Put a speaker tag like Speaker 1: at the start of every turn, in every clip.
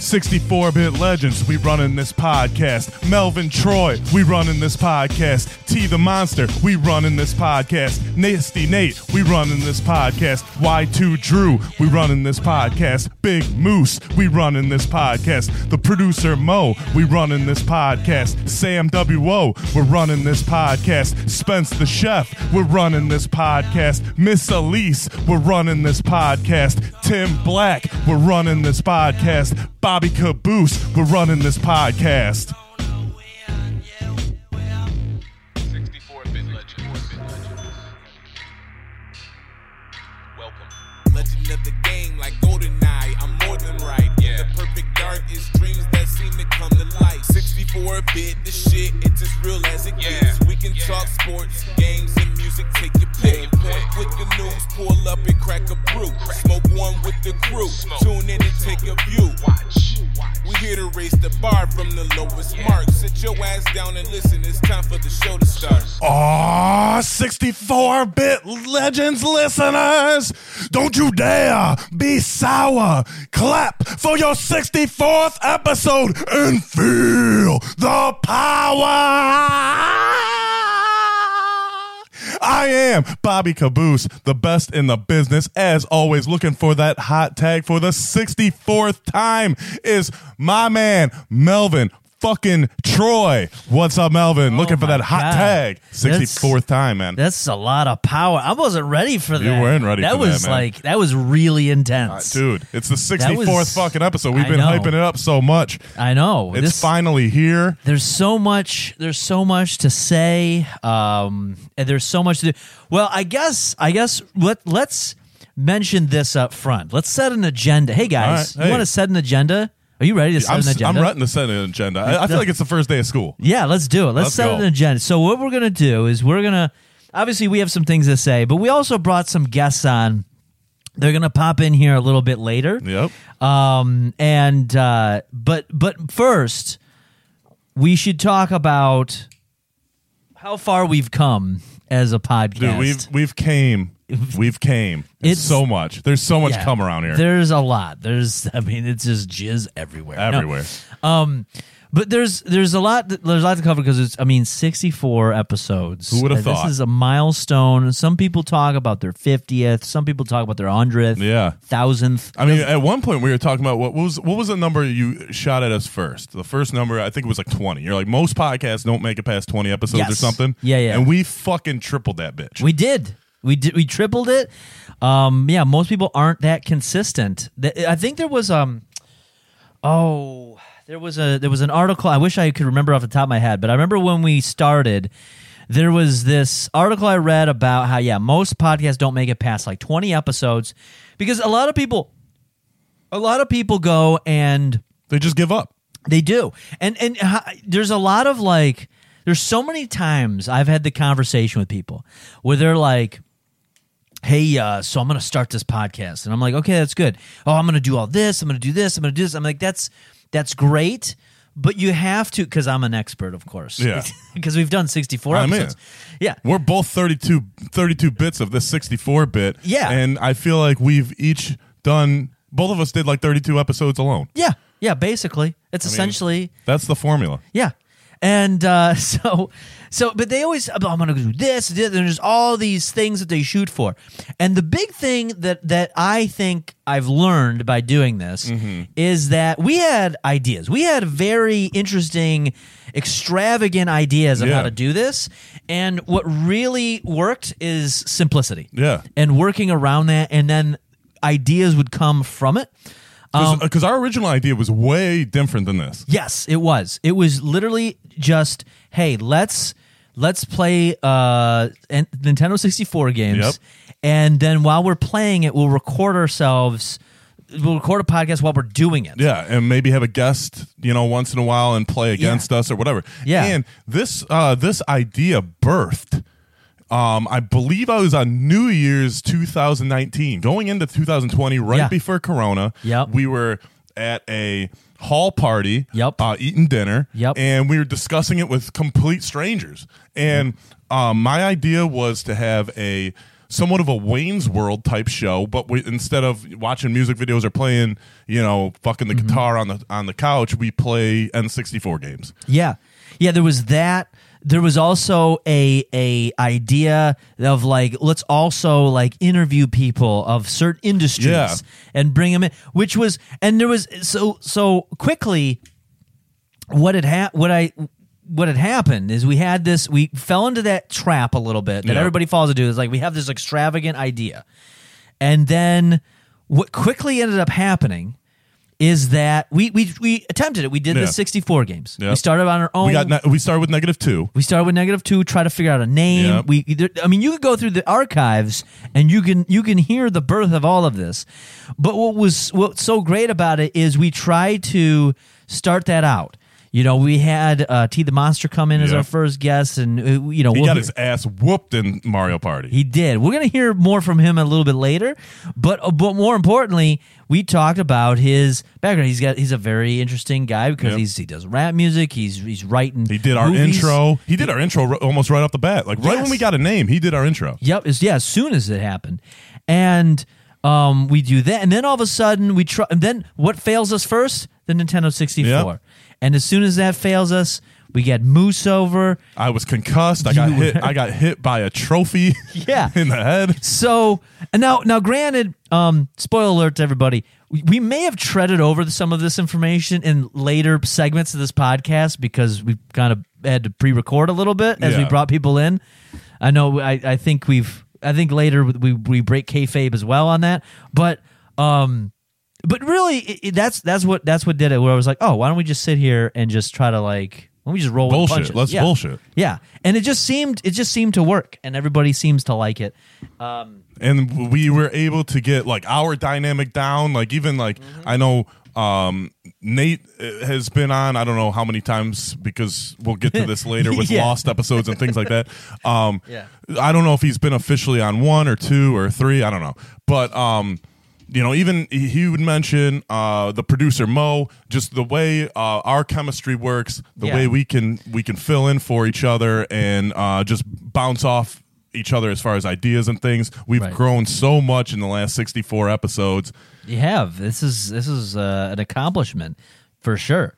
Speaker 1: 64-bit legends, we running this podcast. Melvin Troy, we running this podcast. T the Monster, we running this podcast. Nasty Nate, we running this podcast. Y2 Drew, we running this podcast. Big Moose, we running this podcast. The producer Mo, we running this podcast. Sam WO, we're running this podcast. Spence the Chef, we're running this podcast. Miss Elise, we're running this podcast. Tim Black, we're running this podcast. Bobby Caboose, we're running this podcast.
Speaker 2: 64 bit legend. Welcome.
Speaker 3: Legend of the game, like GoldenEye, I'm more than right.
Speaker 2: Yeah.
Speaker 3: In the perfect dark is dreams that seem to come to life. 64 bit, the shit, it's as real as it
Speaker 2: Yeah.
Speaker 3: gets. We can
Speaker 2: Yeah.
Speaker 3: talk sports, games, and music, take your pick.
Speaker 2: Take your
Speaker 3: Point
Speaker 2: pick.
Speaker 3: with the news, pull up and crack a brew. Smoke one with the crew,
Speaker 2: Smoke.
Speaker 3: tune in and take a view.
Speaker 2: Watch. Watch.
Speaker 3: We here to raise the bar from the lowest mark. Sit your ass down and listen, it's time for the show to start.
Speaker 1: Aw, 64 bit legends listeners, don't you dare be sour. Clap for your 64th episode and feel the power. I am Bobby Caboose, the best in the business. As always, looking for that hot tag for the 64th time is my man, Melvin fucking Troy. What's up, Melvin? looking for
Speaker 4: Oh my
Speaker 1: that hot
Speaker 4: God.
Speaker 1: tag. 64th time, man.
Speaker 4: That's a lot of power. I wasn't ready for that.
Speaker 1: weren't ready
Speaker 4: That
Speaker 1: for that,
Speaker 4: was
Speaker 1: man. Uh,
Speaker 4: like that was really intense.
Speaker 1: Dude, it's the 64th
Speaker 4: was-
Speaker 1: fucking episode. We've
Speaker 4: I
Speaker 1: been
Speaker 4: know.
Speaker 1: hyping it up so much.
Speaker 4: I know.
Speaker 1: It's
Speaker 4: this,
Speaker 1: finally here.
Speaker 4: There's so much. There's so much to say. Um, and there's so much to do. Well, I guess. I guess. Let Let's mention this up front. Let's set an agenda. Hey guys,
Speaker 1: All right, hey.
Speaker 4: you want to set an agenda? Are you ready to set
Speaker 1: I'm,
Speaker 4: an
Speaker 1: s- I'm
Speaker 4: agenda?
Speaker 1: renting the Senate agenda. I, I feel like it's the first day of school.
Speaker 4: Yeah, let's do it. Let's,
Speaker 1: Let's
Speaker 4: set
Speaker 1: go.
Speaker 4: an agenda. So what we're gonna do is we're gonna obviously we have some things to say, but we also brought some guests on. They're gonna pop in here a little bit later.
Speaker 1: Yep.
Speaker 4: Um and uh but but first we should talk about how far we've come as a podcast.
Speaker 1: Dude, we've we've came. We've came. It's
Speaker 4: It's-
Speaker 1: so much. There's so much
Speaker 4: Yeah.
Speaker 1: come around here.
Speaker 4: There's a lot. There's I mean it's just jizz everywhere. No.
Speaker 1: everywhere.
Speaker 4: Um, but there's there's a lot there's a lot to cover because it's I mean 64 episodes.
Speaker 1: Who would've
Speaker 4: Uh,
Speaker 1: thought?
Speaker 4: This is a milestone. Some people talk about their 50th. Some people talk about their 100th.
Speaker 1: Yeah.
Speaker 4: Thousandth.
Speaker 1: I mean, at one point we were talking about what, what was what was the number you shot at us first? The first number I think it was like twenty. You're like most podcasts don't make it past twenty episodes or
Speaker 4: Yes.
Speaker 1: something.
Speaker 4: Yeah, yeah.
Speaker 1: And we fucking tripled that bitch.
Speaker 4: we did. We did. We tripled it. Um, yeah. Most people aren't that consistent. Th- I think there was um, oh, there was a there was an article. I wish I could remember off the top of my head, but I remember when we started. There was this article I read about how yeah, most podcasts don't make it past like twenty episodes because a lot of people, a lot of people go and
Speaker 1: they just give up.
Speaker 4: they do, and and ho- there's a lot of like, there's so many times I've had the conversation with people where they're like, "Hey, uh, so I'm gonna start this podcast," and I'm like, "Okay, that's good. Oh, I'm gonna do all this. I'm gonna do this. I'm gonna do this." I'm like, "That's that's great." But you have to, because I'm an expert, of course.
Speaker 1: Yeah.
Speaker 4: Because we've done 64
Speaker 1: I'm in.
Speaker 4: episodes. Yeah.
Speaker 1: We're both 32, 32 bits of this 64 bit.
Speaker 4: Yeah.
Speaker 1: And I feel like we've each done, both of us did like 32 episodes alone.
Speaker 4: Yeah. Yeah. Basically, it's essentially.
Speaker 1: That's the formula.
Speaker 4: Yeah. And uh, so, so, but they always, "Oh, I'm going to do this. this." There's all these things that they shoot for, and the big thing that that I think I've learned by doing this
Speaker 1: Mm-hmm.
Speaker 4: is that we had ideas. We had very interesting, extravagant ideas of
Speaker 1: Yeah.
Speaker 4: how to do this, and what really worked is simplicity.
Speaker 1: Yeah.
Speaker 4: and working around that, and then ideas would come from it. Um,
Speaker 1: Because our original idea was way different than this.
Speaker 4: Yes, it was. It was literally just, hey, let's let's play uh N- Nintendo 64 games.
Speaker 1: Yep.
Speaker 4: And then while we're playing it, we'll record ourselves we'll record a podcast while we're doing it.
Speaker 1: Yeah, and maybe have a guest, you know, once in a while and play against us or whatever.
Speaker 4: Yeah.
Speaker 1: And this uh this idea birthed um I believe I was on New Year's 2019, going into 2020 right
Speaker 4: Yeah.
Speaker 1: before corona.
Speaker 4: Yep.
Speaker 1: We were at a hall party,
Speaker 4: Yep.
Speaker 1: uh eating dinner,
Speaker 4: Yep.
Speaker 1: and we were discussing it with complete strangers. And um my idea was to have a somewhat of a Wayne's World type show, but we, instead of watching music videos or playing, you know, fucking the
Speaker 4: Mm-hmm.
Speaker 1: guitar on the on the couch, we play N64 games.
Speaker 4: Yeah. Yeah, there was that. There was also a a idea of like let's also like interview people of certain industries
Speaker 1: Yeah.
Speaker 4: and bring them in, which was and there was so so quickly what had ha- what I what had happened is we had this we fell into that trap a little bit that
Speaker 1: Yeah.
Speaker 4: everybody falls into is like we have this extravagant idea and then what quickly ended up happening is that we we, we attempted it we did
Speaker 1: Yeah.
Speaker 4: the 64 games
Speaker 1: Yep.
Speaker 4: we started on our own
Speaker 1: We got ne- we started with negative two.
Speaker 4: we started with negative two, try to figure out a name.
Speaker 1: Yep.
Speaker 4: We, either, I mean, you could go through the archives and you can you can hear the birth of all of this. But what was what's so great about it is we tried to start that out. You know, we had uh, T the Monster come in as
Speaker 1: Yeah.
Speaker 4: our first guest, and uh, you know
Speaker 1: He
Speaker 4: we'll
Speaker 1: got
Speaker 4: hear-
Speaker 1: his ass whooped in Mario Party.
Speaker 4: he did. We're gonna hear more from him a little bit later, but uh, but more importantly, we talked about his background. He's got he's a very interesting guy because
Speaker 1: Yep.
Speaker 4: he's he does rap music. He's he's writing.
Speaker 1: He did our
Speaker 4: movies.
Speaker 1: intro. He did our intro r- almost right off the bat. Like right when
Speaker 4: Yes.
Speaker 1: we got a name, he did our intro.
Speaker 4: Yep. It's, yeah. As soon as it happened, and um, we do that, and then all of a sudden we try. And then what fails us first? The Nintendo sixty four.
Speaker 1: Yep.
Speaker 4: And as soon as that fails us, we get Moose over.
Speaker 1: I was concussed. I got
Speaker 4: You were-
Speaker 1: hit. I got hit by a trophy.
Speaker 4: Yeah.
Speaker 1: in the head.
Speaker 4: So and now, now, granted, um, spoiler alert to everybody. We, we may have treaded over some of this information in later segments of this podcast because we kind of had to pre-record a little bit as we
Speaker 1: Yeah.
Speaker 4: brought people in. I know. I, I think we've. I think later we we break kayfabe as well on that, but um, but really it, it- that's that's what that's what did it. Where I was like, oh, why don't we just sit here and just try to like. Let me just roll with the
Speaker 1: Bullshit.
Speaker 4: punches.
Speaker 1: Let's
Speaker 4: Yeah.
Speaker 1: bullshit.
Speaker 4: Yeah, and it just seemed it just seemed to work, and everybody seems to like it. Um,
Speaker 1: and we were able to get like our dynamic down like even like
Speaker 4: Mm-hmm.
Speaker 1: i know um nate uh, has been on i don't know how many times because we'll get to this later with
Speaker 4: Yeah.
Speaker 1: lost episodes and things like that um
Speaker 4: Yeah.
Speaker 1: i don't know if he's been officially on one or two or three i don't know but um you know, even he- he would mention uh, the producer Mo, just the way uh, our chemistry works, the
Speaker 4: Yeah.
Speaker 1: way we can we can fill in for each other and uh, just bounce off each other as far as ideas and things. We've
Speaker 4: Right.
Speaker 1: grown so much in the last 64 episodes.
Speaker 4: you have this is this is uh, an accomplishment for sure,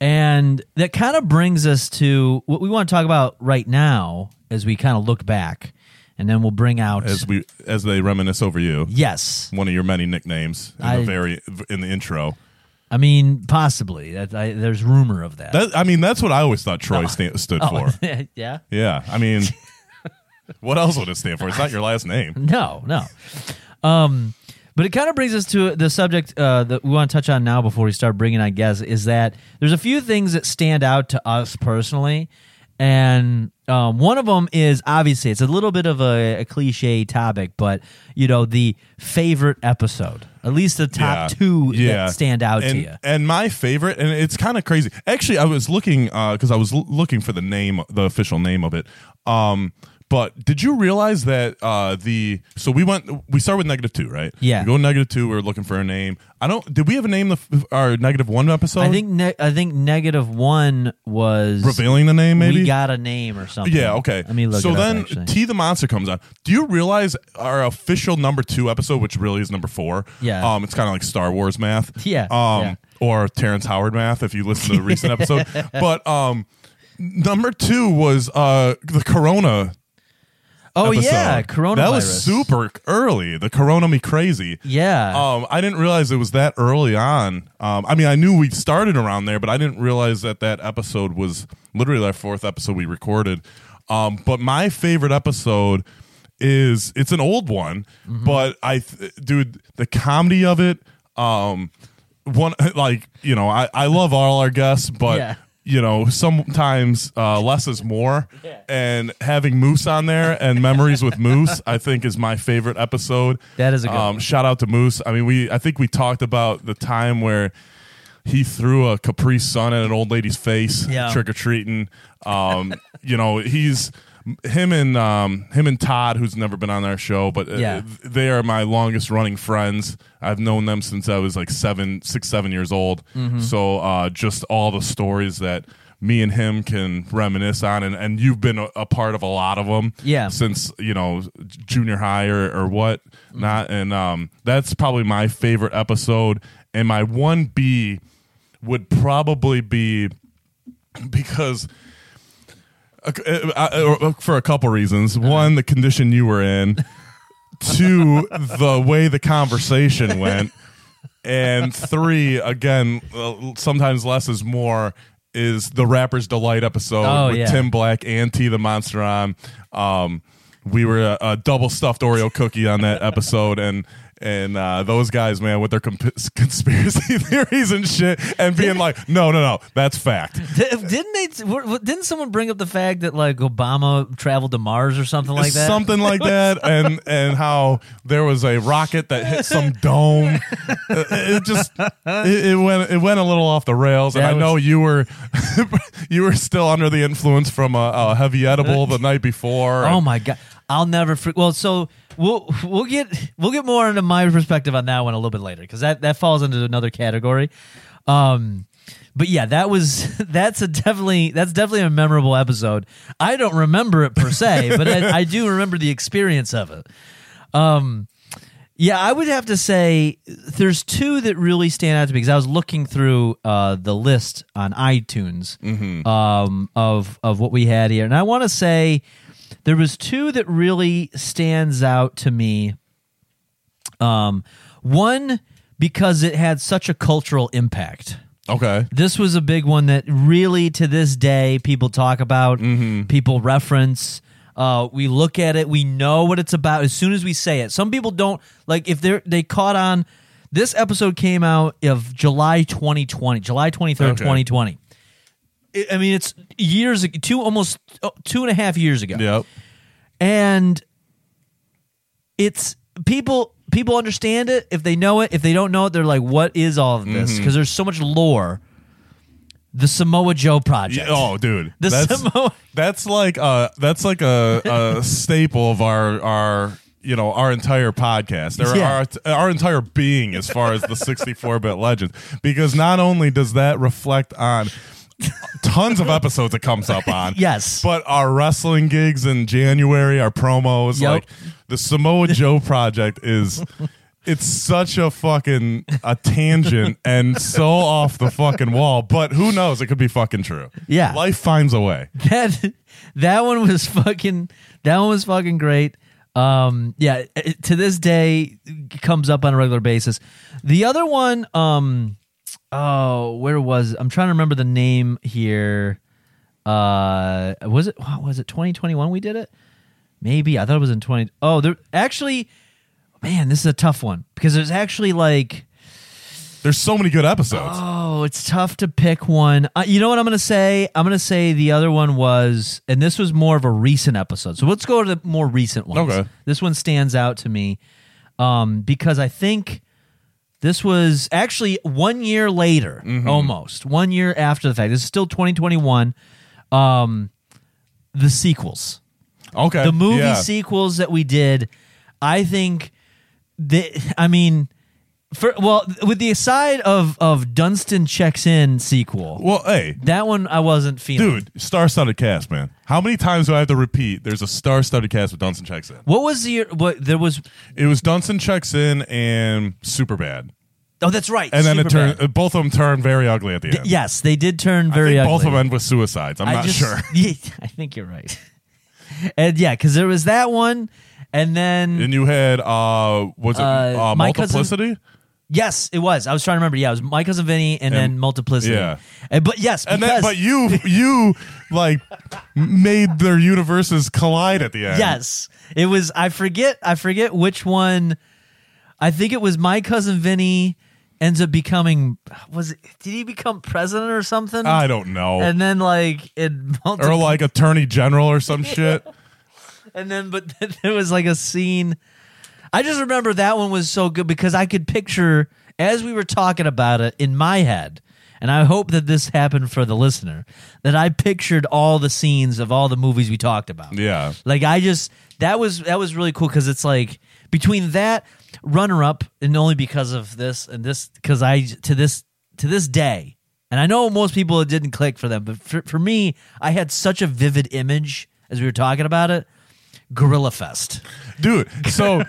Speaker 4: and that kind of brings us to what we want to talk about right now as we kind of look back, and then we'll bring out
Speaker 1: as we as they reminisce over you.
Speaker 4: yes,
Speaker 1: One of your many nicknames in
Speaker 4: I-
Speaker 1: the very in the intro.
Speaker 4: I mean possibly that I, there's rumor of that.
Speaker 1: That I mean, that's what I always thought Troy
Speaker 4: Oh.
Speaker 1: sta- stood for.
Speaker 4: yeah,
Speaker 1: Yeah, I mean, what else would it stand for? It's not your last name.
Speaker 4: No, no. Um, but it kind of brings us to the subject uh, that we want to touch on now before we start bringing, I guess, is that there's a few things that stand out to us personally. And um, one of them is obviously it's a little bit of a, a cliche topic, but you know the favorite episode, at least the top two that stand out
Speaker 1: and,
Speaker 4: to you.
Speaker 1: And my favorite, and it's kind of crazy. Actually, I was looking because I was l- looking for the name, the official name of it. Um, but did you realize that uh, the so we went we started with negative two, right?
Speaker 4: Yeah.
Speaker 1: We go negative two. We we're looking for a name. I don't. Did we have a name? The f- our negative one episode.
Speaker 4: I think ne- I think negative one was
Speaker 1: revealing the name. Maybe
Speaker 4: we got a name or something.
Speaker 1: Yeah, okay.
Speaker 4: Let me look.
Speaker 1: so
Speaker 4: it up,
Speaker 1: then
Speaker 4: actually.
Speaker 1: T the Monster comes on. Do you realize our official number two episode, which really is number four?
Speaker 4: Yeah.
Speaker 1: Um, it's kind of like Star Wars math.
Speaker 4: Yeah,
Speaker 1: Um,
Speaker 4: yeah.
Speaker 1: or Terrence Howard math if you listen to a recent episode. But um, number two was uh the Corona.
Speaker 4: oh
Speaker 1: episode.
Speaker 4: yeah, coronavirus.
Speaker 1: That was super early. The Corona me crazy.
Speaker 4: Yeah.
Speaker 1: Um, I didn't realize it was that early on. Um, I mean, I knew we started around there, but I didn't realize that that episode was literally our fourth episode we recorded. Um, but my favorite episode is it's an old one,
Speaker 4: Mm-hmm.
Speaker 1: but I, th- dude, the comedy of it. Um, one like you know, I I love all our guests, but.
Speaker 4: Yeah.
Speaker 1: You know, sometimes uh, less is more, and having Moose on there and memories with Moose, I think, is my favorite episode.
Speaker 4: That is a good one.
Speaker 1: Um, shout out to Moose. I mean, we I think we talked about the time where he threw a Capri Sun at an old lady's face,
Speaker 4: Yeah.
Speaker 1: trick or treating. Um, you know, he's him and um, him and Todd, who's never been on our show, but uh,
Speaker 4: Yeah.
Speaker 1: they are my longest running friends. I've known them
Speaker 4: Mm-hmm.
Speaker 1: since I was like seven, six, seven years old. So uh, just all the stories that me and him can reminisce on, and, and you've been a, a part of a lot of them,
Speaker 4: Yeah.
Speaker 1: since you know j- junior high or, or what not, and um, that's probably my favorite episode, and my one B would probably be because uh, uh, uh, for a couple reasons. One, the condition you were in. Two, the way the conversation went. And three, again, uh, sometimes less is more. Is the Rapper's Delight episode
Speaker 4: Oh,
Speaker 1: with
Speaker 4: yeah.
Speaker 1: Tim Black and T the Monster on? Um, we were a, a double stuffed Oreo cookie on that episode, and and uh, those guys, man, with their comp- conspiracy theories and shit, and being like, no, no, no, that's fact.
Speaker 4: Didn't they? were- were- Didn't someone bring up the fact that like Obama traveled to Mars or something like that?
Speaker 1: Something like that, and and how there was a rocket that hit some dome. Uh, It just it, it went it went a little off the rails, and
Speaker 4: That
Speaker 1: I
Speaker 4: was-
Speaker 1: know you were you were still under the influence from a, a heavy edible the night before.
Speaker 4: Uh, Oh my god! I'll never. For- well, so we'll we'll get we'll get more into my perspective on that one a little bit later because that that falls into another category. Um, but yeah, that was that's a definitely that's definitely a memorable episode. I don't remember it per se, but I, I do remember the experience of it. Um, yeah, I would have to say there's two that really stand out to me because I was looking through uh, the list on iTunes um, of of what we had here, and I want to say there was two that really stands out to me. Um, one because it had such a cultural impact
Speaker 1: okay,
Speaker 4: this was a big one that really to this day people talk about people reference uh, we look at it we know what it's about as soon as we say it some people don't like if they're they caught on this episode came out of july 2020 july 23rd
Speaker 1: Okay.
Speaker 4: 2020 I- i mean it's years ag- two almost oh, two and a half years ago
Speaker 1: yep,
Speaker 4: and it's people people understand it if they know it if they don't know it they're like what is all of this because there's so much lore the samoa joe
Speaker 1: Yeah,
Speaker 4: project
Speaker 1: oh dude,
Speaker 4: The
Speaker 1: that's
Speaker 4: Samoa-
Speaker 1: that's like uh that's like a, a staple of our our. You know our entire podcast, or
Speaker 4: Yeah.
Speaker 1: our our entire being, as far as the sixty-four bit legends, because not only does that reflect on tons of episodes it comes up on.
Speaker 4: Yes.
Speaker 1: But our wrestling gigs in January, our promos,
Speaker 4: Yep.
Speaker 1: like the Samoa Joe project is it's such a fucking a tangent and so off the fucking wall. But who knows? It could be fucking true.
Speaker 4: Yeah.
Speaker 1: Life finds a way.
Speaker 4: that that one was fucking that one was fucking great um yeah it, to this day it comes up on a regular basis the other one um oh where was i'm trying to remember the name here uh was it what was it 2021 we did it maybe i thought it was in 20 oh there actually man this is a tough one because there's actually like
Speaker 1: There's so many good episodes.
Speaker 4: Oh, it's tough to pick one. Uh, you know what I'm going to say? I'm going to say the other one was, and this was more of a recent episode. So let's go to the more recent ones.
Speaker 1: Okay.
Speaker 4: This one stands out to me um, because I think this was actually one year later, almost one year after the fact. This is still 2021. Um, the sequels
Speaker 1: okay.
Speaker 4: the movie
Speaker 1: Yeah.
Speaker 4: sequels that we did, I think that I mean, for well, with the aside of of Dunstan checks in sequel,
Speaker 1: Well, hey,
Speaker 4: that one I wasn't feeling.
Speaker 1: dude, star-studded cast, man. How many times do I have to repeat? There's a star-studded cast with Dunson checks in.
Speaker 4: what was the what there was?
Speaker 1: It was Dunson checks in and super bad.
Speaker 4: Oh, that's right.
Speaker 1: and then it
Speaker 4: Superbad.
Speaker 1: turned. Both of them turned very ugly at the end.
Speaker 4: Yes, they did turn very
Speaker 1: I think
Speaker 4: ugly.
Speaker 1: both of them end with suicides. I'm
Speaker 4: I
Speaker 1: not
Speaker 4: just-
Speaker 1: sure.
Speaker 4: Yeah, I think you're right. And yeah, because there was that one, and then
Speaker 1: And you had uh, was it
Speaker 4: Uh,
Speaker 1: uh,
Speaker 4: my cousin-
Speaker 1: multiplicity?
Speaker 4: yes, it was. I was trying to remember. Yeah, it was My Cousin Vinny, and, then Multiplicity.
Speaker 1: yeah.
Speaker 4: And- but yes,
Speaker 1: and
Speaker 4: because-
Speaker 1: then, but you you like made their universes collide at the end.
Speaker 4: Yes, it was. I forget. I forget which one. I think it was my cousin Vinny ends up becoming. Was it? Did he become president or something?
Speaker 1: I don't know,
Speaker 4: and then like it multi-
Speaker 1: or like attorney general or some shit.
Speaker 4: and then but then there was like a scene. I just remember that one was so good because I could picture as we were talking about it in my head. And I hope that this happened for the listener that I pictured all the scenes of all the movies we talked about.
Speaker 1: Yeah,
Speaker 4: Like I just that was that was really cool because it's like between that runner up and only because of this and this because I to this to this day And I know most people it didn't click for them, but for, for me, I had such a vivid image as we were talking about it. Gorilla Fest.
Speaker 1: dude. So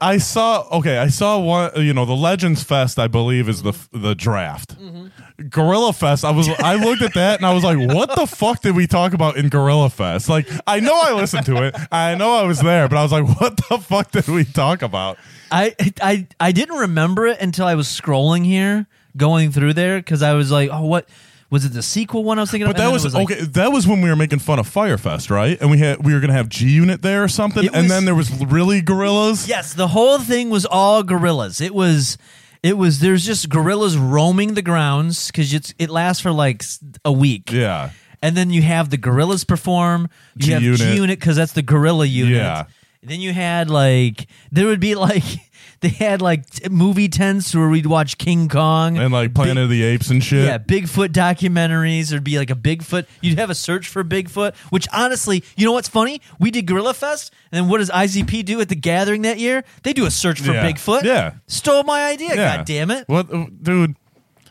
Speaker 1: I saw. Okay, I saw one. You know, the Legends Fest, I believe, is the the draft.
Speaker 4: Mm-hmm.
Speaker 1: Gorilla Fest. I was. I looked at that and I was like, "What the fuck did we talk about in Gorilla Fest?" Like, I know I listened to it. I know I was there, but I was like, "What the fuck did we talk about?"
Speaker 4: I I I didn't remember it until I was scrolling here, going through there, because I was like, oh, what was it? The sequel one I was thinking
Speaker 1: But
Speaker 4: of. And
Speaker 1: that was,
Speaker 4: then it like-
Speaker 1: okay. That was when we were making fun of Firefest, right? And we had we were gonna have G Unit there or something,
Speaker 4: It
Speaker 1: and
Speaker 4: was-
Speaker 1: then there was really gorillas.
Speaker 4: Yes, the whole thing was all gorillas. It was, it was. There's just gorillas roaming the grounds because it's it lasts for like s- a week.
Speaker 1: Yeah.
Speaker 4: and then you have the gorillas perform. You
Speaker 1: G-Unit.
Speaker 4: have G unit because that's the gorilla unit.
Speaker 1: Yeah.
Speaker 4: Then you had like there would be like they had like t- movie tents where we'd watch King Kong
Speaker 1: And like Planet of the Apes and shit.
Speaker 4: Yeah, Bigfoot documentaries. There'd be like a Bigfoot. You'd have a search for Bigfoot, which honestly, you know what's funny? We did Gorilla Fest, and then what does IZP do at the gathering that year? They do a search for
Speaker 1: Yeah.
Speaker 4: Bigfoot.
Speaker 1: Yeah.
Speaker 4: Stole my idea, god damn it.
Speaker 1: What, uh, dude?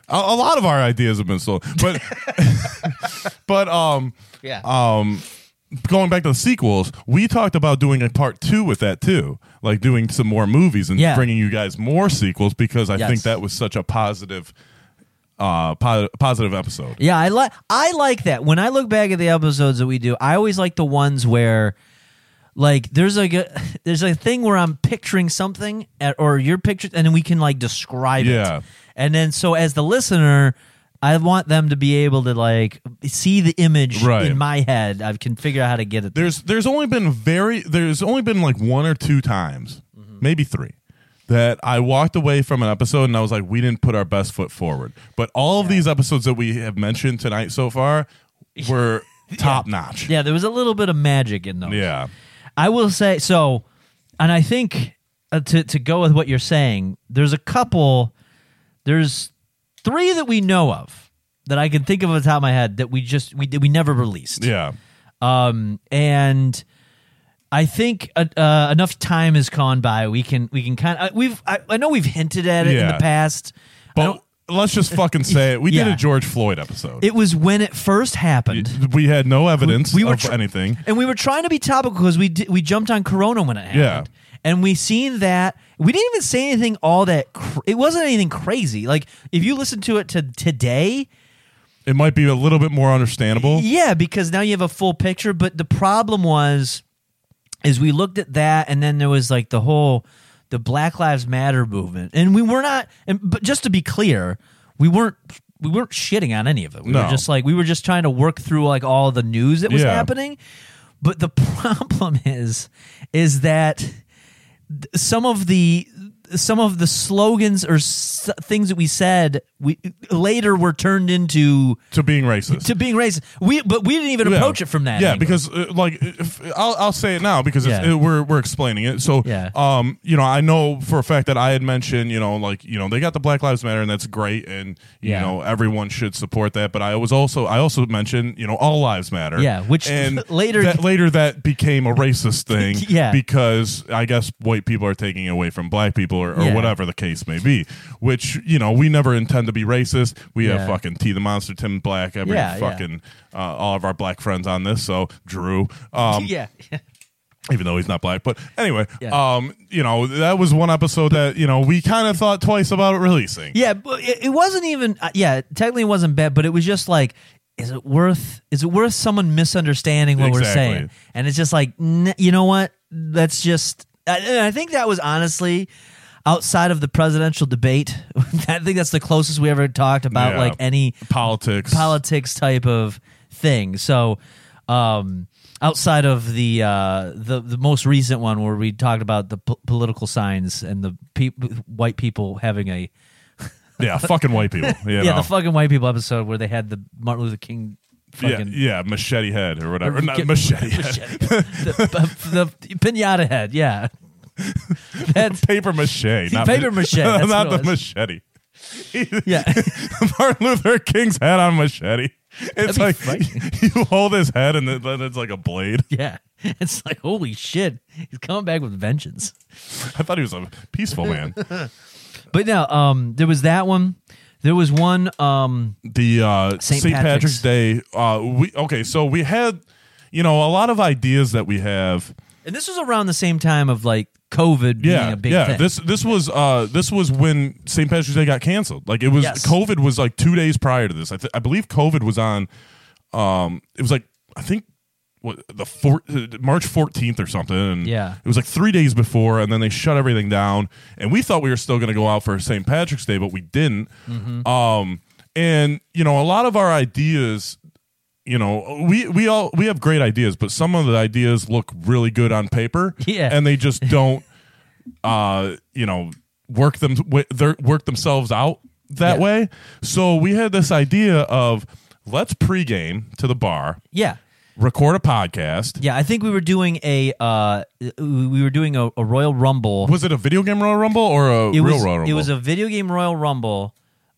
Speaker 1: A, a lot of our ideas have been sold, but but um
Speaker 4: Yeah.
Speaker 1: um going back to the sequels, we talked about doing a part two with that too, like doing some more movies and
Speaker 4: Yeah.
Speaker 1: bringing you guys more sequels because I
Speaker 4: Yes.
Speaker 1: think that was such a positive uh po- positive episode.
Speaker 4: Yeah, I like I like that. When I look back at the episodes that we do, I always like the ones where like there's like a there's a thing where I'm picturing something at, or your picture and then we can like describe
Speaker 1: Yeah.
Speaker 4: it. And then so as the listener, I want them to be able to like see the image
Speaker 1: Right.
Speaker 4: in my head. I can figure out how to get it.
Speaker 1: There's there's only been very there's only been like one or two times,
Speaker 4: Mm-hmm.
Speaker 1: maybe three, that I walked away from an episode and I was like, we didn't put our best foot forward. But all of these episodes that we have mentioned tonight so far were top notch.
Speaker 4: yeah, there was a little bit of magic in those.
Speaker 1: Yeah.
Speaker 4: I will say so, and I think uh, to to go with what you're saying, there's a couple, there's three that we know of that I can think of off the top of my head that we just we that we never released.
Speaker 1: Yeah.
Speaker 4: Um, and I think uh, uh, enough time has gone by. We can we can kind of we've I, I know we've hinted at it in
Speaker 1: Yeah.
Speaker 4: the past. I
Speaker 1: But
Speaker 4: don't-
Speaker 1: let's just fucking say it. We did
Speaker 4: Yeah.
Speaker 1: a George Floyd episode.
Speaker 4: it was when it first happened.
Speaker 1: we had no evidence
Speaker 4: we were
Speaker 1: of
Speaker 4: tr-
Speaker 1: anything.
Speaker 4: And we were trying to be topical because we di- we jumped on Corona when it happened.
Speaker 1: Yeah.
Speaker 4: And we seen that we didn't even say anything all that. Cr- it wasn't anything crazy. Like if you listen to it to today,
Speaker 1: It might be a little bit more understandable.
Speaker 4: yeah, because now you have a full picture. But the problem was, is we looked at that, and then there was like the whole the Black Lives Matter movement, and we were not. And but just to be clear, we weren't we weren't shitting on any of it. We
Speaker 1: No.
Speaker 4: were just like we were just trying to work through like all the news that was
Speaker 1: Yeah.
Speaker 4: happening. But the problem is, is that some of the some of the slogans or s- things that we said we later were turned into
Speaker 1: To being racist.
Speaker 4: to being racist. We but we didn't even
Speaker 1: Yeah.
Speaker 4: approach it from that.
Speaker 1: Yeah,
Speaker 4: angle.
Speaker 1: because uh, like if, I'll I'll say it now because it's,
Speaker 4: Yeah.
Speaker 1: it, we're we're explaining it. So
Speaker 4: Yeah.
Speaker 1: um, you know, I know for a fact that I had mentioned, you know, like you know, they got the Black Lives Matter and that's great, and you
Speaker 4: Yeah.
Speaker 1: know, everyone should support that. But I was also I also mentioned, you know, all lives matter.
Speaker 4: Yeah, which
Speaker 1: and
Speaker 4: later-
Speaker 1: that, later that became a racist thing.
Speaker 4: Yeah.
Speaker 1: because I guess white people are taking it away from black people or, or
Speaker 4: Yeah.
Speaker 1: whatever the case may be. Which you know, we never intend to be racist. We
Speaker 4: Yeah.
Speaker 1: have fucking T the Monster, Tim Black, every
Speaker 4: Yeah, yeah.
Speaker 1: fucking uh, all of our black friends on this. So Drew, um,
Speaker 4: yeah,
Speaker 1: even though he's not black, but anyway,
Speaker 4: Yeah.
Speaker 1: um, you know that was one episode that you know we kind of thought twice about releasing.
Speaker 4: yeah. But it, it wasn't even. Uh, yeah, technically it wasn't bad, but it was just like. Is it worth? Is it worth someone misunderstanding what we're
Speaker 1: Exactly.
Speaker 4: saying? And it's just like, n- you know what? Let's just. I, and I think that was honestly outside of the presidential debate. I think that's the closest we ever talked about
Speaker 1: Yeah.
Speaker 4: like any
Speaker 1: Politics,
Speaker 4: politics type of thing. So, um, outside of the uh, the the most recent one where we talked about the po- political signs and the peop white people having a
Speaker 1: yeah, fucking white people. You
Speaker 4: yeah
Speaker 1: know.
Speaker 4: the fucking white people episode where they had the Martin Luther King
Speaker 1: yeah,
Speaker 4: fucking
Speaker 1: yeah, machete head or whatever. Not
Speaker 4: Get-
Speaker 1: machete head.
Speaker 4: machete. the, the, the pinata head. Yeah, that's
Speaker 1: Paper mache, not
Speaker 4: Paper mache, that's what
Speaker 1: not
Speaker 4: it
Speaker 1: the
Speaker 4: was.
Speaker 1: machete.
Speaker 4: yeah.
Speaker 1: Martin Luther King's head on machete. It's
Speaker 4: be
Speaker 1: like
Speaker 4: funny.
Speaker 1: you hold his head and then then it's like a blade.
Speaker 4: Yeah, it's like holy shit, he's coming back with vengeance.
Speaker 1: I thought he was a peaceful man.
Speaker 4: But no, um, there was that one. There was one. Um,
Speaker 1: the uh,
Speaker 4: St.
Speaker 1: St. Patrick's.
Speaker 4: Patrick's.
Speaker 1: Day. Uh, we okay, so we had you know a lot of ideas that we have.
Speaker 4: and this was around the same time of like COVID being
Speaker 1: Yeah,
Speaker 4: a big
Speaker 1: yeah.
Speaker 4: thing.
Speaker 1: This this was uh, this was when St. Patrick's Day got canceled. Like it was
Speaker 4: Yes.
Speaker 1: COVID was like two days prior to this. I, th- I believe COVID was on. Um, it was like I think what the four, uh, March fourteenth or something. And
Speaker 4: Yeah.
Speaker 1: it was like three days before, and then they shut everything down. And we thought we were still going to go out for St. Patrick's Day, but we didn't.
Speaker 4: Mm-hmm.
Speaker 1: Um, and you know, a lot of our ideas you know, we we all we have great ideas, but some of the ideas look really good on paper,
Speaker 4: Yeah.
Speaker 1: and they just don't, uh, you know, work them wi- their- work themselves out that
Speaker 4: Yeah.
Speaker 1: way. So we had this idea of let's pregame to the bar,
Speaker 4: yeah,
Speaker 1: record a podcast.
Speaker 4: yeah. I think we were doing a uh, we were doing a, a Royal Rumble.
Speaker 1: Was it a video game Royal Rumble or a
Speaker 4: it
Speaker 1: real
Speaker 4: was
Speaker 1: Royal Rumble?
Speaker 4: it was a video game Royal Rumble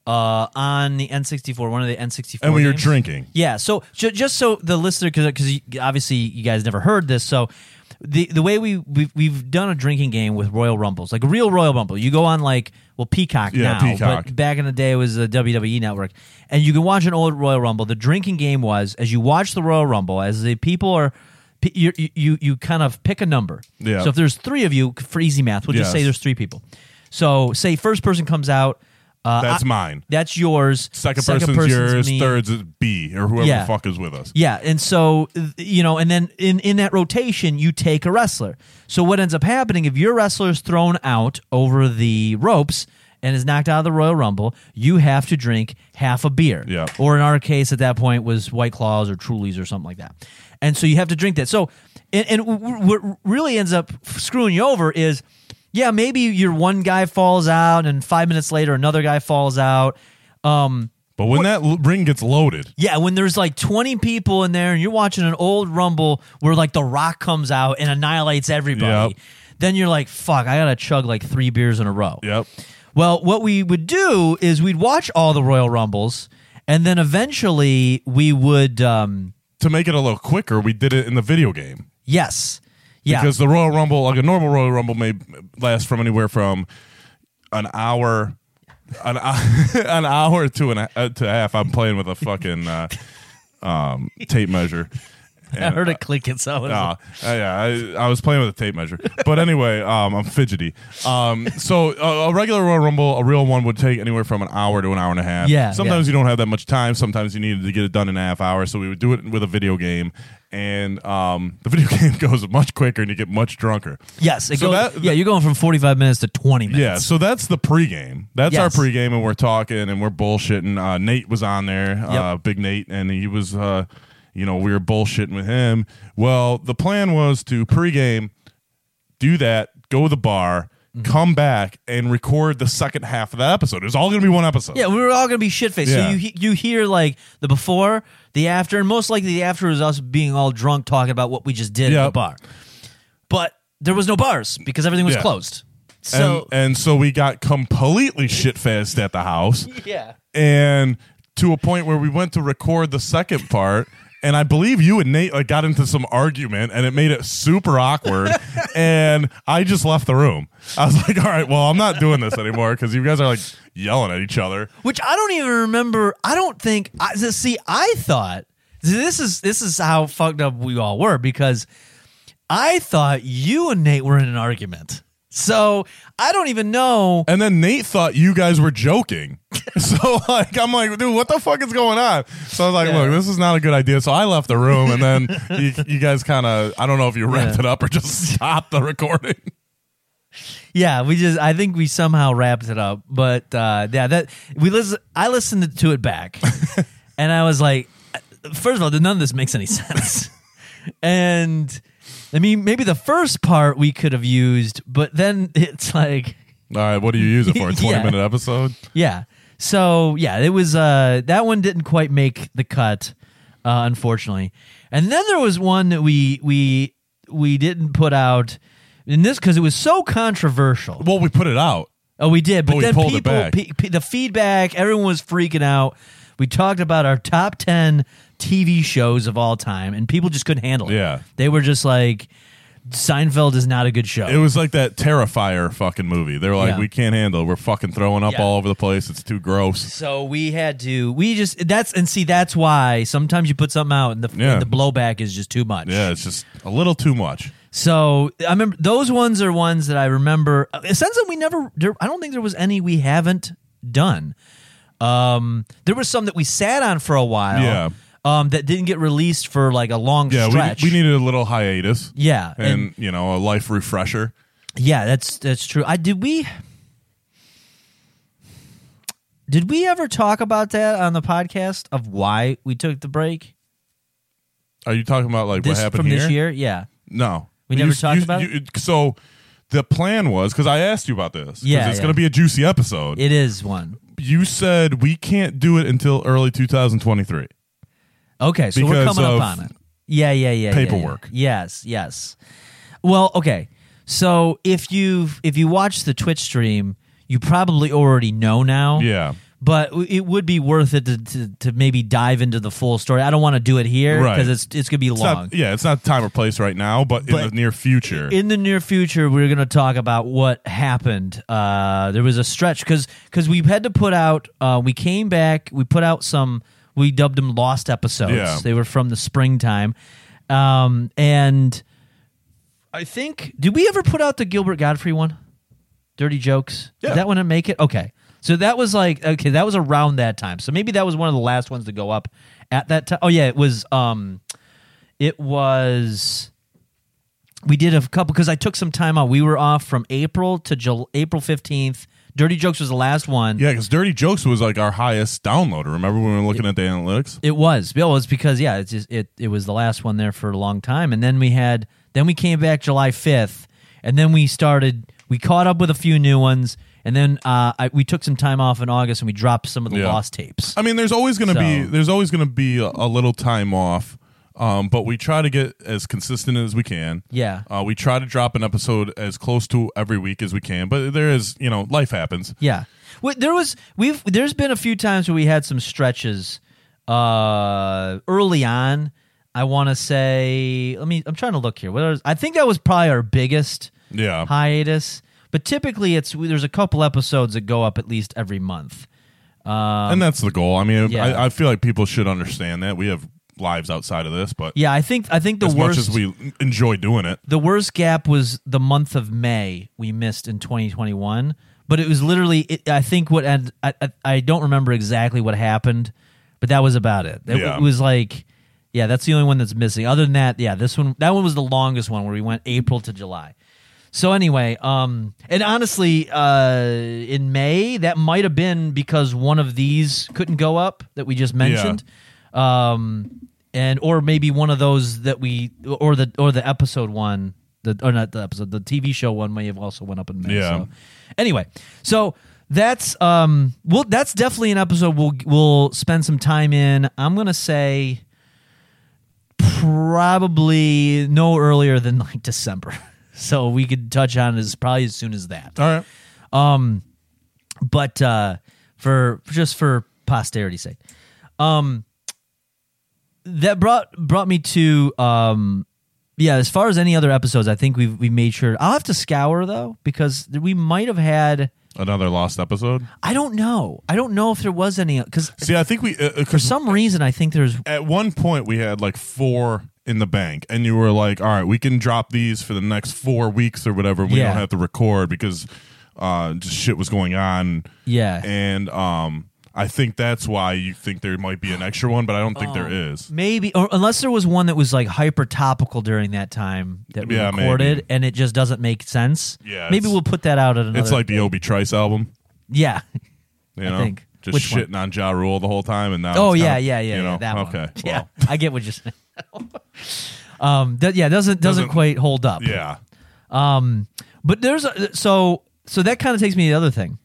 Speaker 4: uh, on the N64, one of the N64.
Speaker 1: and we were
Speaker 4: games.
Speaker 1: drinking.
Speaker 4: Yeah. So j- just so the listener, because obviously you guys never heard this, so the the way we we've, we've done a drinking game with Royal Rumbles, like a real Royal Rumble, you go on like well Peacock
Speaker 1: Yeah,
Speaker 4: now,
Speaker 1: Peacock.
Speaker 4: but back in the day it was the WWE Network, and you can watch an old Royal Rumble. The drinking game was as you watch the Royal Rumble, as the people are. p- You, you you kind of pick a number.
Speaker 1: Yeah.
Speaker 4: So if there's three of you, for easy math, we'll just
Speaker 1: Yes.
Speaker 4: say there's three people. So say first person comes out. Uh,
Speaker 1: That's
Speaker 4: I-
Speaker 1: mine.
Speaker 4: That's yours.
Speaker 1: Second, person's, yours.
Speaker 4: me.
Speaker 1: Third's is B or whoever
Speaker 4: Yeah.
Speaker 1: the fuck is with us.
Speaker 4: Yeah, and so th- you know, and then in in that rotation, you take a wrestler. So what ends up happening if your wrestler is thrown out over the ropes and is knocked out of the Royal Rumble, you have to drink half a beer.
Speaker 1: Yeah.
Speaker 4: Or in our case, at that point, was White Claws or Trulies or something like that. And so you have to drink that. So and, and w- w- what really ends up screwing you over is, yeah, maybe your one guy falls out, and five minutes later another guy falls out. Um,
Speaker 1: But when that l- ring gets loaded,
Speaker 4: yeah, when there's like 20 people in there and you're watching an old Rumble where like The Rock comes out and annihilates everybody,
Speaker 1: Yep.
Speaker 4: then you're like, fuck, I gotta chug like three beers in a row.
Speaker 1: yep,
Speaker 4: Well, what we would do is we'd watch all the Royal Rumbles and then eventually we would, um,
Speaker 1: to make it a little quicker, we did it in the video game.
Speaker 4: yes. Yeah.
Speaker 1: because the Royal Rumble, like a normal Royal Rumble, may last from anywhere from an hour, an hou- an hour to an uh, to a half. I'm playing with a fucking uh, um, tape measure.
Speaker 4: I heard it click and so
Speaker 1: Uh, yeah, I, I was playing with a tape measure, but anyway, um, I'm fidgety. Um, so a, a regular Royal Rumble, a real one, would take anywhere from an hour to an hour and a half.
Speaker 4: Yeah,
Speaker 1: Sometimes
Speaker 4: yeah.
Speaker 1: you don't have that much time. Sometimes you needed to get it done in a half hour. So we would do it with a video game, and um, the video game goes much quicker, and you get much drunker.
Speaker 4: yes. It
Speaker 1: So
Speaker 4: goes,
Speaker 1: that-
Speaker 4: yeah, you're going from 45 minutes to 20 minutes.
Speaker 1: Yeah, so that's the pregame. That's
Speaker 4: Yes.
Speaker 1: our pregame, and we're talking and we're bullshitting. Uh, Nate was on there, uh, Big Nate, and he was, uh, you know, we were bullshitting with him. Well, the plan was to pregame, do that, go to the bar,
Speaker 4: Mm-hmm.
Speaker 1: come back, and record the second half of the episode. It was all going to be one episode.
Speaker 4: Yeah, we were all gonna be shit faced.
Speaker 1: Yeah.
Speaker 4: So you he- you hear like the before, the after, and most likely the after was us being all drunk talking about what we just did at the
Speaker 1: Yep.
Speaker 4: bar. But there was no bars because everything was
Speaker 1: Yeah.
Speaker 4: closed.
Speaker 1: And,
Speaker 4: So
Speaker 1: and so we got completely shit faced at the house.
Speaker 4: yeah,
Speaker 1: and to a point where we went to record the second part and i believe you and nate like, got into some argument and it made it super awkward and i just left the room i was like all right well i'm not doing this anymore because you guys are like yelling at each other
Speaker 4: which I don't even remember. I don't think. I see. I thought this is this is how fucked up we all were because I thought you and Nate were in an argument. So I don't even know.
Speaker 1: and then nate thought you guys were joking so like i'm like dude what the fuck is going on so i was like
Speaker 4: Yeah.
Speaker 1: look this is not a good idea so i left the room and then you, you guys kind of i don't know if you wrapped
Speaker 4: Yeah.
Speaker 1: it up or just stopped the recording
Speaker 4: Yeah, we just I think we somehow wrapped it up, but uh, yeah, that we listen. I listened to it back, and I was like, first of all, none of this makes any sense, and I mean, maybe the first part we could have used, but then it's like,
Speaker 1: all right what do you use it for a 20
Speaker 4: Yeah.
Speaker 1: minute episode
Speaker 4: yeah, so yeah, it was uh, that one didn't quite make the cut, uh, unfortunately, and then there was one that we we we didn't put out. In this, because it was so controversial.
Speaker 1: Well, we put it out.
Speaker 4: Oh, we did, but,
Speaker 1: But we
Speaker 4: then
Speaker 1: pulled it
Speaker 4: people,
Speaker 1: back.
Speaker 4: pe- pe- the feedback, everyone was freaking out. We talked about our top ten TV shows of all time, and people just couldn't handle it.
Speaker 1: Yeah.
Speaker 4: they were just like, Seinfeld is not a good show.
Speaker 1: It was like that Terrifier fucking movie. They're like,
Speaker 4: Yeah.
Speaker 1: we can't handle. it. We're fucking throwing up
Speaker 4: Yeah.
Speaker 1: all over the place. It's too gross.
Speaker 4: so we had to we just that's and see that's why sometimes you put something out and the,
Speaker 1: Yeah.
Speaker 4: and the blowback is just too much.
Speaker 1: Yeah, it's just a little too much.
Speaker 4: So I remember those ones are ones that I remember. Since then, we never. There, I don't think there was any we haven't done. Um, there were some that we sat on for a while.
Speaker 1: Yeah.
Speaker 4: Um, that didn't get released for like a long
Speaker 1: Yeah,
Speaker 4: stretch.
Speaker 1: we, we needed a little hiatus.
Speaker 4: Yeah,
Speaker 1: and,
Speaker 4: and-
Speaker 1: you know a life refresher.
Speaker 4: Yeah, that's that's true. I did we did we ever talk about that on the podcast of why we took the break
Speaker 1: Are you talking about like
Speaker 4: this
Speaker 1: what happened
Speaker 4: from
Speaker 1: here?
Speaker 4: this year? Yeah,
Speaker 1: No,
Speaker 4: We never talked about
Speaker 1: you- So the plan was because I asked you about this. 'cause
Speaker 4: Yeah,
Speaker 1: it's
Speaker 4: yeah.
Speaker 1: going to be a juicy episode.
Speaker 4: it is one.
Speaker 1: you said we can't do it until early 2023.
Speaker 4: Okay, so we're
Speaker 1: Because
Speaker 4: coming up
Speaker 1: of
Speaker 4: on it. Yeah, yeah, yeah. yeah, yeah.
Speaker 1: paperwork.
Speaker 4: Yes, yes. Well, okay. So if you if you watch the Twitch stream, you probably already know now.
Speaker 1: Yeah.
Speaker 4: But w- it would be worth it to, to, to maybe dive into the full story. I don't want to do it here
Speaker 1: Right.
Speaker 4: because it's it's gonna be
Speaker 1: It's
Speaker 4: long.
Speaker 1: not, yeah, it's not time or place right now, but, in
Speaker 4: But-
Speaker 1: the near future.
Speaker 4: in the near future we're going to talk about what happened uh there was a stretch because because we had to put out uh we came back we put out some we dubbed them lost episodes
Speaker 1: Yeah.
Speaker 4: they were from the springtime um and i think did we ever put out the gilbert godfrey one dirty jokes
Speaker 1: Yeah.
Speaker 4: did that one didn't make it okay so that was like okay that was around that time so maybe that was one of the last ones to go up at that time oh yeah it was um it was we did a couple because I took some time out. We were off from April to Jul- April fifteenth. Dirty Jokes was the last one.
Speaker 1: yeah, because Dirty Jokes was like our highest downloader. Remember when we were looking at the analytics?
Speaker 4: It was. Bill was because yeah, it's just, it it was the last one there for a long time, and then we had then we came back July fifth, and then we started we caught up with a few new ones, and then uh, I, we took some time off in August and we dropped some of the
Speaker 1: Yeah.
Speaker 4: lost tapes.
Speaker 1: I mean, there's always going to be
Speaker 4: So-
Speaker 1: there's always going to be a, a little time off, um, but we try to get as consistent as we can.
Speaker 4: Yeah.
Speaker 1: uh, we try to drop an episode as close to every week as we can. But there is, you know, life happens.
Speaker 4: Yeah. Well, there was we've there's been a few times where we had some stretches uh early on. I want to say let me I'm trying to look here. What was, I think that was probably our biggest
Speaker 1: Yeah,
Speaker 4: hiatus. But typically it's there's a couple episodes that go up at least every month.
Speaker 1: and that's the goal. I mean,
Speaker 4: Um, yeah.
Speaker 1: I, I feel like people should understand that we have lives outside of this, but
Speaker 4: Yeah, I think I think the
Speaker 1: as
Speaker 4: worst
Speaker 1: much as we enjoy doing it,
Speaker 4: the worst gap was the month of May we missed in 2021, but it was literally it, I think what and I, I I don't remember exactly what happened, but that was about it. It,
Speaker 1: Yeah.
Speaker 4: it was like yeah, that's the only one that's missing. Other than that, yeah, this one that one was the longest one where we went April to July. So anyway, um and honestly, uh in May that might have been because one of these couldn't go up that we just mentioned um, and or maybe one of those that we or the or the episode one, the or not the episode, the TV show one may have also went up in May.
Speaker 1: Yeah.
Speaker 4: So. Anyway, so that's um, well, that's definitely an episode we'll we'll spend some time in. I'm gonna say probably no earlier than like December, so we could touch on it as probably as soon as that
Speaker 1: all right.
Speaker 4: but uh, for just for posterity's sake, um, that brought brought me to um, yeah. As far as any other episodes, I think we've we made sure. I'll have to scour though because we might have had.
Speaker 1: Another lost episode.
Speaker 4: I don't know. I don't know if there was any because
Speaker 1: See, I think we uh,
Speaker 4: for some reason I think there's
Speaker 1: at one point we had like four in the bank and you were like all right we can drop these for the next four weeks or whatever we
Speaker 4: Yeah.
Speaker 1: don't have to record because uh just shit was going on
Speaker 4: Yeah.
Speaker 1: and um i think that's why you think there might be an extra one but i don't think there
Speaker 4: Oh.
Speaker 1: is
Speaker 4: maybe or unless there was one that was like hyper topical during that time that we
Speaker 1: Yeah,
Speaker 4: recorded
Speaker 1: maybe.
Speaker 4: and it just doesn't make sense.
Speaker 1: Yeah,
Speaker 4: maybe
Speaker 1: it's-
Speaker 4: we'll put that out at another.
Speaker 1: it's like the obi trice album
Speaker 4: yeah,
Speaker 1: you
Speaker 4: I
Speaker 1: know
Speaker 4: think.
Speaker 1: just
Speaker 4: Which one?
Speaker 1: shitting on ja rule the whole time and now
Speaker 4: Oh
Speaker 1: it's
Speaker 4: yeah,
Speaker 1: kinda-
Speaker 4: yeah, yeah,
Speaker 1: you
Speaker 4: yeah.
Speaker 1: know
Speaker 4: That one.
Speaker 1: okay
Speaker 4: Yeah,
Speaker 1: well,
Speaker 4: I get what you're saying. um, that, yeah, doesn't, doesn't
Speaker 1: Doesn't-
Speaker 4: quite hold up.
Speaker 1: yeah
Speaker 4: Um, but there's a, so so that kind of takes me to the other thing.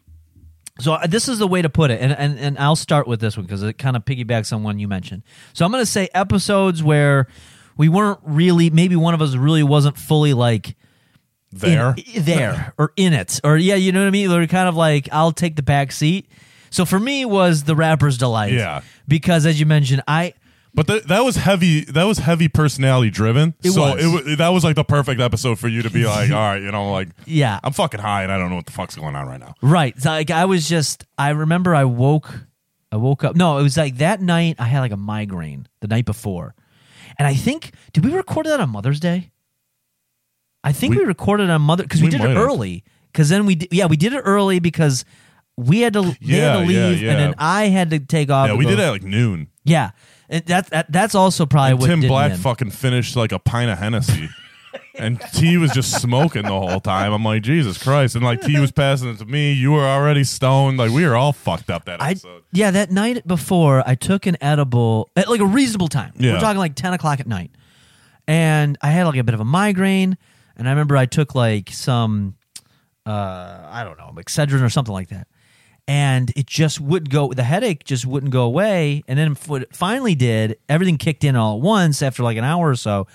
Speaker 4: So uh, this is the way to put it, and and, and I'll start with this one because it kind of piggybacks on one you mentioned. So I'm going to say episodes where we weren't really, maybe one of us really wasn't fully like in-
Speaker 1: there
Speaker 4: there or in it or yeah you know what i mean they're kind of like i'll take the back seat so for me was the rapper's delight
Speaker 1: Yeah.
Speaker 4: because as you mentioned i
Speaker 1: But that that was heavy. That was heavy personality driven.
Speaker 4: It
Speaker 1: so
Speaker 4: was.
Speaker 1: it wa- that was like the perfect episode for you to be like, all right, you know, like
Speaker 4: Yeah.
Speaker 1: I'm fucking high and I don't know what the fuck's going on right now.
Speaker 4: Right. So, Like I was just I remember I woke I woke up. No, it was like that night I had like a migraine the night before. And I think did we record that on Mother's Day? I think we,
Speaker 1: We-
Speaker 4: recorded on Mother cuz we,
Speaker 1: We
Speaker 4: did it
Speaker 1: might have.
Speaker 4: early cuz then we did, yeah, we did it early because we had to they had
Speaker 1: Yeah,
Speaker 4: to
Speaker 1: yeah,
Speaker 4: leave and then
Speaker 1: yeah.
Speaker 4: I had to take off.
Speaker 1: Yeah,
Speaker 4: and
Speaker 1: we
Speaker 4: go-
Speaker 1: did it at like noon.
Speaker 4: Yeah. And that's that, that's also probably what
Speaker 1: Tim
Speaker 4: did me
Speaker 1: Black
Speaker 4: in.
Speaker 1: fucking finished like a pint of Hennessy. And T was just smoking the whole time. I'm like, Jesus Christ. And like T was passing it to me. You were already stoned. Like we were all fucked up that
Speaker 4: I
Speaker 1: episode.
Speaker 4: yeah, that night before I took an edible at like a reasonable time. We're
Speaker 1: Yeah.
Speaker 4: talking like ten o'clock at night, and I had like a bit of a migraine, and I remember I took like some, uh, I don't know, Excedrin or something like that, and it just would go. The headache just wouldn't go away, and then what it finally did, everything kicked in all at once after like an hour or so,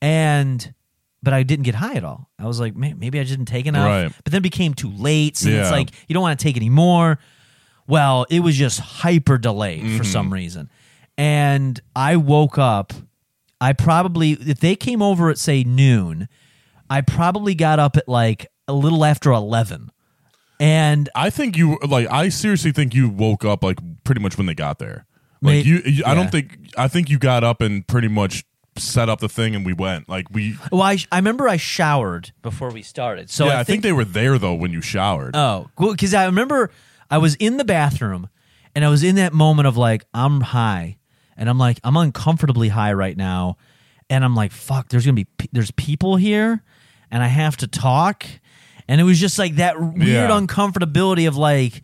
Speaker 4: and. But I didn't get high at all. I was like, man, maybe I just didn't take enough.
Speaker 1: Right.
Speaker 4: But then it became too late. So it's
Speaker 1: Yeah.
Speaker 4: like you don't want to take any more. Well, it was just hyper delayed
Speaker 1: Mm-hmm.
Speaker 4: for some reason. And I woke up. I probably, if they came over at say noon, I probably got up at like a little after 11. And
Speaker 1: I think you like. I seriously think you woke up like pretty much when they got there. Like
Speaker 4: May-
Speaker 1: you, you I
Speaker 4: yeah.
Speaker 1: don't think. I think you got up and pretty much set up the thing, and we went. Like we.
Speaker 4: well, I, I remember I showered before we started. So
Speaker 1: yeah, I
Speaker 4: I
Speaker 1: think, they were there though when you showered.
Speaker 4: Oh, cool. Because I remember I was in the bathroom and I was in that moment of like, I'm high and I'm like, I'm uncomfortably high right now. And I'm like, fuck, there's going to be, pe- there's people here and I have to talk. And it was just like that weird
Speaker 1: Yeah.
Speaker 4: uncomfortability of like,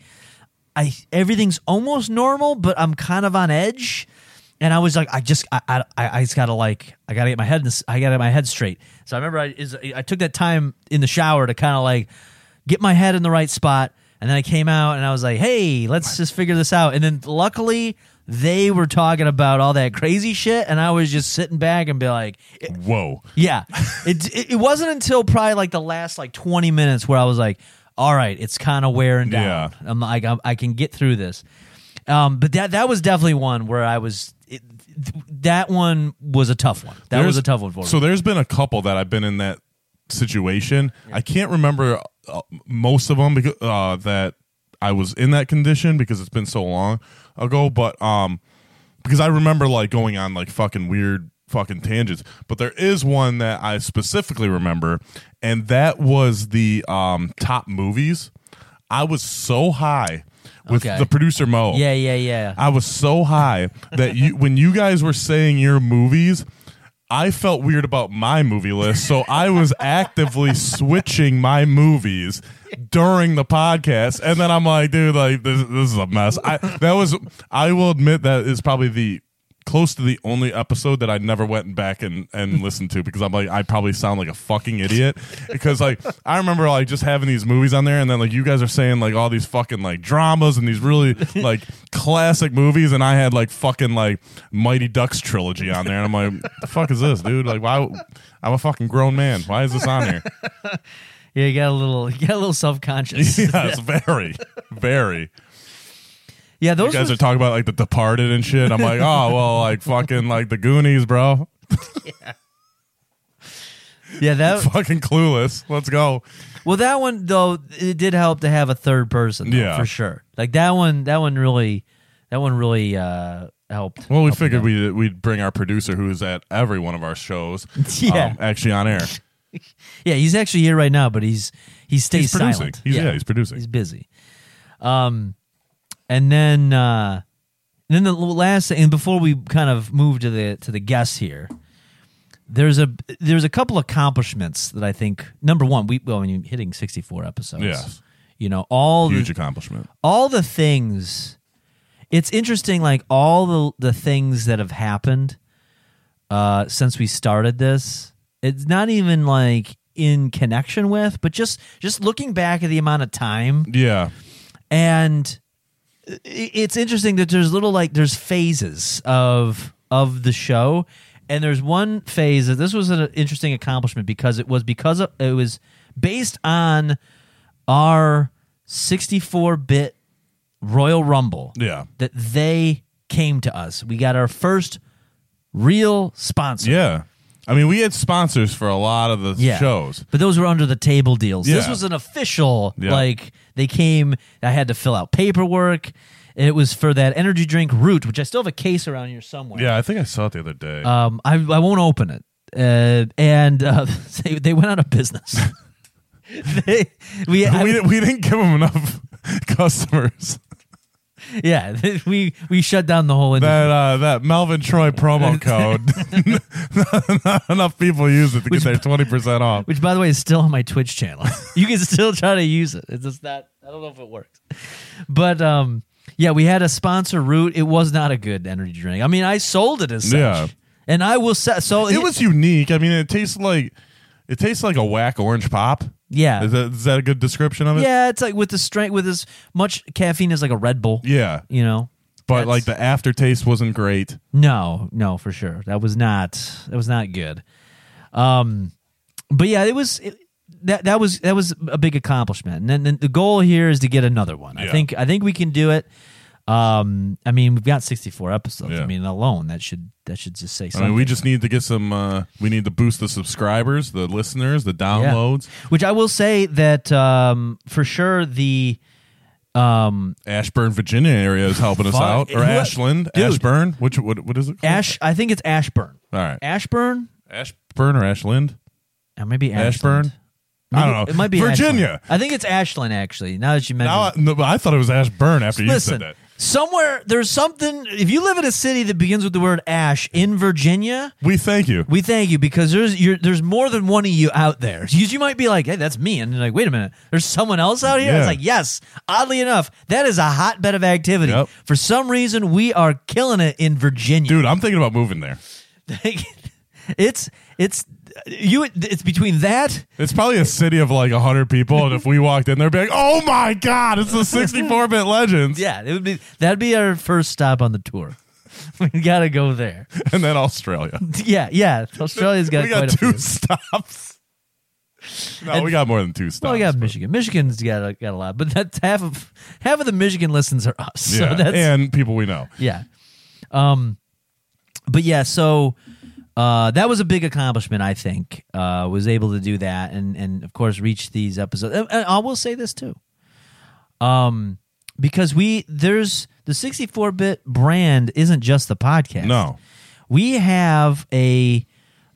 Speaker 4: I, everything's almost normal, but I'm kind of on edge. And I was like, I just, I, I, I just gotta like, I gotta get my head, in this, I gotta get my head straight. So I remember I, is, I took that time in the shower to kind of like get my head in the right spot. And then I came out and I was like, hey, let's just figure this out. And then luckily they were talking about all that crazy shit. And I was just sitting back and be like,
Speaker 1: Whoa.
Speaker 4: yeah. It, it it wasn't until probably like the last like 20 minutes where I was like, all right, it's kind of wearing down. I'm like, I'm, I can get through this. Um, but that that was definitely one where I was. It, th- that one was a tough one. That was
Speaker 1: There's-
Speaker 4: a tough one for me.
Speaker 1: So there's been a couple that I've been in that situation. I can't remember uh, most of them because uh, that I was in that condition because it's been so long ago. But um, because I remember like going on like fucking weird fucking tangents. But there is one that I specifically remember, and that was the um top movies. I was so high with
Speaker 4: Okay.
Speaker 1: the producer Mo.
Speaker 4: yeah, yeah, yeah.
Speaker 1: I was so high that you when you guys were saying your movies, I felt weird about my movie list, so I was actively switching my movies during the podcast, and then I'm like, dude, like this, this is a mess. I that was I will admit that is probably the close to the only episode that I never went back and, and listened to because I'm like I probably sound like a fucking idiot because like I remember like just having these movies on there and then like you guys are saying like all these fucking like dramas and these really like classic movies and I had like fucking like Mighty Ducks trilogy on there and I'm like the fuck is this dude like why I'm a fucking grown man why is this on here
Speaker 4: yeah, you got a little, you got a little self conscious.
Speaker 1: yeah it's very very
Speaker 4: yeah,
Speaker 1: you
Speaker 4: those
Speaker 1: guys
Speaker 4: were-
Speaker 1: are talking about like the Departed and shit I'm like oh well like fucking like the Goonies bro
Speaker 4: yeah, that
Speaker 1: fucking clueless let's go
Speaker 4: well, that one though, it did help to have a third person, though,
Speaker 1: Yeah.
Speaker 4: for sure. Like that one, that one really, that one really uh helped.
Speaker 1: Well, we figured we we'd bring our producer who's at every one of our shows. um,
Speaker 4: Yeah.
Speaker 1: actually on air.
Speaker 4: Yeah, he's actually here right now, but he's he stays
Speaker 1: He's producing.
Speaker 4: silent.
Speaker 1: He's, yeah. he's producing.
Speaker 4: he's busy. Um, and then uh, and then the last thing, and before we kind of move to the to the guests here, there's a there's a couple accomplishments that I think number one we well when you're hitting 64 episodes,
Speaker 1: Yes.
Speaker 4: you know all the-
Speaker 1: Huge accomplishment.
Speaker 4: all the things it's interesting like all the the things that have happened uh since we started this it's not even like in connection with but just just looking back at the amount of time
Speaker 1: Yeah,
Speaker 4: and i- it's interesting that there's little like there's phases of of the show and there's one phase that this was an interesting accomplishment because it was because of, it was based on our 64-bit Royal Rumble
Speaker 1: yeah.
Speaker 4: that they came to us. We got our first real sponsor.
Speaker 1: Yeah. I mean, we had sponsors for a lot of the
Speaker 4: Yeah.
Speaker 1: shows.
Speaker 4: But those were under the table deals. This
Speaker 1: Yeah.
Speaker 4: was an official,
Speaker 1: Yeah.
Speaker 4: like, they came, I had to fill out paperwork. It was for that energy drink root, which I still have a case around here somewhere.
Speaker 1: Yeah, I think I saw it the other day.
Speaker 4: Um, I, I won't open it. Uh, and uh, they, they went out of business. they, we, I-
Speaker 1: we, didn't, we didn't give them enough customers.
Speaker 4: yeah, we, we shut down the whole industry.
Speaker 1: That uh, that Melvin Troy promo code. Not enough people use it to get their twenty percent off.
Speaker 4: which by the way is still on my Twitch channel. you can still try to use it. It's just not I don't know if it works. But um yeah, we had a sponsor route. It was not a good energy drink. I mean, I sold it as such.
Speaker 1: Yeah.
Speaker 4: And I will say so
Speaker 1: It was unique. I mean, it tastes like it tastes like a whack orange pop.
Speaker 4: Yeah.
Speaker 1: Is that is that a good description of it?
Speaker 4: yeah, it's like with the strength with as much caffeine as like a Red Bull.
Speaker 1: Yeah.
Speaker 4: You know?
Speaker 1: But like
Speaker 4: That's-
Speaker 1: the aftertaste wasn't great.
Speaker 4: No, no, for sure. That was not that was not good. Um but yeah, it was it, that that was that was a big accomplishment. And then then the goal here is to get another one. I
Speaker 1: Yeah.
Speaker 4: think I think we can do it. Um I mean, we've got 64 episodes.
Speaker 1: Yeah.
Speaker 4: I mean, alone that should that should just say
Speaker 1: I
Speaker 4: something.
Speaker 1: mean, we just need to get some. Uh, we need to boost the subscribers, the listeners, the downloads.
Speaker 4: Which I will say that um for sure the um
Speaker 1: Ashburn, Virginia area is helping us
Speaker 4: Fuck.
Speaker 1: out, or
Speaker 4: Who-
Speaker 1: Ashland,
Speaker 4: Dude.
Speaker 1: Ashburn. Which what what is it? Called?
Speaker 4: Ash I think it's Ashburn.
Speaker 1: All right,
Speaker 4: Ashburn?
Speaker 1: Ashburn or Ashland?
Speaker 4: Or maybe
Speaker 1: Ashburn?
Speaker 4: Ashland.
Speaker 1: I
Speaker 4: Maybe-
Speaker 1: don't know.
Speaker 4: It might be
Speaker 1: Virginia.
Speaker 4: Ashland. I think it's Ashland actually. Now that you mentioned
Speaker 1: Now I, no, but I thought it was Ashburn after you said
Speaker 4: Listen,
Speaker 1: that.
Speaker 4: somewhere there's something. If you live in a city that begins with the word ash in Virginia,
Speaker 1: We thank you.
Speaker 4: we thank you because there's you're, there's more than one of you out there. You, you might be like, hey, that's me, and you're like, wait a minute, there's someone else out here.
Speaker 1: Yeah.
Speaker 4: It's like, yes. Oddly enough, that is a hotbed of activity.
Speaker 1: Yep.
Speaker 4: For some reason, we are killing it in Virginia.
Speaker 1: Dude, I'm thinking about moving there.
Speaker 4: it's it's you. It's between that.
Speaker 1: It's probably a city of like 100 people, and if we walked in there, be like, oh my God, it's the 64 bit legends.
Speaker 4: Yeah, it would be that'd be our first stop on the tour. We gotta go there.
Speaker 1: And then Australia.
Speaker 4: Yeah, yeah. Australia's got
Speaker 1: we
Speaker 4: quite
Speaker 1: got
Speaker 4: a few.
Speaker 1: two stops. No, we got more than two stops.
Speaker 4: Well, we got
Speaker 1: but-
Speaker 4: Michigan. Michigan's got a, got a lot, but that's half of half of the Michigan listens are us. So
Speaker 1: yeah,
Speaker 4: that's
Speaker 1: and people we know.
Speaker 4: yeah. Um, but yeah, so uh, that was a big accomplishment. I think uh, was able to do that, and and of course reach these episodes. And, and I will say this too, um, because we there's the 64 bit brand isn't just the podcast.
Speaker 1: No.
Speaker 4: we have a.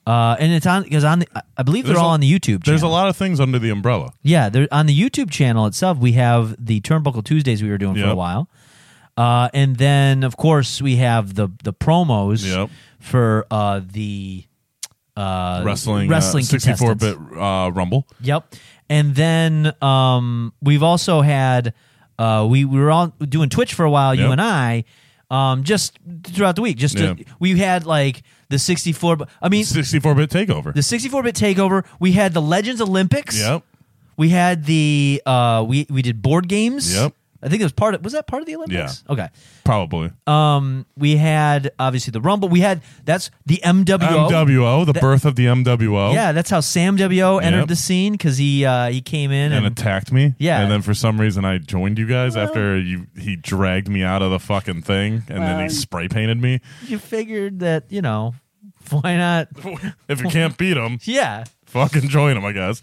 Speaker 4: Uh, and it's on because on the, I- I believe they're
Speaker 1: There's
Speaker 4: all
Speaker 1: a-
Speaker 4: on the YouTube. Channel.
Speaker 1: There's a lot of things under the umbrella.
Speaker 4: Yeah, there, on the YouTube channel itself, we have the Turnbuckle Tuesdays we were doing for a
Speaker 1: Yep.
Speaker 4: while, uh, and then of course we have the the promos
Speaker 1: Yep.
Speaker 4: for uh, the uh,
Speaker 1: Wrestling,
Speaker 4: wrestling
Speaker 1: 64
Speaker 4: contestants.
Speaker 1: bit uh, Rumble.
Speaker 4: Yep. And then um, we've also had uh, we, we were all doing Twitch for a while, you
Speaker 1: Yep.
Speaker 4: and I, um, just throughout the week. Just to,
Speaker 1: Yeah.
Speaker 4: we had like the sixty four. I mean,
Speaker 1: 64 bit takeover.
Speaker 4: the sixty four bit takeover. We had the Legends Olympics.
Speaker 1: Yep.
Speaker 4: We had the uh we we did board games.
Speaker 1: Yep.
Speaker 4: I think it was part of was that part of the Olympics?
Speaker 1: Yeah.
Speaker 4: Okay.
Speaker 1: Probably.
Speaker 4: Um we had obviously the Rumble. We had that's the MWO.
Speaker 1: MWO, the
Speaker 4: That-
Speaker 1: birth of the MWO.
Speaker 4: Yeah, that's how Sam WO entered
Speaker 1: Yep.
Speaker 4: the scene cuz he uh he came in and,
Speaker 1: and attacked me.
Speaker 4: Yeah.
Speaker 1: And then for some reason I joined you guys after you he dragged me out of the fucking thing and then he spray painted me.
Speaker 4: you figured that, you know, why not?
Speaker 1: if you can't beat him,
Speaker 4: Yeah.
Speaker 1: fucking join him, I guess.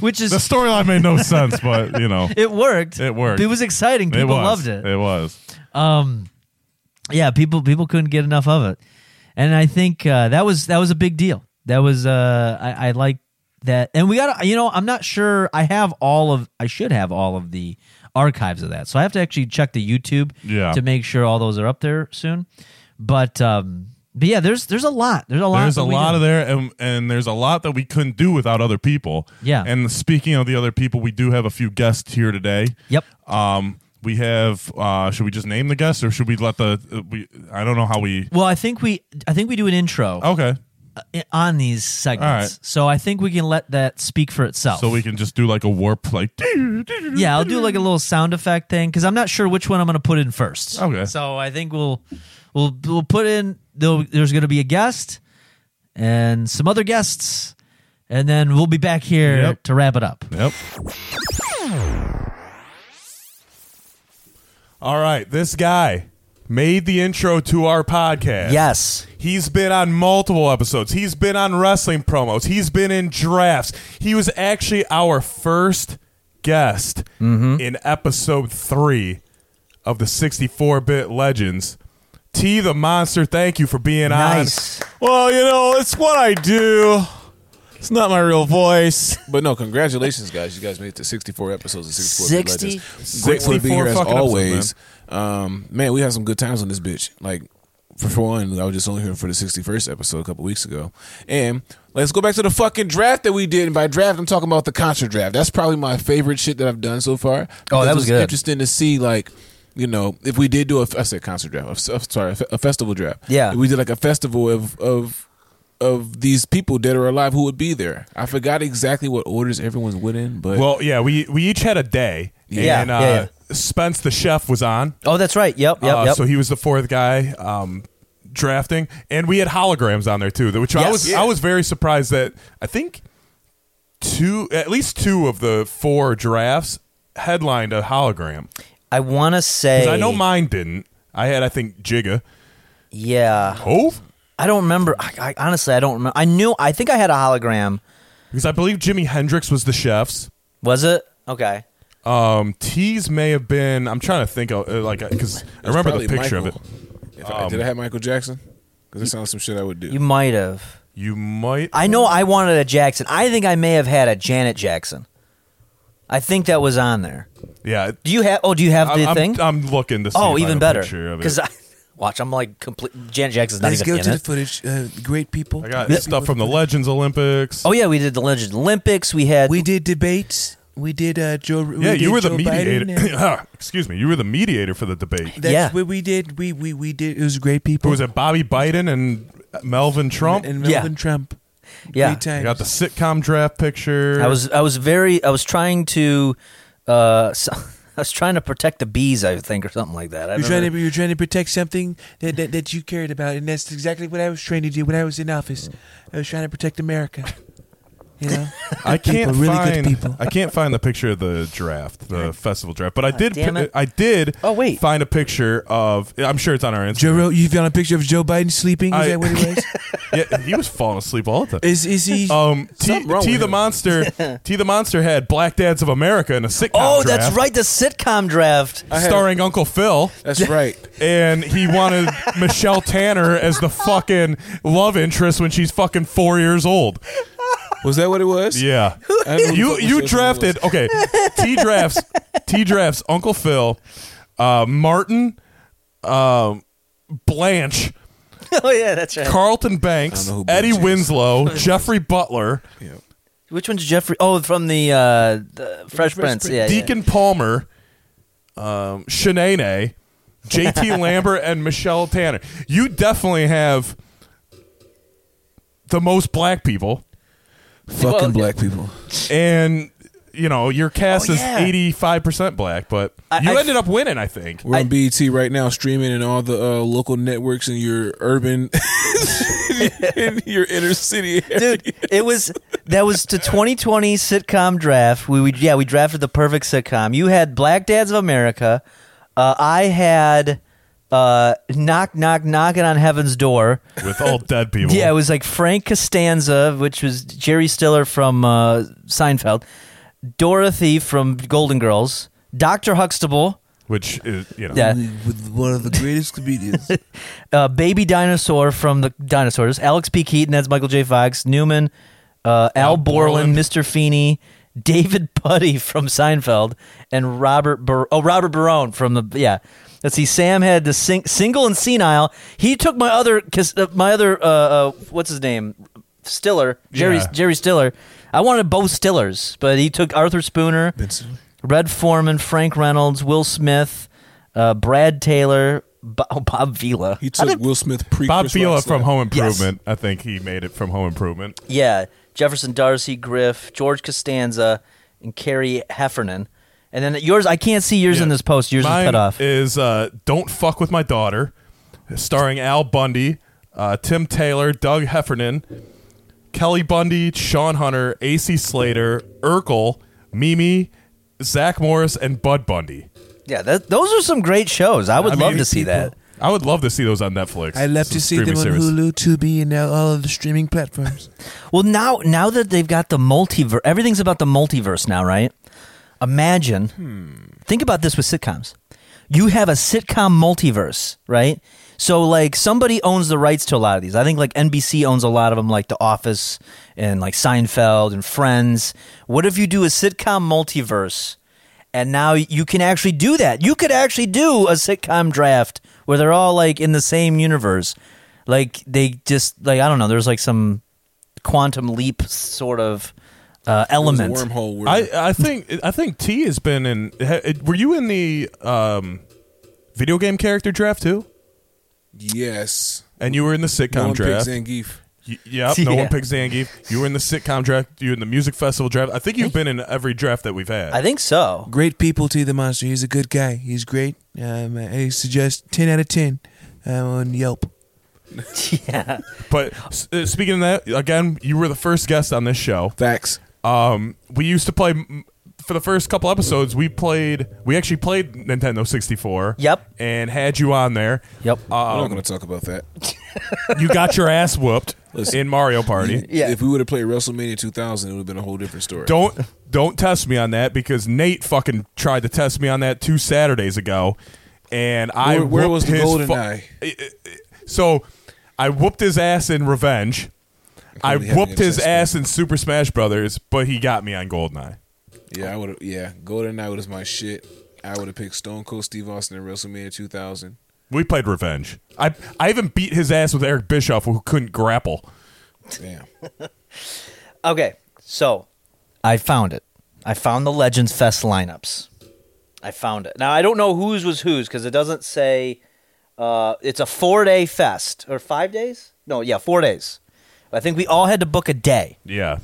Speaker 4: Which
Speaker 1: The
Speaker 4: is
Speaker 1: storyline made no sense, but you know,
Speaker 4: it worked.
Speaker 1: It worked.
Speaker 4: It was exciting. People
Speaker 1: it was.
Speaker 4: loved it.
Speaker 1: It was.
Speaker 4: um yeah people people couldn't get enough of it and i think uh, that was that was a big deal that was uh i, I like that and we got to you know i'm not sure i have all of i should have all of the archives of that so i have to actually check the youtube
Speaker 1: Yeah.
Speaker 4: to make sure all those are up there soon but um but yeah there's there's a lot there's a lot
Speaker 1: There's
Speaker 4: that
Speaker 1: a
Speaker 4: we
Speaker 1: lot
Speaker 4: did.
Speaker 1: of there, and, and there's a lot that we couldn't do without other people.
Speaker 4: Yeah.
Speaker 1: And speaking of the other people, we do have a few guests here today.
Speaker 4: yep
Speaker 1: Um, we have. Uh, should we just name the guests, or should we let the? Uh, we I don't know how we.
Speaker 4: well i think we i think we do an intro
Speaker 1: Okay.
Speaker 4: i- on these
Speaker 1: Oh. All
Speaker 4: segments
Speaker 1: right.
Speaker 4: so i think we can let that speak for itself
Speaker 1: So we can just do like a warp, like
Speaker 4: Yeah, I'll do like a little sound effect thing because I'm not sure which one I'm going to put in first.
Speaker 1: Okay.
Speaker 4: So I think we'll we'll we'll put in there'll- there's going to be a guest and some other guests, and then we'll be back here
Speaker 1: Yep.
Speaker 4: to wrap it up.
Speaker 1: Yep. All right, this guy, made the intro to our podcast.
Speaker 4: Yes.
Speaker 1: He's been on multiple episodes. He's been on wrestling promos. He's been in drafts. He was actually our first guest in episode three of the 64 bit legends. T the Monster, thank you for being
Speaker 4: Nice.
Speaker 1: on. Well, you know, it's what I do. It's not my real voice.
Speaker 3: But no, congratulations, guys! You guys made it to 64 episodes of 64 Big
Speaker 4: 60?
Speaker 3: Legends. Grateful to be
Speaker 1: 64
Speaker 3: here as
Speaker 1: fucking
Speaker 3: always. um, man, we had some good times on this bitch. Like for for one, I was just only here for the 61st episode a couple weeks ago. And let's go back to the fucking draft that we did. And by draft, I'm talking about the concert draft. That's probably my favorite shit that I've done so far.
Speaker 4: Oh, that
Speaker 3: Because it
Speaker 4: was good.
Speaker 3: Interesting to see like. You know, if we did do a, I said concert draft. I'm sorry, a fe- a festival draft.
Speaker 4: Yeah.
Speaker 3: If we did like a festival of of of these people dead or alive who would be there. I forgot exactly what orders everyone's went in, but
Speaker 1: Well, yeah, we, we each had a day.
Speaker 4: Yeah,
Speaker 1: And uh,
Speaker 4: yeah,
Speaker 1: Spence the chef was on.
Speaker 4: Oh, that's right. Yep, yep,
Speaker 1: Uh,
Speaker 4: yep.
Speaker 1: So he was the fourth guy um, drafting, and we had holograms on there too, th- which I
Speaker 4: Yes.
Speaker 1: was
Speaker 4: Yeah.
Speaker 1: I was very surprised that I think two at least two of the four drafts headlined a hologram.
Speaker 4: I want to
Speaker 1: 'Cause
Speaker 4: say.
Speaker 1: I know mine didn't. I had I think Jigga.
Speaker 4: Yeah,
Speaker 1: Oh,
Speaker 4: I don't remember. I, I, honestly, I don't remember. I knew. I think I had a hologram.
Speaker 1: because I believe Jimi Hendrix was the chef's.
Speaker 4: Was it okay?
Speaker 1: Um, T's may have been. I'm trying to think of uh, like because I
Speaker 3: It's
Speaker 1: remember the
Speaker 3: probably
Speaker 1: picture
Speaker 3: Michael.
Speaker 1: of it. Um,
Speaker 3: If I, did I have Michael Jackson? Because it sounds some shit I would do.
Speaker 4: You might have.
Speaker 1: You might.
Speaker 4: I know I wanted a Jackson. I think I may have had a Janet Jackson. I think that was on there.
Speaker 1: yeah.
Speaker 4: Do you have? Oh, do you have the
Speaker 1: I'm,
Speaker 4: thing?
Speaker 1: I'm, I'm looking to see.
Speaker 4: oh,
Speaker 1: if I have
Speaker 4: even
Speaker 1: a
Speaker 4: better.
Speaker 1: picture of it.
Speaker 4: Because I watch, I'm like complete. Janet Jackson's not even in it.
Speaker 3: footage. Uh, great people.
Speaker 1: I got stuff from the Legends Olympics.
Speaker 4: Oh yeah, we did the Legend Olympics. We had.
Speaker 3: did debates. We did uh, Joe.
Speaker 1: Yeah, you were the mediator. Ah, Excuse me, you were the mediator for the debate.
Speaker 4: That's Yeah. what
Speaker 3: we did. We we we did. It was great
Speaker 1: Who
Speaker 3: people.
Speaker 1: was it? Bobby Biden and Melvin Trump.
Speaker 4: Melvin Yeah.
Speaker 3: Trump.
Speaker 4: yeah.
Speaker 1: I got the sitcom draft picture.
Speaker 4: I was I was very I was trying to uh s- I was trying to protect the bees I think or something like that. I
Speaker 5: You're trying
Speaker 4: remember-
Speaker 5: to you're trying to protect something that, that that you cared about, and that's exactly what I was trying to do when I was in office. I was trying to protect America. You know,
Speaker 1: I can't
Speaker 5: People, really good
Speaker 1: find.
Speaker 5: people.
Speaker 1: I can't find the picture of the draft, the festival draft. But I did.
Speaker 4: damn
Speaker 1: pi-
Speaker 4: it.
Speaker 1: I did.
Speaker 4: Oh, wait.
Speaker 1: Find a picture of. I'm sure it's on our
Speaker 5: Joe.
Speaker 1: Instagram.
Speaker 5: Ro- You found a picture of Joe Biden sleeping. Is
Speaker 1: I-
Speaker 5: that what it was?
Speaker 1: yeah, he was falling asleep all the time.
Speaker 5: is is he?
Speaker 1: Um, T,
Speaker 3: Something wrong
Speaker 1: T
Speaker 3: with
Speaker 1: the
Speaker 3: him.
Speaker 1: monster. T the monster had Black Dads of America in a sitcom.
Speaker 4: Oh,
Speaker 1: draft
Speaker 4: that's right, the sitcom draft.
Speaker 3: had-
Speaker 1: Starring Uncle Phil.
Speaker 3: That's right.
Speaker 1: and he wanted Michelle Tanner as the fucking love interest when she's fucking four years old.
Speaker 3: Was that what it was?
Speaker 1: Yeah,
Speaker 3: I don't know
Speaker 1: you
Speaker 3: what the
Speaker 1: you
Speaker 3: fuck
Speaker 1: drafted okay. T drafts T drafts Uncle Phil, uh, Martin, um, Blanche,
Speaker 4: oh yeah, that's right.
Speaker 1: Carlton
Speaker 3: I
Speaker 1: Banks,
Speaker 3: don't know who Blanche
Speaker 1: Eddie
Speaker 3: is.
Speaker 1: Winslow, Jeffrey Butler,
Speaker 4: Which one's Jeffrey? Oh, from the uh the Fresh Prince. Yeah, yeah.
Speaker 1: Deacon Palmer, um, Shanae, JT Lambert, and Michelle Tanner. You definitely have the most black people.
Speaker 3: Fucking
Speaker 4: Well,
Speaker 3: black people.
Speaker 1: and you know your cast
Speaker 4: Oh,
Speaker 1: is
Speaker 4: yeah.
Speaker 1: eighty five percent black, but
Speaker 4: I-
Speaker 1: you
Speaker 4: I-
Speaker 1: ended up winning, I think.
Speaker 3: We're on BET right now, streaming in all the uh, local networks in your urban, in your inner city. area.
Speaker 4: Dude, it was that was the 2020 sitcom draft. We, we yeah, we drafted the perfect sitcom. You had Black Dads of America. Uh, I had uh, knock knock knocking on heaven's door.
Speaker 1: With all dead people,
Speaker 4: Yeah, it was like Frank Costanza, which was Jerry Stiller from uh, Seinfeld, Dorothy from Golden Girls, Doctor Huxtable,
Speaker 1: which is you know,
Speaker 4: yeah,
Speaker 5: with one of the greatest comedians.
Speaker 4: uh, Baby Dinosaur from the Dinosaurs, Alex P. Keaton, that's Michael J. Fox, Newman, uh, Al,
Speaker 1: Al
Speaker 4: Borland,
Speaker 1: Borland.
Speaker 4: Mr. Feeney, David Putty from Seinfeld, and Robert Bar- oh Robert Barone from the yeah. Let's see. Sam had the sing- single and senile. He took my other cause, uh, my other uh, uh, what's his name Stiller Jerry
Speaker 1: Yeah.
Speaker 4: Jerry Stiller. I wanted both Stillers, but he took Arthur Spooner. Red Foreman, Frank Reynolds, Will Smith, uh, Brad Taylor, Bo- oh, Bob Vila.
Speaker 3: He took Will Smith pre
Speaker 1: Bob
Speaker 3: Chris
Speaker 1: Vila
Speaker 3: Rock
Speaker 1: from
Speaker 3: slap.
Speaker 1: Home Improvement. I think he made it from Home Improvement.
Speaker 4: Yeah, Jefferson Darcy Griff, George Costanza, and Carrie Heffernan. And then yours, I can't see yours in
Speaker 1: Yeah.
Speaker 4: this post. Yours
Speaker 1: Mine
Speaker 4: is cut off.
Speaker 1: Is uh, don't fuck with my daughter, starring Al Bundy, uh, Tim Taylor, Doug Heffernan, Kelly Bundy, Sean Hunter, AC Slater, Urkel, Mimi, Zach Morris, and Bud Bundy.
Speaker 4: yeah, that, those are some great shows. I would
Speaker 1: I
Speaker 4: love
Speaker 1: mean,
Speaker 4: to see that.
Speaker 1: I would love to see those on Netflix.
Speaker 5: I love
Speaker 1: Some
Speaker 5: to see them
Speaker 1: streaming
Speaker 5: on
Speaker 1: service.
Speaker 5: Hulu, Tubi, and now all of the streaming platforms.
Speaker 4: Well, now now that they've got the multiverse, everything's about the multiverse now, right? Imagine,
Speaker 3: Hmm.
Speaker 4: think about this with sitcoms. You have a sitcom multiverse, right? So like somebody owns the rights to a lot of these. I think like NBC owns a lot of them, like The Office and like Seinfeld and Friends. What if you do a sitcom multiverse? And now you can actually do that. You could actually do a sitcom draft where they're all like in the same universe. Like they just like I don't know. There's like some quantum leap sort of uh,
Speaker 3: It
Speaker 4: element.
Speaker 3: was a wormhole. Word.
Speaker 1: I, I think I think T has been in. ha- Were you in the um, video game character draft too?
Speaker 3: yes.
Speaker 1: And you were in the
Speaker 3: No
Speaker 1: sitcom
Speaker 3: one
Speaker 1: draft.
Speaker 3: picked Zangief.
Speaker 1: Y- yep, no one
Speaker 4: Yeah.
Speaker 1: picked Zangief. You were in the sitcom draft. You were in the music festival draft. I think you've been in every draft that we've had.
Speaker 4: I think so.
Speaker 5: great people to the monster. He's a good guy. He's great. Um, I suggest ten out of ten um, on Yelp.
Speaker 4: yeah.
Speaker 1: but s- uh, speaking of that, again, you were the first guest on this show.
Speaker 3: Facts.
Speaker 1: Um, we used to play m- for the first couple episodes. We played. We actually played Nintendo 64.
Speaker 4: Yep.
Speaker 1: And had you on there.
Speaker 4: Yep.
Speaker 3: We're
Speaker 1: Um,
Speaker 3: not going to talk about that.
Speaker 1: you got your ass whooped
Speaker 3: Listen.
Speaker 1: in Mario Party.
Speaker 4: Yeah.
Speaker 3: If we would have played WrestleMania 2000, it would have been a whole different story.
Speaker 1: Don't don't test me on that because Nate fucking tried to test me on that two Saturdays ago, and I
Speaker 3: Where- where was
Speaker 1: whooped
Speaker 3: the
Speaker 1: his
Speaker 3: golden
Speaker 1: fu-
Speaker 3: eye?
Speaker 1: So I whooped his ass in Revenge. I
Speaker 3: really haven't
Speaker 1: whooped
Speaker 3: got a
Speaker 1: his
Speaker 3: chance to-
Speaker 1: ass in Super Smash Brothers, but he got me on Goldeneye.
Speaker 3: Yeah, I would. have Yeah, Golden Knight was my shit. I would have picked Stone Cold Steve Austin at WrestleMania 2000.
Speaker 1: We played Revenge. I I even beat his ass with Eric Bischoff, who couldn't grapple.
Speaker 3: Damn.
Speaker 4: Okay. So I found it. I found the Legends Fest lineups. I found it. Now I don't know whose was whose because it doesn't say. Uh, it's a four day fest or five days? No, yeah, four days. I think we all had to book a day.
Speaker 1: Yeah,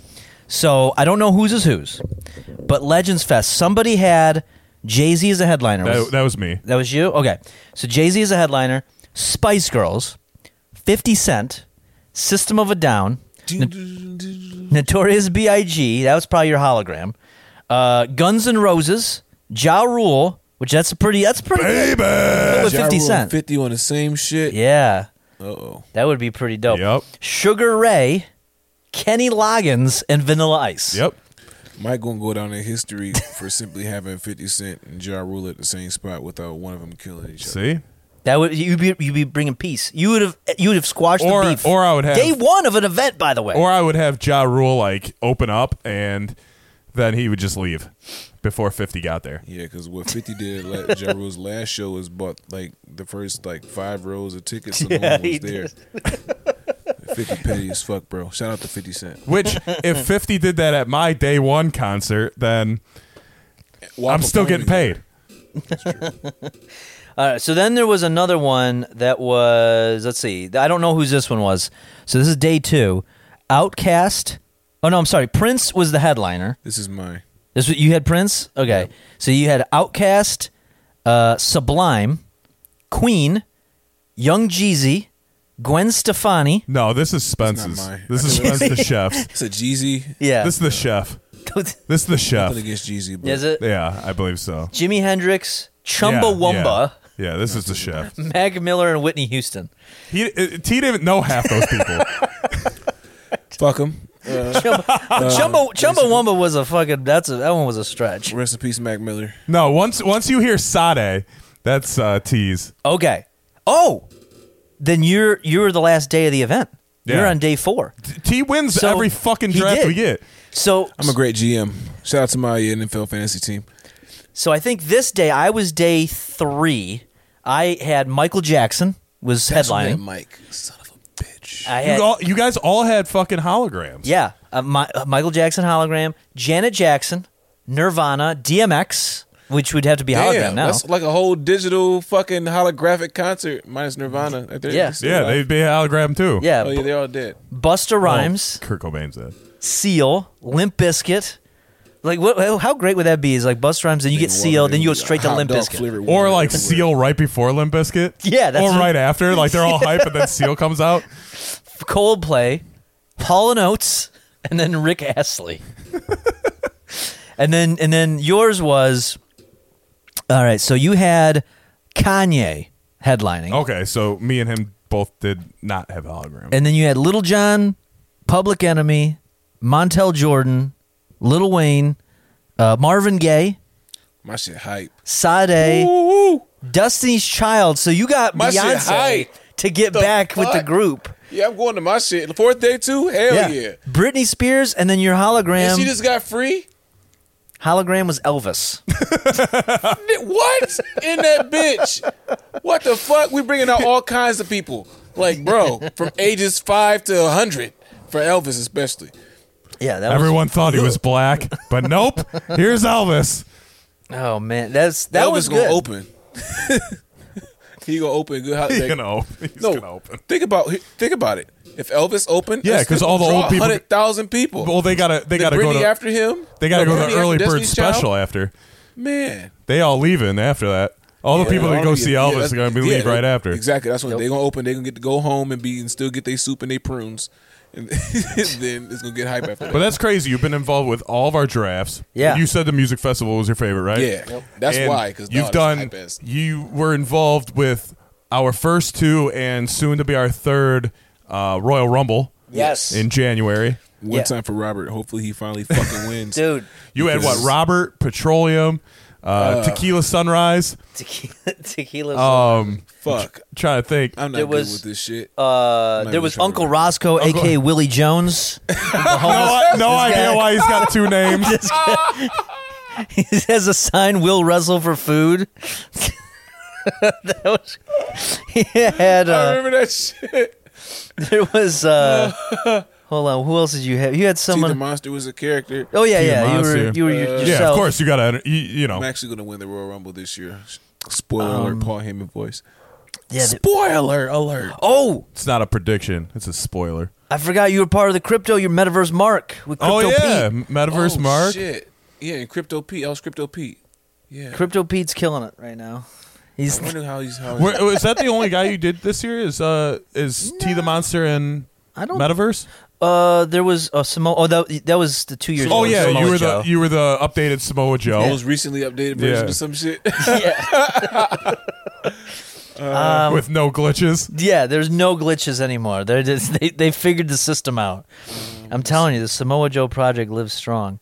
Speaker 4: So I don't know whose is whose, but Legends Fest. Somebody had Jay Z as a headliner.
Speaker 1: that, that was me.
Speaker 4: That was you? Okay. So Jay Z is a headliner, Spice Girls, 50 Cent, System of a Down, N- Notorious B.I.G., that was probably your hologram, uh, Guns N' Roses, Ja Rule, which that's a pretty, that's pretty good. With
Speaker 3: Ja
Speaker 4: 50
Speaker 3: Rule and
Speaker 4: Cent.
Speaker 3: 50 on the same shit.
Speaker 4: Yeah.
Speaker 3: Uh oh.
Speaker 4: That would be pretty dope.
Speaker 1: Yep.
Speaker 4: Sugar Ray, Kenny Loggins, and Vanilla Ice.
Speaker 1: Yep.
Speaker 3: Mike gonna go down in history for simply having 50 Cent and Ja Rule at the same spot without one of them killing each other.
Speaker 1: See,
Speaker 4: That would you'd be you'd be bringing peace. You would have you would have squashed
Speaker 1: Or-
Speaker 4: the beef.
Speaker 1: or I would have-
Speaker 4: day one of an event, by the way.
Speaker 1: Or I would have Ja Rule like open up and then he would just leave before 50 got there.
Speaker 3: Yeah, because what 50 did at Ja Rule's last show is bought like the first like five rows of tickets. So no
Speaker 4: Yeah,
Speaker 3: one
Speaker 4: he
Speaker 3: was there. 50 petty as fuck, bro. Shout out to 50 Cent.
Speaker 1: Which, if 50 did that at my day one concert, then
Speaker 3: While
Speaker 1: I'm still
Speaker 3: performing
Speaker 1: getting paid.
Speaker 4: All right, Uh, so then there was another one that was let's see, I don't know whose this one was. So this is day two. Outcast. Oh no, I'm sorry. Prince was the headliner.
Speaker 3: This is mine.
Speaker 4: This was- you had Prince. Okay, so you had Outcast, uh, Sublime, Queen, Young Jeezy, Gwen Stefani.
Speaker 1: No, this is Spence's.
Speaker 3: mine.
Speaker 1: This is Spence the chef's.
Speaker 3: It's a Jeezy.
Speaker 4: Yeah.
Speaker 1: This is the chef. This is the chef.
Speaker 3: Nothing against Jeezy, but
Speaker 4: is it
Speaker 1: Yeah, I believe so.
Speaker 4: Jimi Hendrix,
Speaker 1: Yeah,
Speaker 4: Chumbawamba,
Speaker 1: Yeah, yeah this is the chef.
Speaker 4: Mag Miller, and Whitney Houston?
Speaker 1: He uh, T didn't know half those people.
Speaker 3: fuck him.
Speaker 1: Um,
Speaker 4: Chumba Chumbawamba was a fucking. That's a, that one was a stretch.
Speaker 3: Rest in peace, Mac Miller.
Speaker 1: No, once once you hear Sade, that's uh, T's.
Speaker 4: Okay. Oh, then you're you're the last day of the event. You're
Speaker 1: Yeah.
Speaker 4: on day four.
Speaker 1: T wins
Speaker 4: So,
Speaker 1: every fucking
Speaker 4: he
Speaker 1: draft
Speaker 4: did.
Speaker 1: we get.
Speaker 4: So
Speaker 3: I'm a great GM. Shout out to my NFL fantasy team.
Speaker 4: so I think this day I was day three. I had Michael Jackson was headlining.
Speaker 3: Mike, son of a bitch.
Speaker 4: I
Speaker 1: You,
Speaker 4: had
Speaker 1: all, you guys all had fucking holograms.
Speaker 4: yeah, uh, my, uh, Michael Jackson hologram, Janet Jackson, Nirvana, DMX, which would have to be hologram
Speaker 3: Damn,
Speaker 4: now.
Speaker 3: that's like a whole digital fucking holographic concert minus Nirvana. Right there.
Speaker 4: Yeah. uh,
Speaker 1: Yeah, they'd be a hologram too.
Speaker 4: Yeah,
Speaker 3: Oh yeah, they're all dead.
Speaker 4: Buster Rhymes,
Speaker 1: Oh, Kurt Cobain's that.
Speaker 4: Seal, Limp Biscuit. Like what? How great would that be? Is like Buster Rhymes, then you get Seal, then you go straight to Limp Biscuit.
Speaker 1: Or like Seal right before Limp Bizkit.
Speaker 4: Yeah, that's
Speaker 1: or
Speaker 4: what-
Speaker 1: right after. Like they're all hype, and then Seal comes out.
Speaker 4: Coldplay, Paul and Oates, and then Rick Astley. and then and then yours was all right, so you had Kanye, headlining.
Speaker 3: Oh.
Speaker 1: Okay, so me and him both did not have a hologram.
Speaker 4: And then you had Little John, Public Enemy, Montel Jordan, Little Wayne, uh, Marvin Gaye,
Speaker 3: My shit hype.
Speaker 4: Sade, Destiny's Child. So you got
Speaker 3: My shit
Speaker 4: Beyonce
Speaker 3: hype.
Speaker 4: to get
Speaker 3: The
Speaker 4: back with the
Speaker 3: fuck?
Speaker 4: group.
Speaker 3: Yeah, I'm going to my shit. The fourth day too? Hell yeah.
Speaker 4: Britney Spears, and then your hologram.
Speaker 3: And she just got free?
Speaker 4: hologram was Elvis.
Speaker 3: What? In that bitch. What the fuck? We bringing out all kinds of people. Like, bro, from ages 5 to 100 for Elvis especially.
Speaker 4: yeah, that was.
Speaker 1: Everyone thought he was black, but nope. Here's Elvis.
Speaker 4: Oh man, that's that
Speaker 3: Elvis
Speaker 4: was
Speaker 3: gonna
Speaker 4: good.
Speaker 3: open. he gonna open a good house.
Speaker 1: He's gonna open. He's gonna open.
Speaker 3: Think about think about it. If Elvis opened,
Speaker 1: Yeah, 'cause all the old people-
Speaker 3: hundred thousand people.
Speaker 1: Well, they gotta they
Speaker 3: Then
Speaker 1: gotta go
Speaker 3: Britney
Speaker 1: to
Speaker 3: after him.
Speaker 1: they gotta go to
Speaker 3: then Britney
Speaker 1: the
Speaker 3: after
Speaker 1: early bird
Speaker 3: Destiny's Child.
Speaker 1: special after.
Speaker 3: Man,
Speaker 1: They all leaving after that. All the people that go see
Speaker 3: Yeah,
Speaker 1: Elvis
Speaker 3: that's-
Speaker 1: are gonna be
Speaker 3: yeah,
Speaker 1: leave right after.
Speaker 3: Exactly. That's when they gonna open. They gonna get to go home and be and still get their soup and their prunes, and then it's gonna get hype after that.
Speaker 1: But that's crazy. You've been involved with all of our drafts.
Speaker 4: Yeah.
Speaker 1: You said the music festival was your favorite, right?
Speaker 3: Yeah. Yep. That's
Speaker 1: And
Speaker 3: why, 'cause,
Speaker 1: you've done.
Speaker 3: dog, it's hype as-
Speaker 1: You were involved with our first two and soon to be our third uh, Royal Rumble.
Speaker 4: Yes.
Speaker 1: In January,
Speaker 3: One
Speaker 4: Yeah.
Speaker 3: time for Robert. Hopefully he finally fucking wins.
Speaker 4: Dude,
Speaker 1: you had what?
Speaker 3: Because-
Speaker 1: Robert Petroleum, uh, Tequila Sunrise.
Speaker 4: tequila. tequila's-
Speaker 1: Um,
Speaker 3: Fuck.
Speaker 1: trying to think.
Speaker 3: I'm not
Speaker 4: There
Speaker 3: good
Speaker 4: was-
Speaker 3: with this shit.
Speaker 4: uh,
Speaker 3: Might
Speaker 4: there
Speaker 3: be
Speaker 4: was
Speaker 3: trying to
Speaker 4: Uncle
Speaker 3: remember.
Speaker 4: Roscoe, aka Willie Jones. The homeless-
Speaker 1: no, no
Speaker 4: this
Speaker 1: idea
Speaker 4: guy-
Speaker 1: why he's got two names.
Speaker 4: he has a sign "Will wrestle for food." that was. He had.
Speaker 3: I
Speaker 4: Uh,
Speaker 3: remember that shit.
Speaker 4: there was. Uh, hold on. Who else did you have? You had
Speaker 3: See, the
Speaker 4: someone.
Speaker 3: monster was a character.
Speaker 4: Oh yeah,
Speaker 1: See the
Speaker 4: yeah. You were.
Speaker 1: monster.
Speaker 4: You were y- yourself.
Speaker 1: yeah, of course you gotta. You, you
Speaker 3: I'm
Speaker 1: know,
Speaker 3: actually gonna win the Royal Rumble this year. Spoiler
Speaker 4: Um,
Speaker 3: alert, Paul Heyman voice.
Speaker 4: Yeah, the-
Speaker 3: Spoiler alert.
Speaker 4: oh,
Speaker 1: it's not a prediction. It's a spoiler.
Speaker 4: I forgot you were part of the crypto. Your metaverse Mark with Crypto
Speaker 1: Oh yeah,
Speaker 4: Pete.
Speaker 1: Metaverse
Speaker 3: Oh,
Speaker 1: Mark.
Speaker 3: Shit. Yeah, and Crypto Pete. I was Crypto Pete. Yeah.
Speaker 4: Crypto Pete's killing it right now. He's
Speaker 3: I wonder how he's how.
Speaker 1: Where, is that the only guy you did this year? Is uh is T the Monster in
Speaker 4: I don't-
Speaker 1: Metaverse?
Speaker 4: uh there was a Samoa oh that that was the two years ago
Speaker 1: Oh
Speaker 4: with
Speaker 1: yeah,
Speaker 4: Samoa
Speaker 1: you were
Speaker 4: Joe.
Speaker 1: the you were the updated Samoa Joe.
Speaker 3: I was recently updated version
Speaker 1: Yeah.
Speaker 3: of some shit.
Speaker 1: with no glitches.
Speaker 4: yeah there's no glitches anymore they're just they, they figured the system out I'm telling you the Samoa Joe project lives strong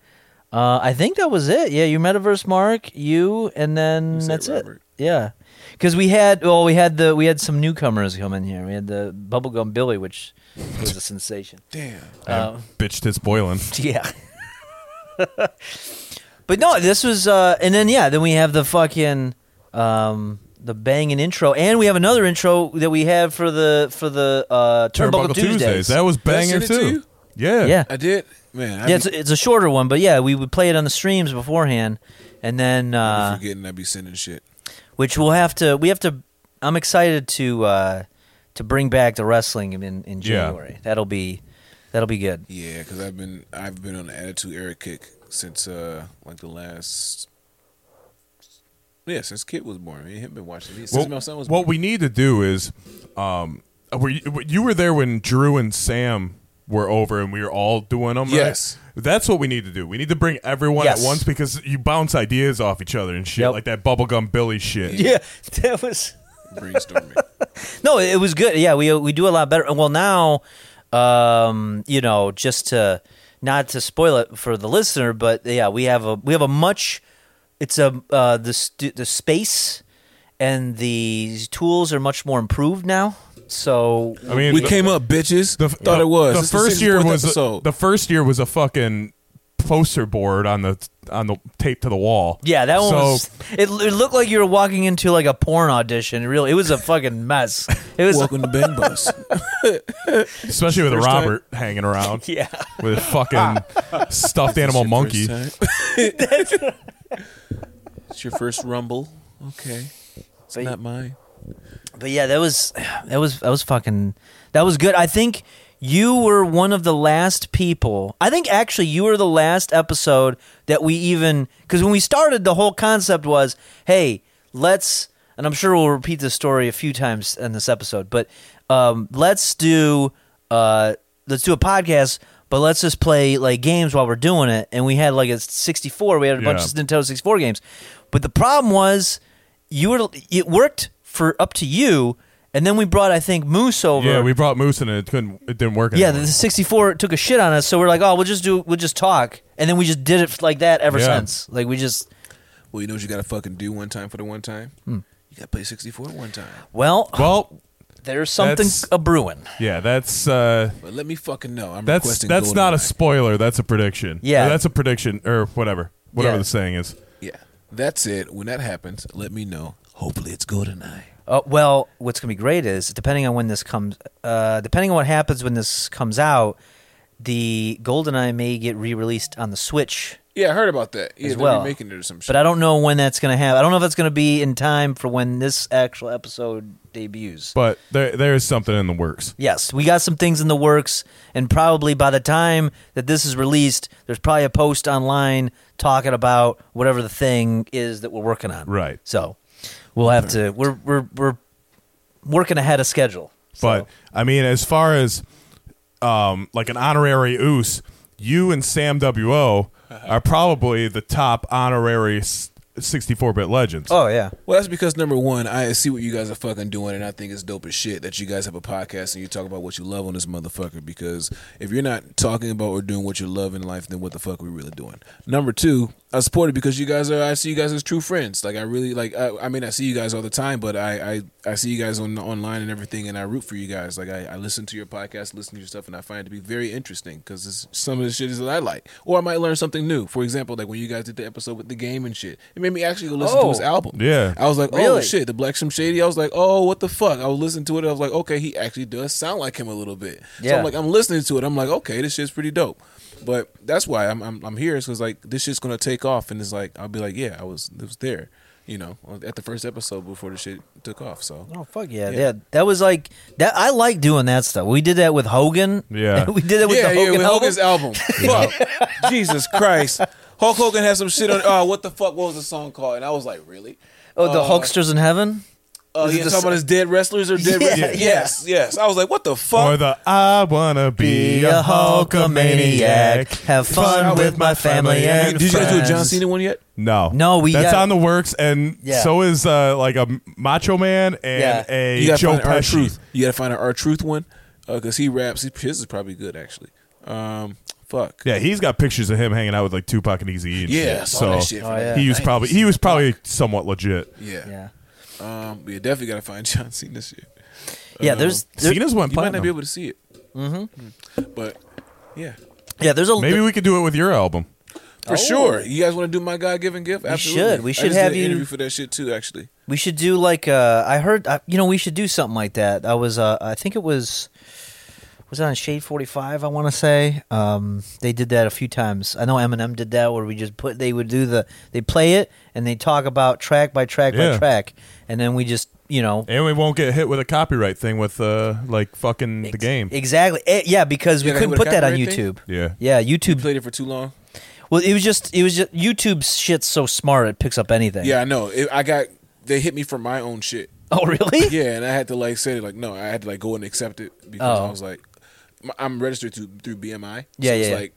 Speaker 4: uh I think that was it yeah you metaverse Mark you and then
Speaker 3: said
Speaker 4: that's it
Speaker 3: Robert.
Speaker 4: yeah because we had well we had the we had some newcomers come in here we had the bubblegum Billy which was a sensation
Speaker 3: Damn.
Speaker 4: uh,
Speaker 1: Bitch tits boiling.
Speaker 4: Yeah. but no, this was uh and then yeah, then we have the fucking um the banging intro and we have another intro that we have for the for the uh Turnbuckle, Tuesdays.
Speaker 1: That was banger
Speaker 3: send it to
Speaker 1: too.
Speaker 3: you?
Speaker 1: Yeah.
Speaker 4: yeah.
Speaker 3: I did. Man, I
Speaker 4: Yeah,
Speaker 3: yeah,
Speaker 4: it's, it's a shorter one, but yeah, we would play it on the streams beforehand and then uh
Speaker 3: forgetting I be sending shit.
Speaker 4: which we'll have to we have to I'm excited to uh to bring back the wrestling in in
Speaker 1: Yeah.
Speaker 4: January. That'll be that'll be good.
Speaker 3: Yeah, because I've been I've been on the Attitude Era kick since uh like the last. Yeah, since Kid was born, me and him been watching these. Since
Speaker 1: Well,
Speaker 3: my son was
Speaker 1: what
Speaker 3: born.
Speaker 1: we need to do is, um, were you, you were there when Drew and Sam were over and we were all doing them. right?
Speaker 3: Yes.
Speaker 1: That's what we need to do. We need to bring everyone
Speaker 4: Yes.
Speaker 1: at once because you bounce ideas off each other and shit
Speaker 4: Yep.
Speaker 1: like that bubblegum Billy shit.
Speaker 4: Yeah, that was
Speaker 3: brainstorming.
Speaker 4: No, it was good. Yeah, we we do a lot better. Well, now, um, you know, just to not to spoil it for the listener, but yeah, we have a we have a much. It's a uh, the st- the space and the tools are much more improved now. So
Speaker 1: I mean,
Speaker 3: we
Speaker 1: the-
Speaker 3: came up, bitches.
Speaker 1: The,
Speaker 3: Thought it was
Speaker 1: the
Speaker 3: It's
Speaker 1: first year
Speaker 3: 64th
Speaker 1: was a,
Speaker 3: episode.
Speaker 1: the first year was a fucking poster board on the on the tape to the wall.
Speaker 4: yeah, that one
Speaker 1: so,
Speaker 4: was. It, it looked like you were walking into like a porn audition. It really, it was a fucking mess. It was.
Speaker 3: Welcome to Ben Bus.
Speaker 1: especially with
Speaker 3: first time-
Speaker 1: Robert hanging around
Speaker 4: yeah,
Speaker 1: with a fucking stuffed animal monkey.
Speaker 3: it's your first rumble. Okay. It's
Speaker 4: But-
Speaker 3: not mine.
Speaker 4: but yeah, that was that was that was fucking that was good. I think you were one of the last people. I think actually you were the last episode that we even because when we started, the whole concept was, hey, let's. And I'm sure we'll repeat this story a few times in this episode, but um, let's do uh, let's do a podcast, but let's just play like games while we're doing it. And we had like a 64. We had a bunch
Speaker 1: Yeah.
Speaker 4: of Nintendo 64 games, but the problem was you were it worked for up to you, and then we brought I think Moose over.
Speaker 1: Yeah, we brought Moose in and it couldn't. It didn't work.
Speaker 4: Yeah,
Speaker 1: anymore.
Speaker 4: the, the 64 took a shit on us, so we're like, oh, we'll just do, we'll just talk, and then we just did it like that ever
Speaker 1: Yeah.
Speaker 4: since. Like we just,
Speaker 3: Well, you know what you got to fucking do one time for the one time?
Speaker 1: Hmm.
Speaker 3: You got to play 64 one time.
Speaker 4: well,
Speaker 1: well,
Speaker 4: there's something
Speaker 1: that's-
Speaker 4: a brewing.
Speaker 1: yeah, that's uh,
Speaker 3: But let me fucking know. I'm
Speaker 1: that's
Speaker 3: requesting
Speaker 1: that's not a
Speaker 3: GoldenEye.
Speaker 1: spoiler. That's a prediction.
Speaker 4: Yeah.
Speaker 1: Or that's a prediction or whatever, whatever
Speaker 4: Yeah.
Speaker 1: the saying is.
Speaker 3: Yeah. That's it. When that happens, let me know. Hopefully it's GoldenEye.
Speaker 4: Uh, well, what's gonna be great is depending on when this comes, uh, depending on what happens when this comes out, the GoldenEye may get re-released on the Switch.
Speaker 3: Yeah, I heard about that. Yeah,
Speaker 4: As
Speaker 3: they're
Speaker 4: well.
Speaker 3: remaking it or some shit.
Speaker 4: But I don't know when that's gonna happen. I don't know if that's gonna be in time for when this actual episode debuts.
Speaker 1: But there there is something in the works.
Speaker 4: Yes, we got some things in the works, and probably by the time that this is released, there's probably a post online talking about whatever the thing is that we're working on.
Speaker 1: Right.
Speaker 4: So we'll have to. We're we're we're working ahead of schedule. So-
Speaker 1: But I mean, as far as um, like an honorary oos, you and Sam W O
Speaker 4: Uh-huh.
Speaker 1: are probably the top honorary s- 64-bit legends.
Speaker 4: oh yeah,
Speaker 3: Well, that's because number one, I see what you guys are fucking doing, and I think it's dope as shit that you guys have a podcast and you talk about what you love on this motherfucker. Because if you're not talking about or doing what you love in life, then what the fuck are we really doing? Number two, I support it because you guys are. I see you guys as true friends. Like I really like. I, I mean, I see you guys all the time, but I, I I see you guys on online and everything, and I root for you guys. Like I, I listen to your podcast, listen to your stuff, and I find it to be very interesting because some of the shit is that I like, or I might learn something new. For example, like when you guys did the episode with the game and shit, it made me actually go listen to
Speaker 4: Oh.
Speaker 3: his album.
Speaker 1: Yeah.
Speaker 3: I was like, oh
Speaker 4: Really?
Speaker 3: shit, the Black Slim Shady. I was like, oh, what the fuck? I was listening to it. I was like, okay, he actually does sound like him a little bit. So
Speaker 4: Yeah.
Speaker 3: I'm like, I'm listening to it. I'm like, okay, this shit's pretty dope. But that's why I'm I'm, I'm here. It's because like this shit's gonna take off, and it's like I'll be like, yeah, I was it was there, you know, at the first episode before the shit took off. So
Speaker 4: oh fuck yeah,
Speaker 3: Yeah.
Speaker 4: yeah. That was like that. I like doing that stuff. We did that with Hogan.
Speaker 1: Yeah.
Speaker 4: we did it with
Speaker 3: yeah,
Speaker 4: the
Speaker 3: yeah,
Speaker 4: Hogan.
Speaker 3: with
Speaker 4: album.
Speaker 3: Hogan's album. Fuck. Jesus Christ. Hulk Hogan had some shit on. Oh, what the fuck? What was the song called? And I was like, really?
Speaker 4: Oh, the Hulksters in Heaven.
Speaker 3: Uh,
Speaker 4: Is it
Speaker 3: yeah,
Speaker 4: the
Speaker 3: talking
Speaker 4: s-
Speaker 3: about his dead wrestlers or dead?
Speaker 4: Yeah,
Speaker 3: wrestlers?
Speaker 4: yeah.
Speaker 3: Yes, yes. I was like, what the
Speaker 4: Uh-huh.
Speaker 3: fuck?
Speaker 1: Or the I wanna be, a Hulkamaniac.
Speaker 4: Have fun with my family and
Speaker 3: Did you guys do a John
Speaker 4: friends.
Speaker 3: Cena one yet?
Speaker 1: No,
Speaker 4: No, we
Speaker 1: that's
Speaker 4: got-
Speaker 1: on the works, and
Speaker 4: Yeah.
Speaker 1: so is uh, like a Macho Man and
Speaker 4: Yeah.
Speaker 1: a
Speaker 3: you gotta
Speaker 1: Joe
Speaker 3: find our
Speaker 1: Pesci.
Speaker 3: truth. You gotta find our truth one because he raps. He, his is probably good actually. Um, fuck.
Speaker 1: Yeah, he's got pictures of him hanging out with like Tupac and Eazy.
Speaker 3: Yeah, I saw
Speaker 1: so
Speaker 3: that shit from
Speaker 4: Oh, yeah.
Speaker 3: the
Speaker 1: he was
Speaker 3: 90s.
Speaker 1: probably he was probably somewhat legit.
Speaker 3: yeah.
Speaker 4: Yeah,
Speaker 3: Um, but yeah, definitely gotta find John Cena this year.
Speaker 4: yeah. There's there-
Speaker 1: Cena's went
Speaker 3: You might not
Speaker 1: platinum.
Speaker 3: be able to see it. Mm-hmm. But yeah,
Speaker 4: yeah. There's a
Speaker 1: Maybe we could do it with your album.
Speaker 3: for sure. You guys want to do my God given gift? Absolutely.
Speaker 4: should. Oh. We
Speaker 3: I
Speaker 4: should
Speaker 3: just
Speaker 4: have
Speaker 3: did an
Speaker 4: you-
Speaker 3: interview for that shit too. Actually,
Speaker 4: We should do like uh, I heard uh, you know we should do something like that. I was uh, I think it was was it on Shade Forty Five. I want to say um, they did that a few times. I know Eminem did that where we just put they would do the they play it and they talk about track by track
Speaker 1: Yeah.
Speaker 4: by track and then we just you know
Speaker 1: And we won't get hit with a copyright thing with uh like fucking the
Speaker 4: ex-
Speaker 1: game.
Speaker 4: exactly Eh, yeah because
Speaker 3: Yeah,
Speaker 4: we
Speaker 3: like
Speaker 4: couldn't
Speaker 3: with a
Speaker 4: put that on
Speaker 3: copyright thing?
Speaker 4: YouTube
Speaker 1: Yeah.
Speaker 4: yeah YouTube
Speaker 3: played it for too long.
Speaker 4: well it was just it was just YouTube's shit's so smart it picks up anything
Speaker 3: Yeah, I know. It, I got they hit me for my own shit.
Speaker 4: oh really
Speaker 3: Yeah, and I had to like say it like no, I had to like go and accept it because
Speaker 4: Oh.
Speaker 3: I was like, m- I'm registered to, through BMI. so
Speaker 4: Yeah,
Speaker 3: It's
Speaker 4: yeah, yeah.
Speaker 3: like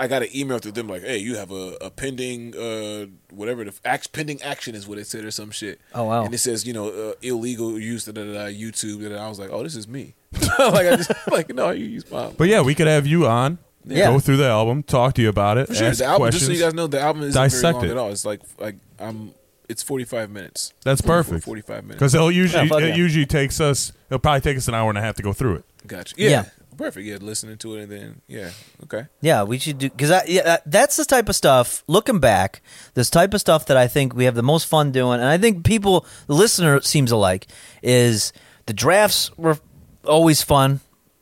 Speaker 3: I got an email through them like, hey, you have a, a pending uh whatever the f- act pending action is what it said or some shit.
Speaker 4: Oh, wow.
Speaker 3: And it says you know uh, illegal use da da da da, YouTube and I was like, oh, this is me. like I just like no, you use mine.
Speaker 1: But yeah, we could have you on.
Speaker 4: Yeah.
Speaker 1: Go through the album, talk to you about it,
Speaker 3: For sure,
Speaker 1: ask
Speaker 3: the album.
Speaker 1: questions.
Speaker 3: Just so you guys know, the album isn't very
Speaker 1: Dissect
Speaker 3: long
Speaker 1: it.
Speaker 3: at all. It's like like I'm. It's 45 minutes.
Speaker 1: That's
Speaker 3: 44,
Speaker 1: perfect.
Speaker 3: 45 minutes.
Speaker 1: Because it'll usually
Speaker 4: Yeah, fuck
Speaker 1: it
Speaker 4: yeah.
Speaker 1: usually takes us it'll probably take us an hour and a half to go through it.
Speaker 3: Gotcha. Yeah.
Speaker 4: Yeah.
Speaker 3: Perfect. Yeah, listening to it and then yeah. Okay.
Speaker 4: Yeah, we should do because yeah, that- that's the type of stuff. Looking back, this type of stuff that I think we have the most fun doing, and I think people, the listener seems alike, is the drafts were always fun.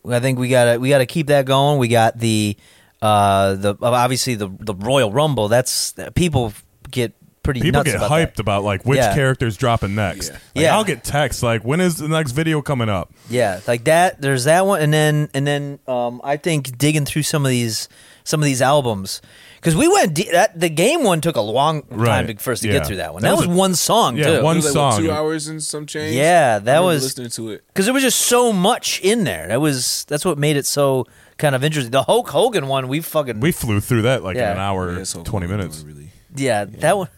Speaker 4: I think we gotta we gotta keep that going. We got the uh the obviously the the Royal Rumble. That's people get pretty
Speaker 1: People
Speaker 4: nuts
Speaker 1: get
Speaker 4: about
Speaker 1: hyped
Speaker 4: that.
Speaker 1: about like which
Speaker 4: Yeah.
Speaker 1: character's dropping next.
Speaker 3: Yeah.
Speaker 1: Like,
Speaker 4: Yeah.
Speaker 1: I'll get texts like when is the next video coming up?
Speaker 4: Yeah, like that. There's that one, and then and then um, I think digging through some of these some of these albums because we went de- that the game one took a long time
Speaker 1: Right,
Speaker 4: to, for us to
Speaker 1: yeah.
Speaker 4: get through that one.
Speaker 1: That
Speaker 4: That,
Speaker 1: was
Speaker 4: was,
Speaker 1: a-
Speaker 4: one song
Speaker 1: yeah,
Speaker 4: too.
Speaker 1: one
Speaker 3: It was like, what,
Speaker 1: song.
Speaker 3: two hours and some change.
Speaker 4: Yeah, that
Speaker 3: I remember
Speaker 4: was-
Speaker 3: listening to it.
Speaker 4: because there was just so much in there. That was that's what made it so kind of interesting. The Hulk Hogan one, we fucking
Speaker 1: We flew through that like in
Speaker 4: Yeah.
Speaker 1: an hour
Speaker 3: Yeah,
Speaker 1: and
Speaker 3: so
Speaker 1: twenty
Speaker 3: cool.
Speaker 1: minutes.
Speaker 3: Really.
Speaker 4: yeah, that one.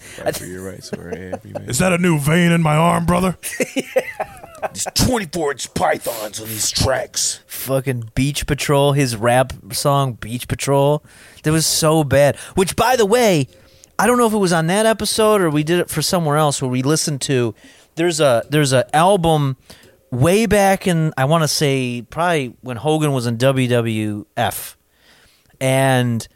Speaker 3: Fight for your rights wherever you may.
Speaker 1: Is that a new vein in my arm, brother?
Speaker 3: These 24 inch pythons on these tracks.
Speaker 4: fucking Beach Patrol, his rap song Beach Patrol. That was so bad. Which by the way, I don't know if it was on that episode or we did it for somewhere else where we listened to there's a there's a album way back in I want to say probably when Hogan was in WWF and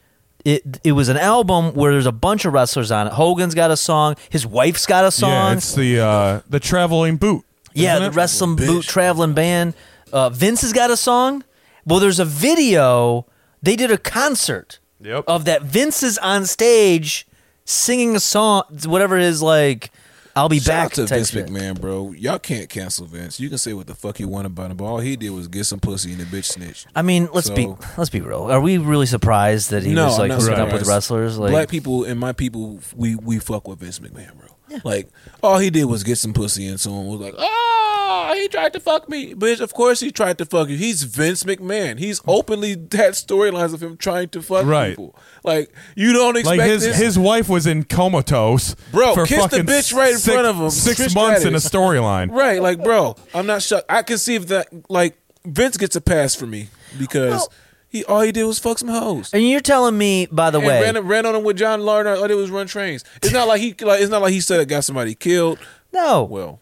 Speaker 4: it it was an album where there's a bunch of wrestlers on it. Hogan's got a song, his wife's got a
Speaker 1: Yeah,
Speaker 4: song.
Speaker 1: it's the uh, the traveling boot.
Speaker 4: Yeah,
Speaker 1: isn't
Speaker 4: the
Speaker 1: it?
Speaker 4: wrestling boot traveling band. Uh, Vince has got a song. Well, there's a video. They did a concert
Speaker 1: Yep.
Speaker 4: of that. Vince is on stage singing a song, whatever his like. I'll be
Speaker 3: Shout
Speaker 4: back
Speaker 3: out to
Speaker 4: type
Speaker 3: Vince
Speaker 4: shit.
Speaker 3: McMahon, bro. Y'all can't cancel Vince. You can say what the fuck you want about him, but all he did was get some pussy and the bitch snitch.
Speaker 4: I mean, let's be
Speaker 3: So-
Speaker 4: let's be real. Are we really surprised that he was like
Speaker 3: not
Speaker 4: hooking up
Speaker 3: surprised.
Speaker 4: with wrestlers? Like,
Speaker 3: black people and my people, we we fuck with Vince McMahon, bro. Like all he did was get some pussy, and someone was like, "Ah, he tried to fuck me, bitch." Of course he tried to fuck you. He's Vince McMahon. He's openly had storylines of him trying to fuck
Speaker 1: Right.
Speaker 3: people. Like you don't expect
Speaker 1: Like his
Speaker 3: this.
Speaker 1: his wife was in comatose,
Speaker 3: Bro,
Speaker 1: For
Speaker 3: kiss the
Speaker 1: fucking
Speaker 3: bitch right in
Speaker 1: six-
Speaker 3: front of him.
Speaker 1: Six
Speaker 3: Trish
Speaker 1: months in a
Speaker 3: Stratus.
Speaker 1: storyline.
Speaker 3: Right, like, bro, I'm not shocked. I can see if that, like, Vince gets a pass for me because he all he did was fuck some hoes.
Speaker 4: and you're telling me, by the
Speaker 3: And
Speaker 4: way,
Speaker 3: ran, ran on him with John Lardner. All they did was run trains. It's not like he like it's not like he said it got somebody killed.
Speaker 4: no,
Speaker 3: Well,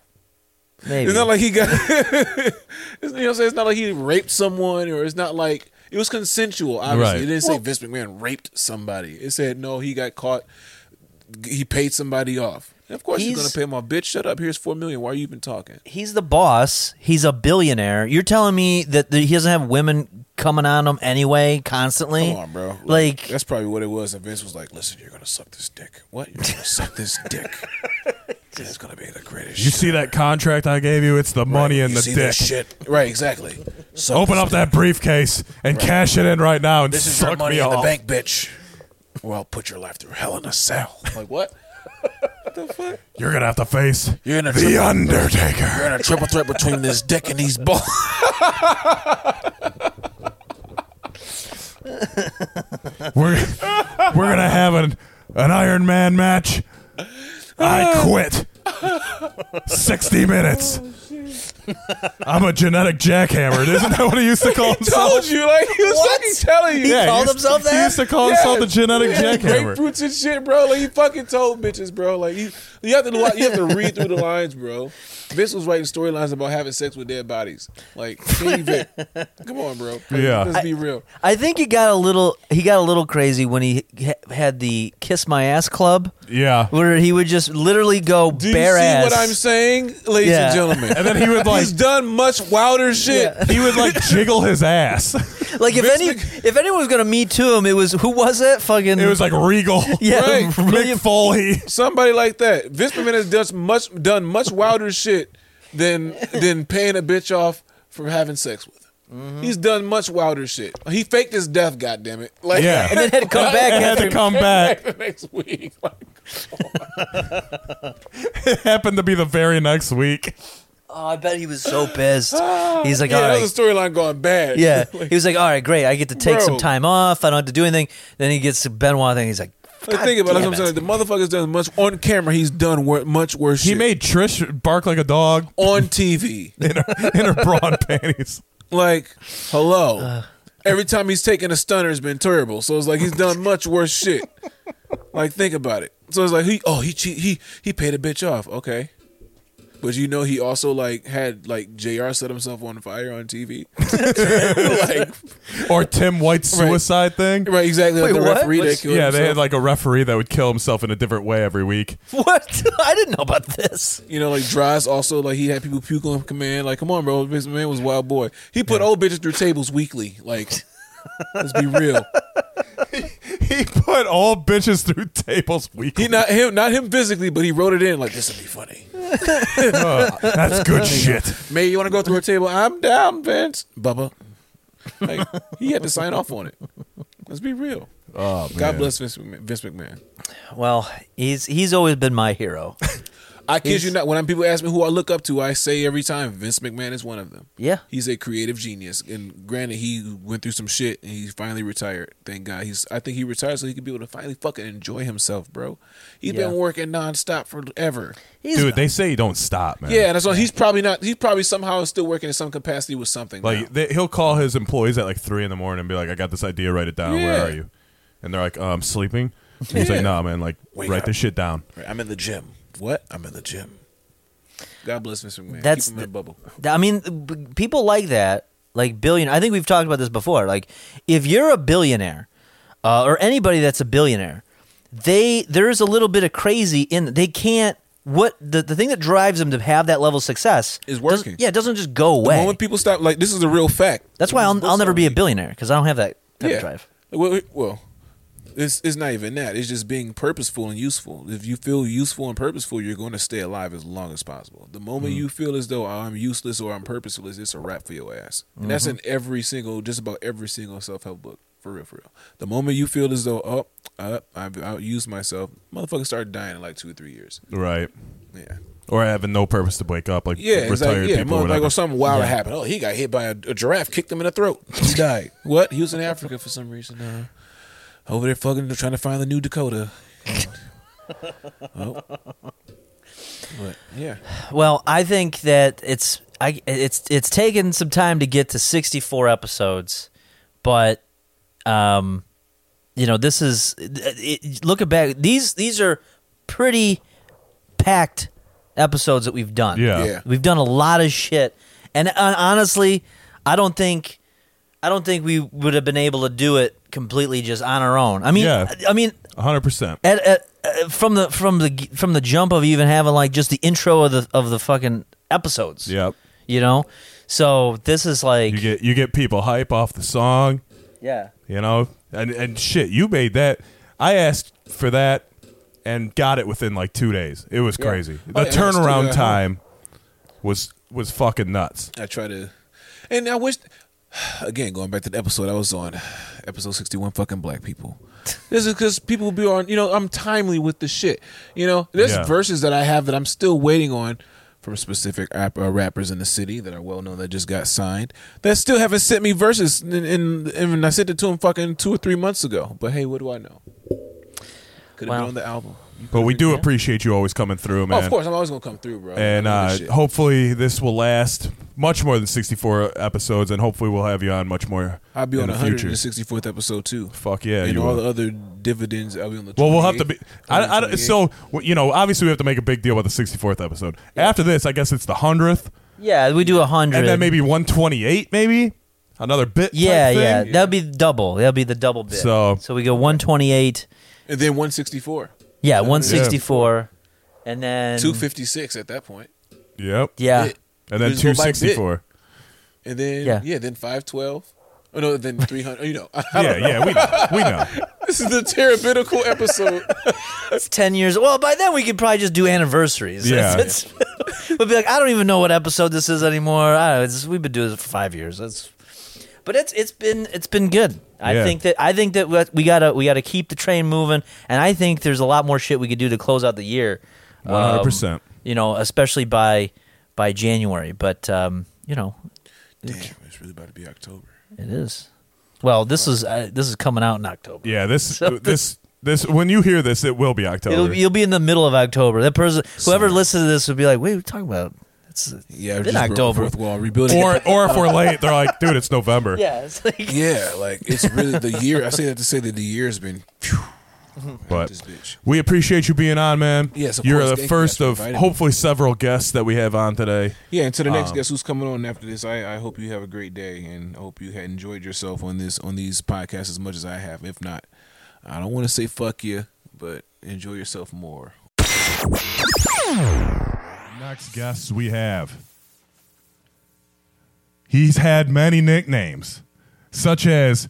Speaker 4: maybe
Speaker 3: it's not like he got. it's, you know, what I'm saying? it's not like he raped someone, or it's not like it was consensual. Obviously,
Speaker 1: Right.
Speaker 3: it didn't say Vince McMahon raped somebody. It said no, he got caught. G- He paid somebody off. And of course, he's,
Speaker 4: He's-
Speaker 3: gonna pay him off. Bitch, shut up. Here's four million. Why are you even talking?
Speaker 4: he's the boss. He's a billionaire. You're telling me that the, he doesn't have women coming on him anyway, constantly.
Speaker 3: Come on, bro.
Speaker 4: Like,
Speaker 3: that's probably what it was. And Vince was like, "Listen, you're gonna suck this dick. What? You're gonna suck this dick. It's gonna be the greatest.
Speaker 1: You see that contract I gave you? It's the money and
Speaker 3: You
Speaker 1: the
Speaker 3: see
Speaker 1: dick.
Speaker 3: this shit? Right, exactly. Suck
Speaker 1: Open
Speaker 3: this
Speaker 1: up that briefcase and cash it in right now and
Speaker 3: This is
Speaker 1: suck
Speaker 3: your money
Speaker 1: me
Speaker 3: in
Speaker 1: off.
Speaker 3: the bank, bitch. Or I'll put your life through hell in a cell. Like what?
Speaker 1: You're gonna have to face
Speaker 3: You're in a
Speaker 1: the
Speaker 3: triple-
Speaker 1: Undertaker.
Speaker 3: You're in a triple threat between this dick and these balls.
Speaker 1: We're we're gonna have an an Iron Man match. I quit. Sixty minutes. I'm a genetic jackhammer. Isn't that what he used to call himself?
Speaker 3: you, like he was fucking telling you.
Speaker 1: Yeah,
Speaker 4: called
Speaker 1: used-
Speaker 4: himself
Speaker 1: He
Speaker 4: that?
Speaker 1: used to call himself the genetic jackhammer.
Speaker 3: Grapefruits and shit, bro. Like he fucking told bitches, bro. Like you, you have to li- you have to read through the lines, bro. Vince was writing storylines about having sex with dead bodies. Like, King Vic. come on, bro. Like,
Speaker 1: Yeah.
Speaker 3: let's be real.
Speaker 4: I think he got a little he got a little crazy when he ha- had the kiss my ass club
Speaker 1: Yeah.
Speaker 4: where he would just literally go
Speaker 3: Do you
Speaker 4: bare
Speaker 3: see
Speaker 4: ass.
Speaker 3: what I'm saying, ladies
Speaker 4: Yeah.
Speaker 3: and gentlemen?
Speaker 1: And then he would like
Speaker 3: He's done much wilder shit.
Speaker 1: he would like jiggle his ass.
Speaker 4: like if
Speaker 3: Vince
Speaker 4: any if anyone was gonna meet to him, it was who was it? Fucking
Speaker 1: It was like regal.
Speaker 4: yeah,
Speaker 3: Right.
Speaker 4: William-
Speaker 1: Mick Foley.
Speaker 3: Somebody like that. Vince McMahon has done much done much wilder shit than than paying a bitch off for having sex with him. He's done much wilder shit. He faked his death, goddammit. Like
Speaker 1: Yeah.
Speaker 4: and then had to come back
Speaker 1: It had
Speaker 4: after
Speaker 1: to come back.
Speaker 3: the next week. Like,
Speaker 1: Happened to be the very next week.
Speaker 4: Oh, I bet he was so pissed. He's like,
Speaker 3: yeah,
Speaker 4: all
Speaker 3: that
Speaker 4: right.
Speaker 3: was a storyline going bad.
Speaker 4: yeah. He was like, all right, great. I get to take some
Speaker 3: Bro.
Speaker 4: time off. I don't have to do anything. Then he gets to Benoit thing. He's like,
Speaker 3: Like, think about it. That's
Speaker 4: damn
Speaker 3: what
Speaker 4: it.
Speaker 3: I'm saying. The motherfucker's done much on camera. He's done wor- much worse.
Speaker 1: He
Speaker 3: shit.
Speaker 1: made Trish bark like a dog
Speaker 3: on TV.
Speaker 1: in her, in her bra and panties.
Speaker 3: Like, hello.
Speaker 4: Uh.
Speaker 3: Every time he's taken a stunner has been terrible. So it's like he's done much worse shit. Like, think about it. So it's like he oh he cheat he he paid a bitch off. Okay. But you know he also like had like JR set himself on fire on TV. like
Speaker 1: Or Tim White's
Speaker 3: Right.
Speaker 1: suicide thing.
Speaker 3: right, exactly like
Speaker 4: Wait,
Speaker 3: the
Speaker 4: what?
Speaker 3: referee that
Speaker 4: What's-
Speaker 3: killed
Speaker 1: Yeah, they had
Speaker 3: himself.
Speaker 1: like a referee that would kill himself in a different way every week.
Speaker 4: what? I didn't know about this.
Speaker 3: you know, like Dries also like he had people puke on command. Like, come on, bro, this man was a wild boy. He put old bitches through tables weekly. Like, let's be real.
Speaker 1: He put all bitches through tables weekly.
Speaker 3: He not him, not him physically, but he wrote it in like this would be funny.
Speaker 1: Uh, that's good shit.
Speaker 3: May you want to go through a table? I'm down, Vince. Bubba. Like he had to sign off on it. Let's be real.
Speaker 1: Oh,
Speaker 3: God
Speaker 1: man.
Speaker 3: bless Vince McMahon. Vince McMahon.
Speaker 4: Well, he's he's always been my hero.
Speaker 3: I kid
Speaker 4: Is-
Speaker 3: you not. When people ask me who I look up to, I say every time Vince McMahon is one of them.
Speaker 4: Yeah.
Speaker 3: he's a creative genius, and granted, he went through some shit, and he finally retired. Thank God. He's. I think he retired so he could be able to finally fucking enjoy himself, bro. He's
Speaker 4: Yeah.
Speaker 3: been working nonstop forever.
Speaker 4: He's
Speaker 1: Dude, they say he don't stop, man.
Speaker 3: Yeah, and that's why he's probably not. He's probably somehow still working in some capacity with something. now.
Speaker 1: Like they, he'll call his employees at like three in the morning and be like, "I got this idea. Write it down. Where
Speaker 3: Yeah.
Speaker 1: are you?" And they're like, "Uh, "I'm sleeping." He's
Speaker 3: Yeah.
Speaker 1: like, "Nah, man. Like,
Speaker 3: Wake
Speaker 1: write
Speaker 3: up.
Speaker 1: this shit down."
Speaker 3: Right, I'm in the gym. What? I'm in the gym. God bless Mr. McMahon.
Speaker 4: That's
Speaker 3: Keep him in
Speaker 4: the-
Speaker 3: a bubble.
Speaker 4: I mean, b- people like that, like billion. I think we've talked about this before. Like, if you're a billionaire, uh, or anybody that's a billionaire, they there's a little bit of crazy in. They can't. What the, the thing that drives them to have that level of success
Speaker 3: Is
Speaker 4: doesn't-
Speaker 3: working.
Speaker 4: Yeah, it doesn't just go
Speaker 3: The
Speaker 4: away.
Speaker 3: moment people stop, like this is a real fact.
Speaker 4: that's why I'll, I'll never be a billionaire because I don't have that type of drive.
Speaker 3: Well, well, it's it's not even that. It's just being purposeful and useful. If you feel useful and purposeful, you're going to stay alive as long as possible. The moment you feel as though I'm useless or I'm purposeless, it's a wrap for your ass. And that's in every single, just about every single self help book. For real, for real. The moment you feel as though, oh, uh, I've outused myself, motherfuckers start dying in like two or three years.
Speaker 1: Right.
Speaker 3: Yeah.
Speaker 1: Or having no purpose to wake up, like
Speaker 3: Yeah,
Speaker 1: retired
Speaker 3: it's like, yeah,
Speaker 1: people. or
Speaker 3: motherfucker,
Speaker 1: whatever.
Speaker 3: or something wild happened. Oh, he got hit by a, a giraffe, kicked him in the throat. He died. what? He was in Africa for some reason. Uh, over there fucking trying to find the new Dakota. oh. But, yeah.
Speaker 4: Well, I think that it's I it's it's taken some time to get to 64 episodes, but um you know, this is it, it- look back these these are pretty packed episodes that we've done.
Speaker 1: Yeah.
Speaker 3: Yeah.
Speaker 4: We've done a lot of shit. And uh, honestly, I don't think I don't think we would have been able to do it completely just on our own. I mean,
Speaker 1: Yeah.
Speaker 4: I mean,
Speaker 1: hundred percent.
Speaker 4: at, at, uh, from the from the from the jump of even having like just the intro of the of the fucking episodes.
Speaker 1: Yep.
Speaker 4: You know, so this is like
Speaker 1: You get you get people hype off the song,
Speaker 4: yeah.
Speaker 1: you know, and and shit. You made that. I asked for that and got it within like two days. It was crazy.
Speaker 3: Oh,
Speaker 1: The
Speaker 3: yeah, it's still at
Speaker 1: turnaround
Speaker 3: home.
Speaker 1: time was was fucking nuts.
Speaker 3: I try to, and I wish. Again, going back to the episode I was on, episode sixty-one, fucking black people. This is because people will be on. You know, I'm timely with the shit. You know, there's
Speaker 1: Yeah.
Speaker 3: verses that I have that I'm still waiting on from specific rap, uh, rappers in the city that are well known that just got signed that still haven't sent me verses, and, and, and I sent it to them fucking two or three months ago. But hey, what do I know? Could have
Speaker 4: Wow.
Speaker 3: been on the album.
Speaker 1: But we do appreciate you always coming through,
Speaker 3: Oh,
Speaker 1: man.
Speaker 3: of course, I'm always gonna come through, bro.
Speaker 1: and
Speaker 3: I know this
Speaker 1: uh,
Speaker 3: shit.
Speaker 1: hopefully this will last much more than 64 episodes and hopefully we'll have you on much more
Speaker 3: I'll be
Speaker 1: in
Speaker 3: on
Speaker 1: the
Speaker 3: the
Speaker 1: future
Speaker 3: 164th episode too.
Speaker 1: fuck yeah
Speaker 3: and
Speaker 1: you
Speaker 3: all
Speaker 1: will.
Speaker 3: the other dividends. I'll be on the.
Speaker 1: well we'll have to be
Speaker 3: 28th.
Speaker 1: I,
Speaker 3: I'll be on
Speaker 1: I,
Speaker 3: the
Speaker 1: so w- you know obviously we have to make a big deal about the 64th episode after this i guess it's the 100th
Speaker 4: Yeah, we do a hundred.
Speaker 1: and then maybe 128 maybe another bit type
Speaker 4: yeah,
Speaker 1: thing.
Speaker 4: yeah, that'd be double. That'd be the double bit.
Speaker 1: So-
Speaker 4: so we go one twenty eight.
Speaker 3: 28th. and then 164,
Speaker 1: Mm-hmm.
Speaker 4: Yeah, one sixty four, and then
Speaker 3: 256 at that point.
Speaker 1: yep
Speaker 4: Yeah,
Speaker 3: Bit.
Speaker 1: and then
Speaker 3: Just go by bit.
Speaker 1: 264
Speaker 3: And then
Speaker 4: Yeah.
Speaker 3: yeah, then 512. Oh no, then 300. You know,
Speaker 1: yeah yeah we know we know
Speaker 3: this is the terabytical episode.
Speaker 4: it's ten years. Well, by then we could probably just do anniversaries.
Speaker 1: Yeah.
Speaker 4: It's- it's- we'd be like, I don't even know what episode this is anymore. I don't know, it's, we've been doing this for five years. That's, but it's it's been it's been good. I
Speaker 1: Yeah.
Speaker 4: think that I think that what- we gotta we gotta keep the train moving, and I think there's a lot more shit we could do to close out the year. Um,
Speaker 1: 100%.
Speaker 4: You know, especially by by January. But um, you know,
Speaker 3: Damn, it's really about to be October.
Speaker 4: it is. Well, this is uh, this is coming out in October.
Speaker 1: yeah this
Speaker 4: So-
Speaker 1: this this when you hear this it will be october
Speaker 4: It'll, you'll be in the middle of October. That person, whoever listens to this, would be like, "Wait, what are you talking about?" It's
Speaker 3: Yeah,
Speaker 4: In
Speaker 3: just broke the
Speaker 4: October.
Speaker 3: fourth wall rebuilding.
Speaker 1: or or if we're late they're like dude it's november
Speaker 4: yeah, it's like
Speaker 3: yeah, like it's really the year. I say that to say that the year has been. Phew,
Speaker 1: But
Speaker 3: This bitch.
Speaker 1: we appreciate you being on, man.
Speaker 3: Yes, of
Speaker 1: you're
Speaker 3: course.
Speaker 1: the
Speaker 3: Thank you guys
Speaker 1: first
Speaker 3: for
Speaker 1: of
Speaker 3: inviting me.
Speaker 1: hopefully several guests that we have on today.
Speaker 3: Yeah, and to the next guest who's coming on after this, I, I hope you have a great day and I hope you had enjoyed yourself on this on these podcasts as much as I have. If not, I don't want to say fuck you, but enjoy yourself more.
Speaker 1: Next guests we have. He's had many nicknames, such as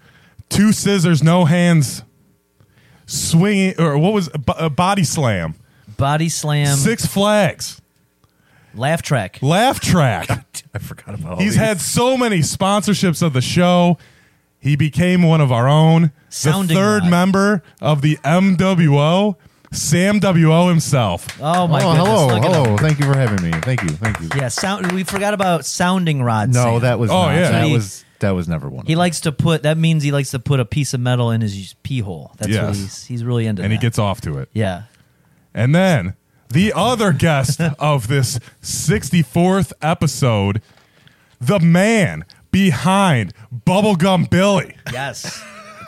Speaker 1: two scissors, no hands, swinging, or what was b- uh, body slam,
Speaker 4: body slam,
Speaker 1: six flags,
Speaker 4: laugh track.
Speaker 1: laugh track.
Speaker 6: I forgot about. all
Speaker 1: He's
Speaker 6: these.
Speaker 1: had so many sponsorships of the show. He became one of our own.
Speaker 4: Sounding
Speaker 1: the third
Speaker 4: Rod.
Speaker 1: member of the MWO. Sam W.O. himself.
Speaker 4: Oh my
Speaker 7: oh,
Speaker 4: goodness!
Speaker 7: hello,
Speaker 4: look at him.
Speaker 7: hello. Thank you for having me. Thank you, thank you.
Speaker 4: Yeah, sound. We forgot about sounding rods.
Speaker 7: no, that was.
Speaker 1: Oh,
Speaker 7: not-
Speaker 1: yeah.
Speaker 7: that
Speaker 4: He-
Speaker 7: was that was never one. of
Speaker 4: he
Speaker 7: them.
Speaker 4: likes to put. That means he likes to put a piece of metal in his pee hole. That's what
Speaker 1: Yes.
Speaker 4: he's. He's really into.
Speaker 1: And he
Speaker 4: that.
Speaker 1: gets off to it.
Speaker 4: Yeah.
Speaker 1: And then the other guest of this 64th episode, the man behind Bubblegum Billy,
Speaker 4: Yes.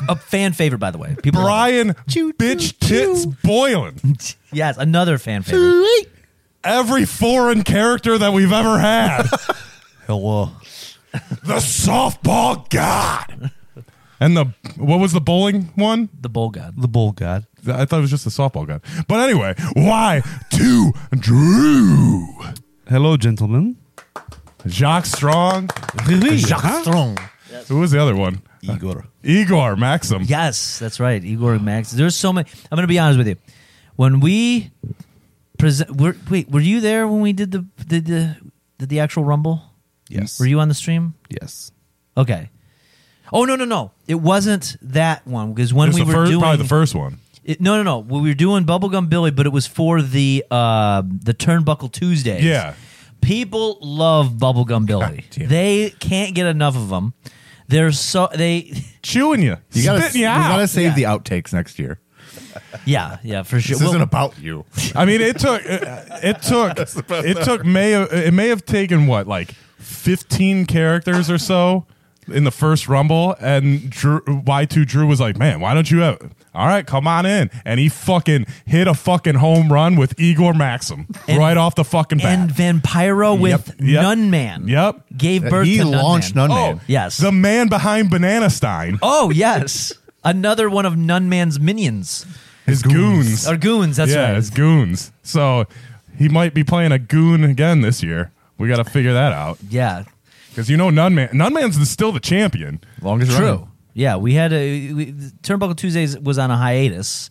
Speaker 4: a fan favorite, by the way. People. love
Speaker 1: Brian Bitch Tits Boylan.
Speaker 4: it. Yes, another fan favorite.
Speaker 1: Every foreign character that we've ever had.
Speaker 4: Hello.
Speaker 1: the softball god. And the what was the bowling one?
Speaker 4: The bull god.
Speaker 8: The bull god.
Speaker 1: I thought it was just the softball god. But anyway, why to Drew?
Speaker 8: Hello, gentlemen.
Speaker 1: Jacques Strong.
Speaker 8: Strong.
Speaker 1: Who was the other one?
Speaker 8: Igor.
Speaker 1: Igor Maxim.
Speaker 4: Yes, that's right. Igor Max. There's so many. I'm going to be honest with you. When we present, were, wait, were you there when we did the did the did the actual Rumble?
Speaker 8: Yes.
Speaker 4: Were you on the stream?
Speaker 8: Yes.
Speaker 4: Okay. Oh no no no! It wasn't that one because
Speaker 1: It
Speaker 4: when
Speaker 1: was
Speaker 4: we
Speaker 1: the
Speaker 4: were
Speaker 1: first-
Speaker 4: doing
Speaker 1: probably the first one.
Speaker 4: It, no, no, no. We were doing Bubblegum Billy, but it was for the uh, the Turnbuckle Tuesdays.
Speaker 1: Yeah.
Speaker 4: people love Bubblegum Billy.
Speaker 1: damn.
Speaker 4: they can't get enough of them. They're so they,
Speaker 1: Chewing you,
Speaker 7: You gotta,
Speaker 1: spitting you
Speaker 7: you
Speaker 1: out.
Speaker 7: gotta
Speaker 4: Yeah.
Speaker 7: save the outtakes next year.
Speaker 4: yeah, yeah, for sure.
Speaker 7: This
Speaker 4: Well,
Speaker 7: isn't about you.
Speaker 1: I mean, it took it took it took may it may have taken what like fifteen characters or so in the first rumble, and Drew, Y two Drew was like, "Man, why don't you have?" All right, come on in, and he fucking hit a fucking home run with Igor Maxim
Speaker 4: And-
Speaker 1: right off the fucking bat.
Speaker 4: and Vampiro with
Speaker 1: Yep, yep,
Speaker 4: Nun Man.
Speaker 1: yep.
Speaker 4: gave birth
Speaker 7: he
Speaker 4: to Nun
Speaker 7: launched
Speaker 4: Man.
Speaker 7: Nun
Speaker 1: oh
Speaker 7: Man.
Speaker 4: Yes.
Speaker 1: the man behind Banana Stein,
Speaker 4: Oh yes, another one of Nun Man's minions
Speaker 1: his goons.
Speaker 4: or goons. Oh, That's
Speaker 1: yeah,
Speaker 4: right.
Speaker 1: his goons. So he might be playing a goon again this year. We got to figure that out.
Speaker 4: yeah,
Speaker 1: Because you know Nunman, Nunman's the, still the champion.
Speaker 7: Longest
Speaker 4: True.
Speaker 7: running.
Speaker 4: Yeah, we had a we, Turnbuckle Tuesdays was on a hiatus.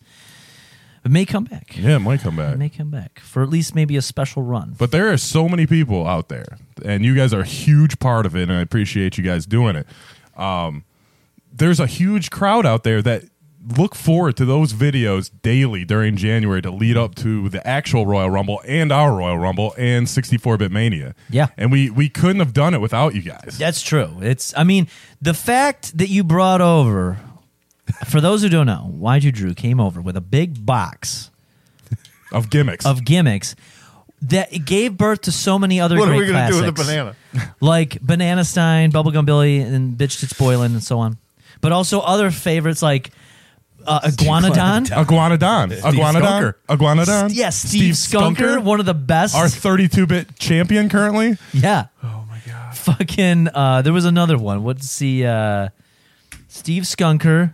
Speaker 4: It may come back.
Speaker 1: Yeah, it might come back.
Speaker 4: It may come back for at least maybe a special run.
Speaker 1: But there are so many people out there, and you guys are a huge part of it, and I appreciate you guys doing it. Um, there's a huge crowd out there that look forward to those videos daily during January to lead up to the actual Royal Rumble and our Royal Rumble and 64-bit Mania.
Speaker 4: Yeah.
Speaker 1: and we we couldn't have done it without you guys.
Speaker 4: That's true. It's I mean the fact that you brought over. For those who don't know, why you Drew came over with a big box
Speaker 1: Of gimmicks,
Speaker 4: of gimmicks that it gave birth to so many other
Speaker 7: What are
Speaker 4: great
Speaker 7: we gonna do with the
Speaker 4: classics.
Speaker 7: banana?
Speaker 4: like Banana Stein, Bubblegum Billy, and Bitch Tits Boylan, and so on. But also other favorites like uh, Iguanodon.
Speaker 1: Iguanodon, Iguanodon,
Speaker 7: Skunker.
Speaker 1: Iguanodon.
Speaker 4: Yes, Steve, Skunker, one of the best.
Speaker 1: our 32-bit champion currently.
Speaker 4: yeah. Oh my god. Fucking. Uh, there was another one. What's the uh, Steve Skunker?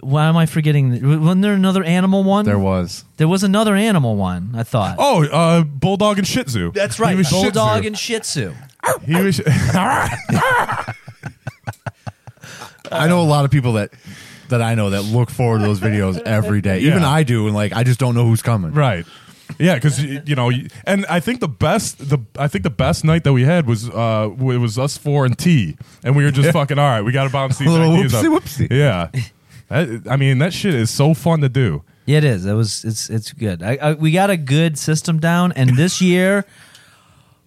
Speaker 4: Why am I forgetting? Wasn't there another animal one?
Speaker 7: There was.
Speaker 4: There was another animal one. I thought.
Speaker 1: Oh, uh, Bulldog and Shih Tzu. That's right. He was
Speaker 4: Bulldog
Speaker 1: Shih
Speaker 4: and Shih Tzu.
Speaker 1: Tzu. He was, all right.
Speaker 7: I know a lot of people that that I know that look forward to those videos every day. Even
Speaker 1: Yeah.
Speaker 7: I do, and like I just don't know who's coming.
Speaker 1: Right. Yeah, because you know, you- and I think the best, the I think the best night that we had was uh it was us four and T, and we were just fucking all right. We got to bounce these
Speaker 7: Little
Speaker 1: ideas up.
Speaker 7: whoopsie whoopsie.
Speaker 1: Yeah, That- I mean that shit is so fun to do.
Speaker 4: Yeah, it is. That was it's it's good. I, I, we got a good system down, and this year,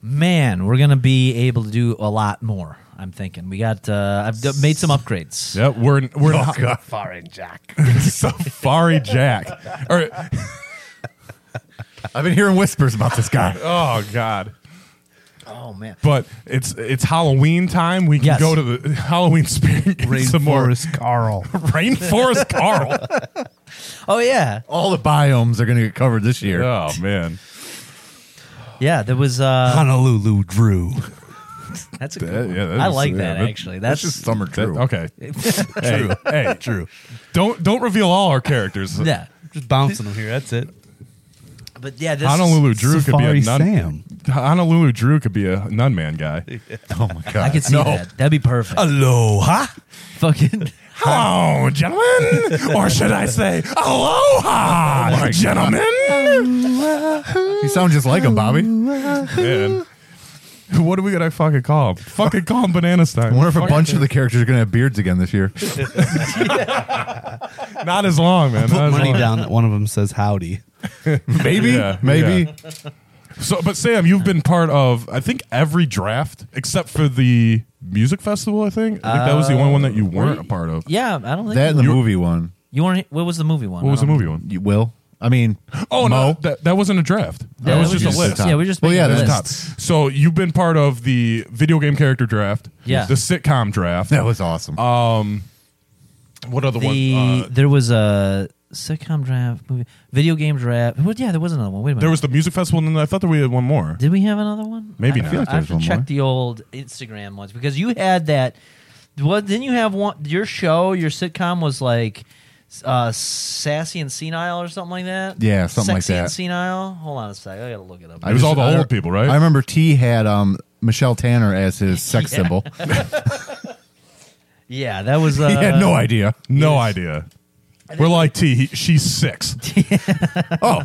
Speaker 4: man, we're gonna be able to do a lot more. I'm thinking we got. Uh, I've d- made some upgrades.
Speaker 1: Yeah, we're we're
Speaker 7: Oh,
Speaker 1: not
Speaker 7: Foreign Jack.
Speaker 1: Safari Jack. Or
Speaker 7: I've been hearing whispers about this guy.
Speaker 1: oh god.
Speaker 4: Oh man,
Speaker 1: But it's it's Halloween time. We can
Speaker 4: Yes.
Speaker 1: go to the Halloween spirit. and get some more
Speaker 8: Rainforest Carl.
Speaker 1: rainforest Carl.
Speaker 4: Oh yeah,
Speaker 7: All the biomes are going to get covered this year.
Speaker 1: Oh man.
Speaker 4: yeah. There was. Uh,
Speaker 8: Honolulu Drew.
Speaker 4: that's a good.
Speaker 1: That-
Speaker 4: one.
Speaker 1: yeah, that
Speaker 4: I
Speaker 1: is-
Speaker 4: like
Speaker 1: yeah,
Speaker 4: that,
Speaker 1: that-
Speaker 4: actually.
Speaker 7: That's
Speaker 4: That's,
Speaker 7: just summer
Speaker 1: That-
Speaker 7: true.
Speaker 1: okay. Hey, hey,
Speaker 8: Drew.
Speaker 1: Don't don't reveal all our characters.
Speaker 4: yeah.
Speaker 8: Just bouncing them here. That's it.
Speaker 4: But yeah, this
Speaker 1: Honolulu Drew
Speaker 8: Safari
Speaker 1: could be a nun.
Speaker 8: Sam.
Speaker 1: Honolulu Drew could be a nun man guy.
Speaker 7: Oh my god.
Speaker 4: I could see that. That'd be perfect.
Speaker 8: Aloha.
Speaker 4: Fucking.
Speaker 1: Hello, gentlemen, or should I say, Oh aloha, gentlemen?
Speaker 7: You sound just like him, Bobby.
Speaker 1: Man. What are we gonna fucking call him? Fucking call him Banana Stein.
Speaker 7: I wonder if a bunch of the characters are going to have beards again this year.
Speaker 1: Not as long, man. Not
Speaker 8: Put
Speaker 1: as
Speaker 8: money
Speaker 1: long.
Speaker 8: down that one of them says howdy.
Speaker 7: Maybe,
Speaker 1: Yeah,
Speaker 7: maybe.
Speaker 1: So, but Sam, you've been part of I think every draft except for the music festival. I think I think that was the only one that you weren't a part of.
Speaker 4: Yeah, I don't think
Speaker 7: That and the
Speaker 1: You-
Speaker 7: movie one.
Speaker 4: you weren't. What was the movie one?
Speaker 1: What was
Speaker 4: I
Speaker 1: the
Speaker 4: don't-
Speaker 1: movie one?
Speaker 7: You will. I mean,
Speaker 1: Oh
Speaker 7: Mo.
Speaker 1: no, that, that wasn't a draft. That
Speaker 4: Yeah,
Speaker 1: was
Speaker 4: it
Speaker 1: just
Speaker 4: was
Speaker 1: a
Speaker 4: just-
Speaker 1: list.
Speaker 4: Yeah, we just
Speaker 7: Well,
Speaker 4: made
Speaker 7: yeah,
Speaker 4: a
Speaker 7: that's
Speaker 4: list.
Speaker 1: Top. So you've been part of the video game character draft.
Speaker 4: Yeah.
Speaker 1: The sitcom draft.
Speaker 7: that was awesome.
Speaker 4: Uh,
Speaker 1: What other
Speaker 4: The
Speaker 1: one? Uh,
Speaker 4: there was a sitcom draft movie, video game draft. What, yeah, there was another one. Wait a minute.
Speaker 1: there was the music festival, and then I thought there we had one more.
Speaker 4: Did we have another one?
Speaker 1: Maybe
Speaker 4: I
Speaker 1: not.
Speaker 4: feel like I
Speaker 7: I feel like
Speaker 4: have
Speaker 7: there
Speaker 4: to
Speaker 7: was
Speaker 4: check
Speaker 7: one more.
Speaker 4: the old Instagram ones because you had that. What didn't you have one? Your show, your sitcom was like uh, sassy and senile or something like that.
Speaker 7: Yeah, something like
Speaker 4: Sexy
Speaker 7: that.
Speaker 4: and senile. Hold on a sec. I gotta look it up.
Speaker 7: I
Speaker 1: it was all the
Speaker 7: I-
Speaker 1: old people, right?
Speaker 7: I remember T had um, Michelle Tanner as his sex
Speaker 4: Yeah.
Speaker 7: symbol.
Speaker 4: yeah, that was. Uh,
Speaker 7: he had no idea.
Speaker 1: No idea. We're like T. He, she's six.
Speaker 7: Oh,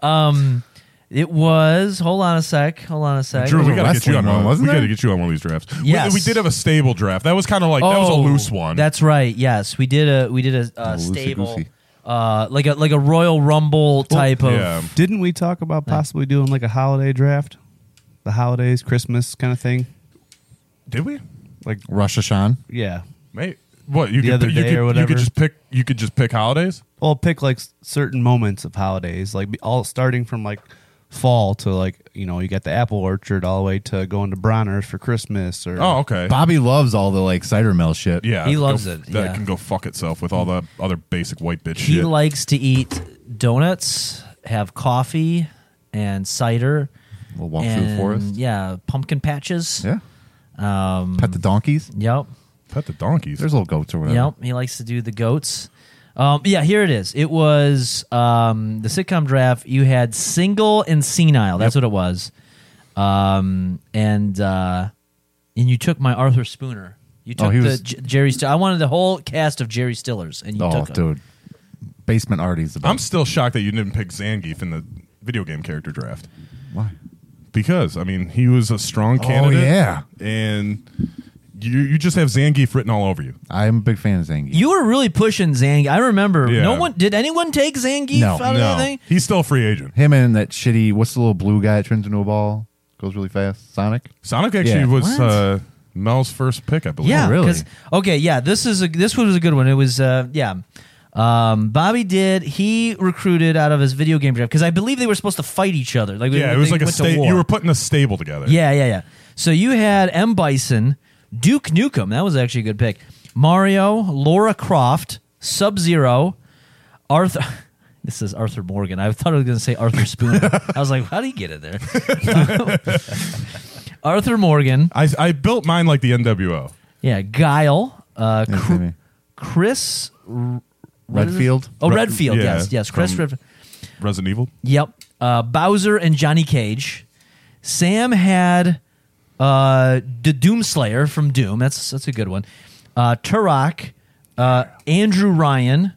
Speaker 4: Um, it was. Hold on a sec. Hold on a sec.
Speaker 1: Drew,
Speaker 7: was
Speaker 1: we
Speaker 7: a
Speaker 1: gotta get you on
Speaker 7: wrestling one,
Speaker 1: one.
Speaker 7: wasn't
Speaker 1: we gotta
Speaker 7: there?
Speaker 1: get you on one of these drafts. We-
Speaker 4: Yes.
Speaker 1: We, did have a stable draft. That was kind of like that was a
Speaker 4: Oh,
Speaker 1: loose one.
Speaker 4: That's right. Yes, we did a we did a, uh
Speaker 7: loosey
Speaker 4: stable,
Speaker 7: goosey.
Speaker 4: uh, like a like a Royal Rumble type of.
Speaker 1: yeah.
Speaker 8: Didn't we talk about possibly doing like a holiday draft? The holidays, Christmas kind of thing?
Speaker 1: Did we?
Speaker 8: Like,
Speaker 7: Rosh Hashan.
Speaker 8: yeah.
Speaker 1: Mate, what you
Speaker 8: The
Speaker 1: could
Speaker 8: other
Speaker 1: you
Speaker 8: day
Speaker 1: could,
Speaker 8: or
Speaker 1: You
Speaker 8: whatever.
Speaker 1: could just pick. You could just pick holidays.
Speaker 8: Well, pick like s- certain moments of holidays, like be- all starting from like fall to like, you know, you got the apple orchard all the way to going to Bronner's for Christmas or.
Speaker 1: Oh, okay.
Speaker 7: Bobby loves all the like cider mill shit.
Speaker 1: Yeah,
Speaker 4: He
Speaker 1: go
Speaker 4: loves
Speaker 1: f-
Speaker 4: it,
Speaker 1: That
Speaker 4: yeah.
Speaker 1: can go fuck itself with all the other basic white bitch
Speaker 4: He
Speaker 1: shit.
Speaker 4: likes to eat donuts, have coffee, and cider.
Speaker 7: We'll walk through the
Speaker 4: and,
Speaker 7: forest.
Speaker 4: Yeah, pumpkin patches.
Speaker 7: Yeah.
Speaker 4: Um,
Speaker 7: Pet the donkeys.
Speaker 4: yep.
Speaker 1: Pet the donkeys.
Speaker 7: There's little goats or whatever.
Speaker 4: Yep. He likes to do the goats. Um, yeah, here it is. It was um, the sitcom draft. You had single and senile. That's what it was. Um, and uh, and you took my Arthur Spooner. You
Speaker 7: Oh,
Speaker 4: took
Speaker 7: he
Speaker 4: the
Speaker 7: was-
Speaker 4: J- Jerry. St- I wanted the whole cast of Jerry Stillers, and you
Speaker 7: Oh,
Speaker 4: took 'em.
Speaker 7: dude. Basement Artie's the best.
Speaker 1: I'm still shocked that you didn't pick Zangief in the video game character draft
Speaker 7: Why?
Speaker 1: because I mean he was a strong
Speaker 7: Oh,
Speaker 1: candidate.
Speaker 7: yeah.
Speaker 1: and you you just have Zangief written all over you.
Speaker 7: I'm a big fan of Zangief.
Speaker 4: You were really pushing Zangief. I remember.
Speaker 1: Yeah.
Speaker 4: No one did. Anyone take Zangief
Speaker 7: No.
Speaker 4: out of
Speaker 1: No,
Speaker 4: that thing?
Speaker 1: he's still a free agent.
Speaker 7: Him and that shitty, what's the little blue guy that turns into a ball? Goes really fast. Sonic?
Speaker 1: Sonic actually
Speaker 7: Yeah. Oh,
Speaker 1: was
Speaker 4: What?
Speaker 1: uh, Mel's first pick, I believe.
Speaker 4: Yeah,
Speaker 7: really?
Speaker 4: 'cause- Okay, yeah. This is a, this was a good one. It was uh, yeah. Um, Bobby did. He recruited out of his video game draft because I believe they were supposed to fight each other. Like
Speaker 1: Yeah,
Speaker 4: they,
Speaker 1: it was
Speaker 4: they
Speaker 1: like a
Speaker 4: went to
Speaker 1: sta-
Speaker 4: war.
Speaker 1: you were putting a stable together.
Speaker 4: Yeah, yeah, yeah. So you had M Bison, Duke Nukem. That was actually a good pick. Mario, Laura Croft, Sub Zero, Arthur. This is Arthur Morgan. I thought I was going to say Arthur Spooner. I was like, how do you get in there? Arthur Morgan.
Speaker 1: I I built mine like the NWO.
Speaker 4: Yeah, Guile, uh,
Speaker 7: Yeah,
Speaker 4: Cr-
Speaker 7: maybe.
Speaker 4: Chris R- what is it?
Speaker 7: Redfield?
Speaker 4: Oh,
Speaker 1: Re-
Speaker 4: Redfield.
Speaker 1: yeah,
Speaker 4: yes, yes. Chris
Speaker 1: from-
Speaker 4: Redfield.
Speaker 1: Resident Evil.
Speaker 4: Yep. Uh, Bowser and Johnny Cage. Sam had uh, the Doomslayer from Doom. That's that's a good one. Uh, Turok, uh, Andrew Ryan,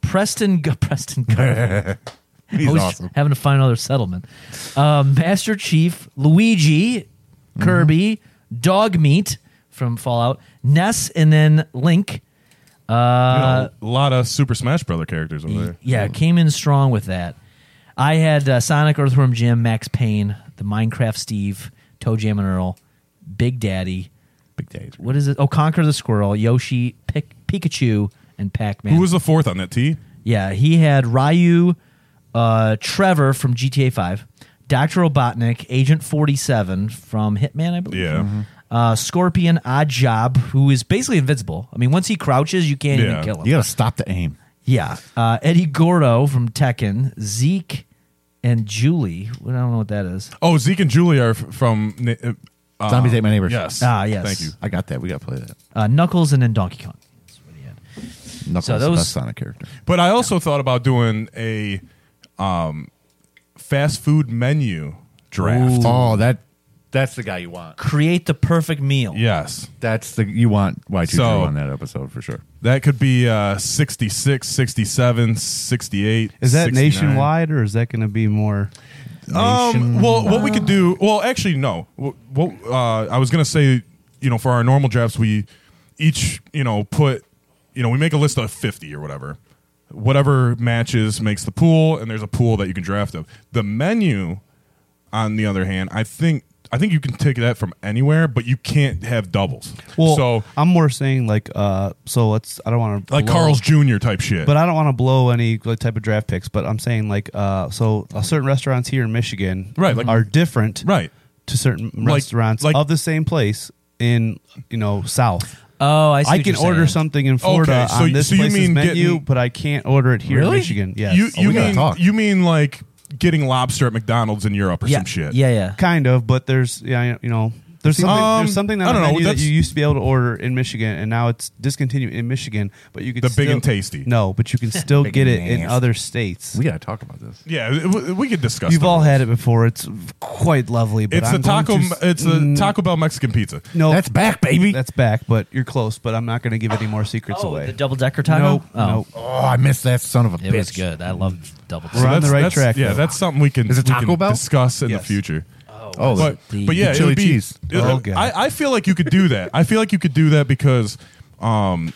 Speaker 4: Preston Gu- Preston Garfield.
Speaker 7: He's
Speaker 4: Always
Speaker 7: awesome.
Speaker 4: Having to find another settlement. Um, Master Chief, Luigi, Kirby,
Speaker 7: Mm-hmm.
Speaker 4: Dog Meat from Fallout, Ness, and then Link.
Speaker 1: You know,
Speaker 4: Uh,
Speaker 1: a lot of Super Smash Brother characters over there.
Speaker 4: yeah, came in strong with that. I had uh, Sonic Earthworm Jim, Max Payne, the Minecraft Steve, Toe Jam and Earl, Big Daddy.
Speaker 7: Big days.
Speaker 4: What is it? Oh, Conquer the Squirrel, Yoshi, Pic- Pikachu, and Pac Man.
Speaker 1: Who was the fourth on that T?
Speaker 4: yeah, he had Ryu, uh, Trevor from GTA Five, Doctor Robotnik, Agent Forty Seven from Hitman, I believe.
Speaker 1: Yeah.
Speaker 4: Uh, Scorpion Oddjob, who is basically invincible. I mean, once he crouches, you can't
Speaker 1: Yeah.
Speaker 4: even kill him.
Speaker 7: You got to stop the aim.
Speaker 4: Yeah. Uh, Eddie Gordo from Tekken, Zeke and Julie. Well, I don't know what that is.
Speaker 1: Oh, Zeke and Julie are f- from. Ni- uh, uh,
Speaker 7: Zombies Ate My Neighbors.
Speaker 1: Yes.
Speaker 4: Ah, yes.
Speaker 1: Thank you.
Speaker 7: I got that. We got to play that.
Speaker 4: Uh, Knuckles and then Donkey Kong. That's what he had.
Speaker 7: Knuckles
Speaker 4: So
Speaker 7: is the
Speaker 4: those-
Speaker 7: best Sonic character.
Speaker 1: But I also thought about doing a um, fast food menu draft.
Speaker 7: Oh, that that's the guy you want.
Speaker 4: Create the perfect meal.
Speaker 1: Yes.
Speaker 7: That's the you want Y2J
Speaker 1: So-
Speaker 7: on that episode for sure.
Speaker 1: That could be uh, 66, 67, 68.
Speaker 8: Is that
Speaker 1: 69.
Speaker 8: nationwide or is that going to be more?
Speaker 1: Um, well, what we could do? Well, actually, no. What, what, uh, I was gonna say, you know, for our normal drafts, we each, you know, put, you know, we make a list of fifty or whatever, whatever matches makes the pool, and there's a pool that you can draft of. The menu, on the other hand, I think. I think you can take that from anywhere, but you can't have doubles.
Speaker 8: Well,
Speaker 1: so,
Speaker 8: I'm more saying like, uh, so let's. I don't want to
Speaker 1: like Carl's Jr. type shit.
Speaker 8: but I don't want to blow any like, type of draft picks. But I'm saying like, uh, so uh, certain restaurants here in Michigan,
Speaker 1: Right, like-
Speaker 8: are different,
Speaker 1: right.
Speaker 8: to certain
Speaker 1: Like-
Speaker 8: restaurants
Speaker 1: like-
Speaker 8: of the same place in you know South.
Speaker 4: Oh, I see.
Speaker 8: I
Speaker 4: what
Speaker 8: can
Speaker 4: you're
Speaker 8: order
Speaker 4: saying.
Speaker 8: something in Florida
Speaker 1: Okay, so
Speaker 8: on
Speaker 1: you-
Speaker 8: this
Speaker 1: so you
Speaker 8: place's
Speaker 1: mean
Speaker 8: menu,
Speaker 1: getting-
Speaker 8: but I can't order it here
Speaker 4: Really?
Speaker 8: in Michigan. Yes, Oh,
Speaker 1: You you
Speaker 7: we gotta
Speaker 1: mean
Speaker 7: talk.
Speaker 1: you mean like getting lobster at McDonald's in Europe or
Speaker 4: Yeah,
Speaker 1: some shit?
Speaker 4: yeah, yeah.
Speaker 8: kind of, but there's yeah, you know, there's something
Speaker 1: Um,
Speaker 8: there's something
Speaker 1: I
Speaker 8: on the
Speaker 1: don't know,
Speaker 8: menu that
Speaker 1: that's-
Speaker 8: you used to be able to order in Michigan, and now it's discontinued in Michigan. But you could
Speaker 1: The big
Speaker 8: still-
Speaker 1: and tasty.
Speaker 8: No, but you can still
Speaker 7: Big
Speaker 8: get it
Speaker 7: and
Speaker 8: in
Speaker 7: nasty.
Speaker 8: other states.
Speaker 7: We gotta talk about this.
Speaker 1: Yeah, w- we could discuss.
Speaker 8: You've
Speaker 1: the
Speaker 8: all
Speaker 1: rules.
Speaker 8: had it before. It's quite lovely. But
Speaker 1: It's
Speaker 8: I'm
Speaker 1: the
Speaker 8: going
Speaker 1: taco.
Speaker 8: to s-
Speaker 1: It's the Taco Bell Mexican pizza.
Speaker 8: No,
Speaker 7: That's back, baby.
Speaker 8: that's back. But you're close. But I'm not going to give any more secrets
Speaker 4: Oh,
Speaker 8: away.
Speaker 4: the double decker taco.
Speaker 8: Nope,
Speaker 4: oh,
Speaker 8: nope.
Speaker 7: oh, I missed that son of a
Speaker 4: it
Speaker 7: bitch.
Speaker 4: was good. I loved double.
Speaker 8: We're
Speaker 4: Decker.
Speaker 8: on
Speaker 1: that's-
Speaker 8: the right
Speaker 1: that's-
Speaker 8: track,
Speaker 1: Yeah,
Speaker 8: though.
Speaker 1: that's something we can.
Speaker 7: Is it
Speaker 1: we can
Speaker 7: Taco Bell?
Speaker 1: discuss in the
Speaker 8: Yes.
Speaker 1: future?
Speaker 7: Oh,
Speaker 1: But
Speaker 7: the-
Speaker 1: but
Speaker 7: the
Speaker 1: yeah, it
Speaker 7: chili
Speaker 1: would be,
Speaker 7: cheese.
Speaker 1: it-
Speaker 8: Oh, God.
Speaker 1: I, I feel like you could do that. I feel like you could do that because, um,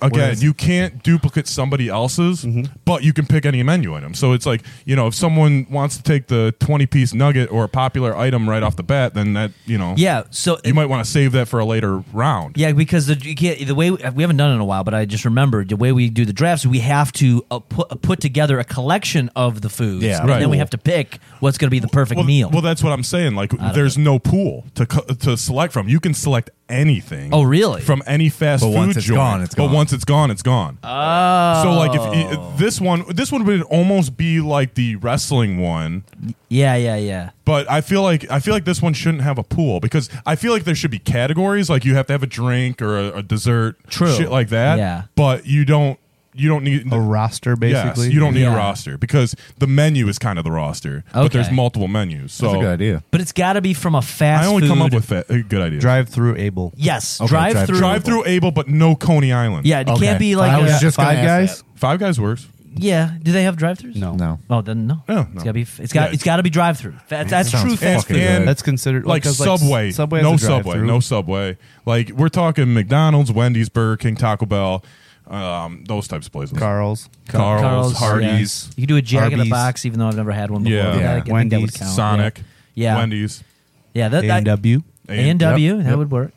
Speaker 1: again,
Speaker 8: Whereas-
Speaker 1: you can't duplicate somebody else's,
Speaker 8: Mm-hmm.
Speaker 1: but you can pick any menu item. So it's like you know, if someone wants to take the twenty-piece nugget or a popular item right off the bat, then that you know,
Speaker 4: Yeah. So
Speaker 1: you might want to save that for a later round.
Speaker 4: Yeah, because the you can't, the way we haven't done it in a while, but I just remembered the way we do the drafts. We have to uh, put uh, put together a collection of the foods,
Speaker 7: Yeah.
Speaker 4: and
Speaker 1: Right.
Speaker 4: then we have to pick what's going to be the perfect
Speaker 1: well,
Speaker 4: meal.
Speaker 1: Well, that's what I'm saying. Like, there's no pool to co- to select from. You can select anything.
Speaker 4: Oh, really?
Speaker 1: From any fast
Speaker 7: But
Speaker 1: food
Speaker 7: once it's
Speaker 1: joint.
Speaker 7: gone, it's
Speaker 1: But
Speaker 7: gone.
Speaker 1: once it's gone, it's gone.
Speaker 4: oh,
Speaker 1: So like if y- this one, this one would almost be like the wrestling one,
Speaker 4: yeah, yeah, yeah.
Speaker 1: but I feel like I feel like this one shouldn't have a pool because I feel like there should be categories. Like you have to have a drink or a, a dessert,
Speaker 4: True.
Speaker 1: shit like that.
Speaker 4: Yeah.
Speaker 1: but you don't you don't need
Speaker 8: a roster, basically.
Speaker 1: Yes, you don't need
Speaker 4: Yeah.
Speaker 1: a roster because the menu is kind of the roster, but
Speaker 4: Okay.
Speaker 1: there's multiple menus. So
Speaker 7: That's a good idea.
Speaker 4: But it's got to be from a fast.
Speaker 1: I only
Speaker 4: food.
Speaker 1: come up with that, uh, good ideas.
Speaker 8: drive through Able.
Speaker 4: yes,
Speaker 7: Okay,
Speaker 4: drive,
Speaker 7: drive-
Speaker 4: through.
Speaker 1: Drive through Able, but no Coney Island. Uh,
Speaker 4: Yeah, it
Speaker 7: Okay.
Speaker 4: can't be like
Speaker 7: I was
Speaker 4: a-
Speaker 7: just gonna
Speaker 8: Five
Speaker 7: ask
Speaker 8: Guys?
Speaker 7: that.
Speaker 1: Five Guys works.
Speaker 4: yeah. Do they have drive throughs?
Speaker 8: No.
Speaker 7: No,
Speaker 4: Oh, then no.
Speaker 1: No,
Speaker 4: It's
Speaker 1: no.
Speaker 4: got to be. It's got.
Speaker 1: Yeah.
Speaker 4: It's got to be drive through. That, that's
Speaker 7: sounds
Speaker 4: true.
Speaker 7: fucking
Speaker 4: Fast food.
Speaker 1: and-
Speaker 8: That's considered
Speaker 1: Like
Speaker 8: because,
Speaker 1: Subway,
Speaker 8: Subway, has
Speaker 1: no
Speaker 8: a
Speaker 1: Subway,
Speaker 8: drive-through.
Speaker 1: no Subway. Like we're talking McDonald's, Wendy's, Burger King, Taco Bell, um, those types of places.
Speaker 8: Carl's.
Speaker 1: Carl's,
Speaker 4: Carl's,
Speaker 1: Hardee's,
Speaker 4: You could do a Jack in the
Speaker 8: Arby's.
Speaker 4: Box, even though I've never had one before.
Speaker 1: Yeah.
Speaker 4: but I
Speaker 7: Yeah.
Speaker 4: think- I think that would
Speaker 8: Wendy's,
Speaker 4: count. Yeah.
Speaker 1: Sonic,
Speaker 4: Yeah.
Speaker 1: Wendy's.
Speaker 4: Yeah, that, that
Speaker 8: A&W.
Speaker 1: and-
Speaker 4: A and W
Speaker 7: Yep,
Speaker 4: that
Speaker 7: yep. Mm-hmm.
Speaker 4: would work.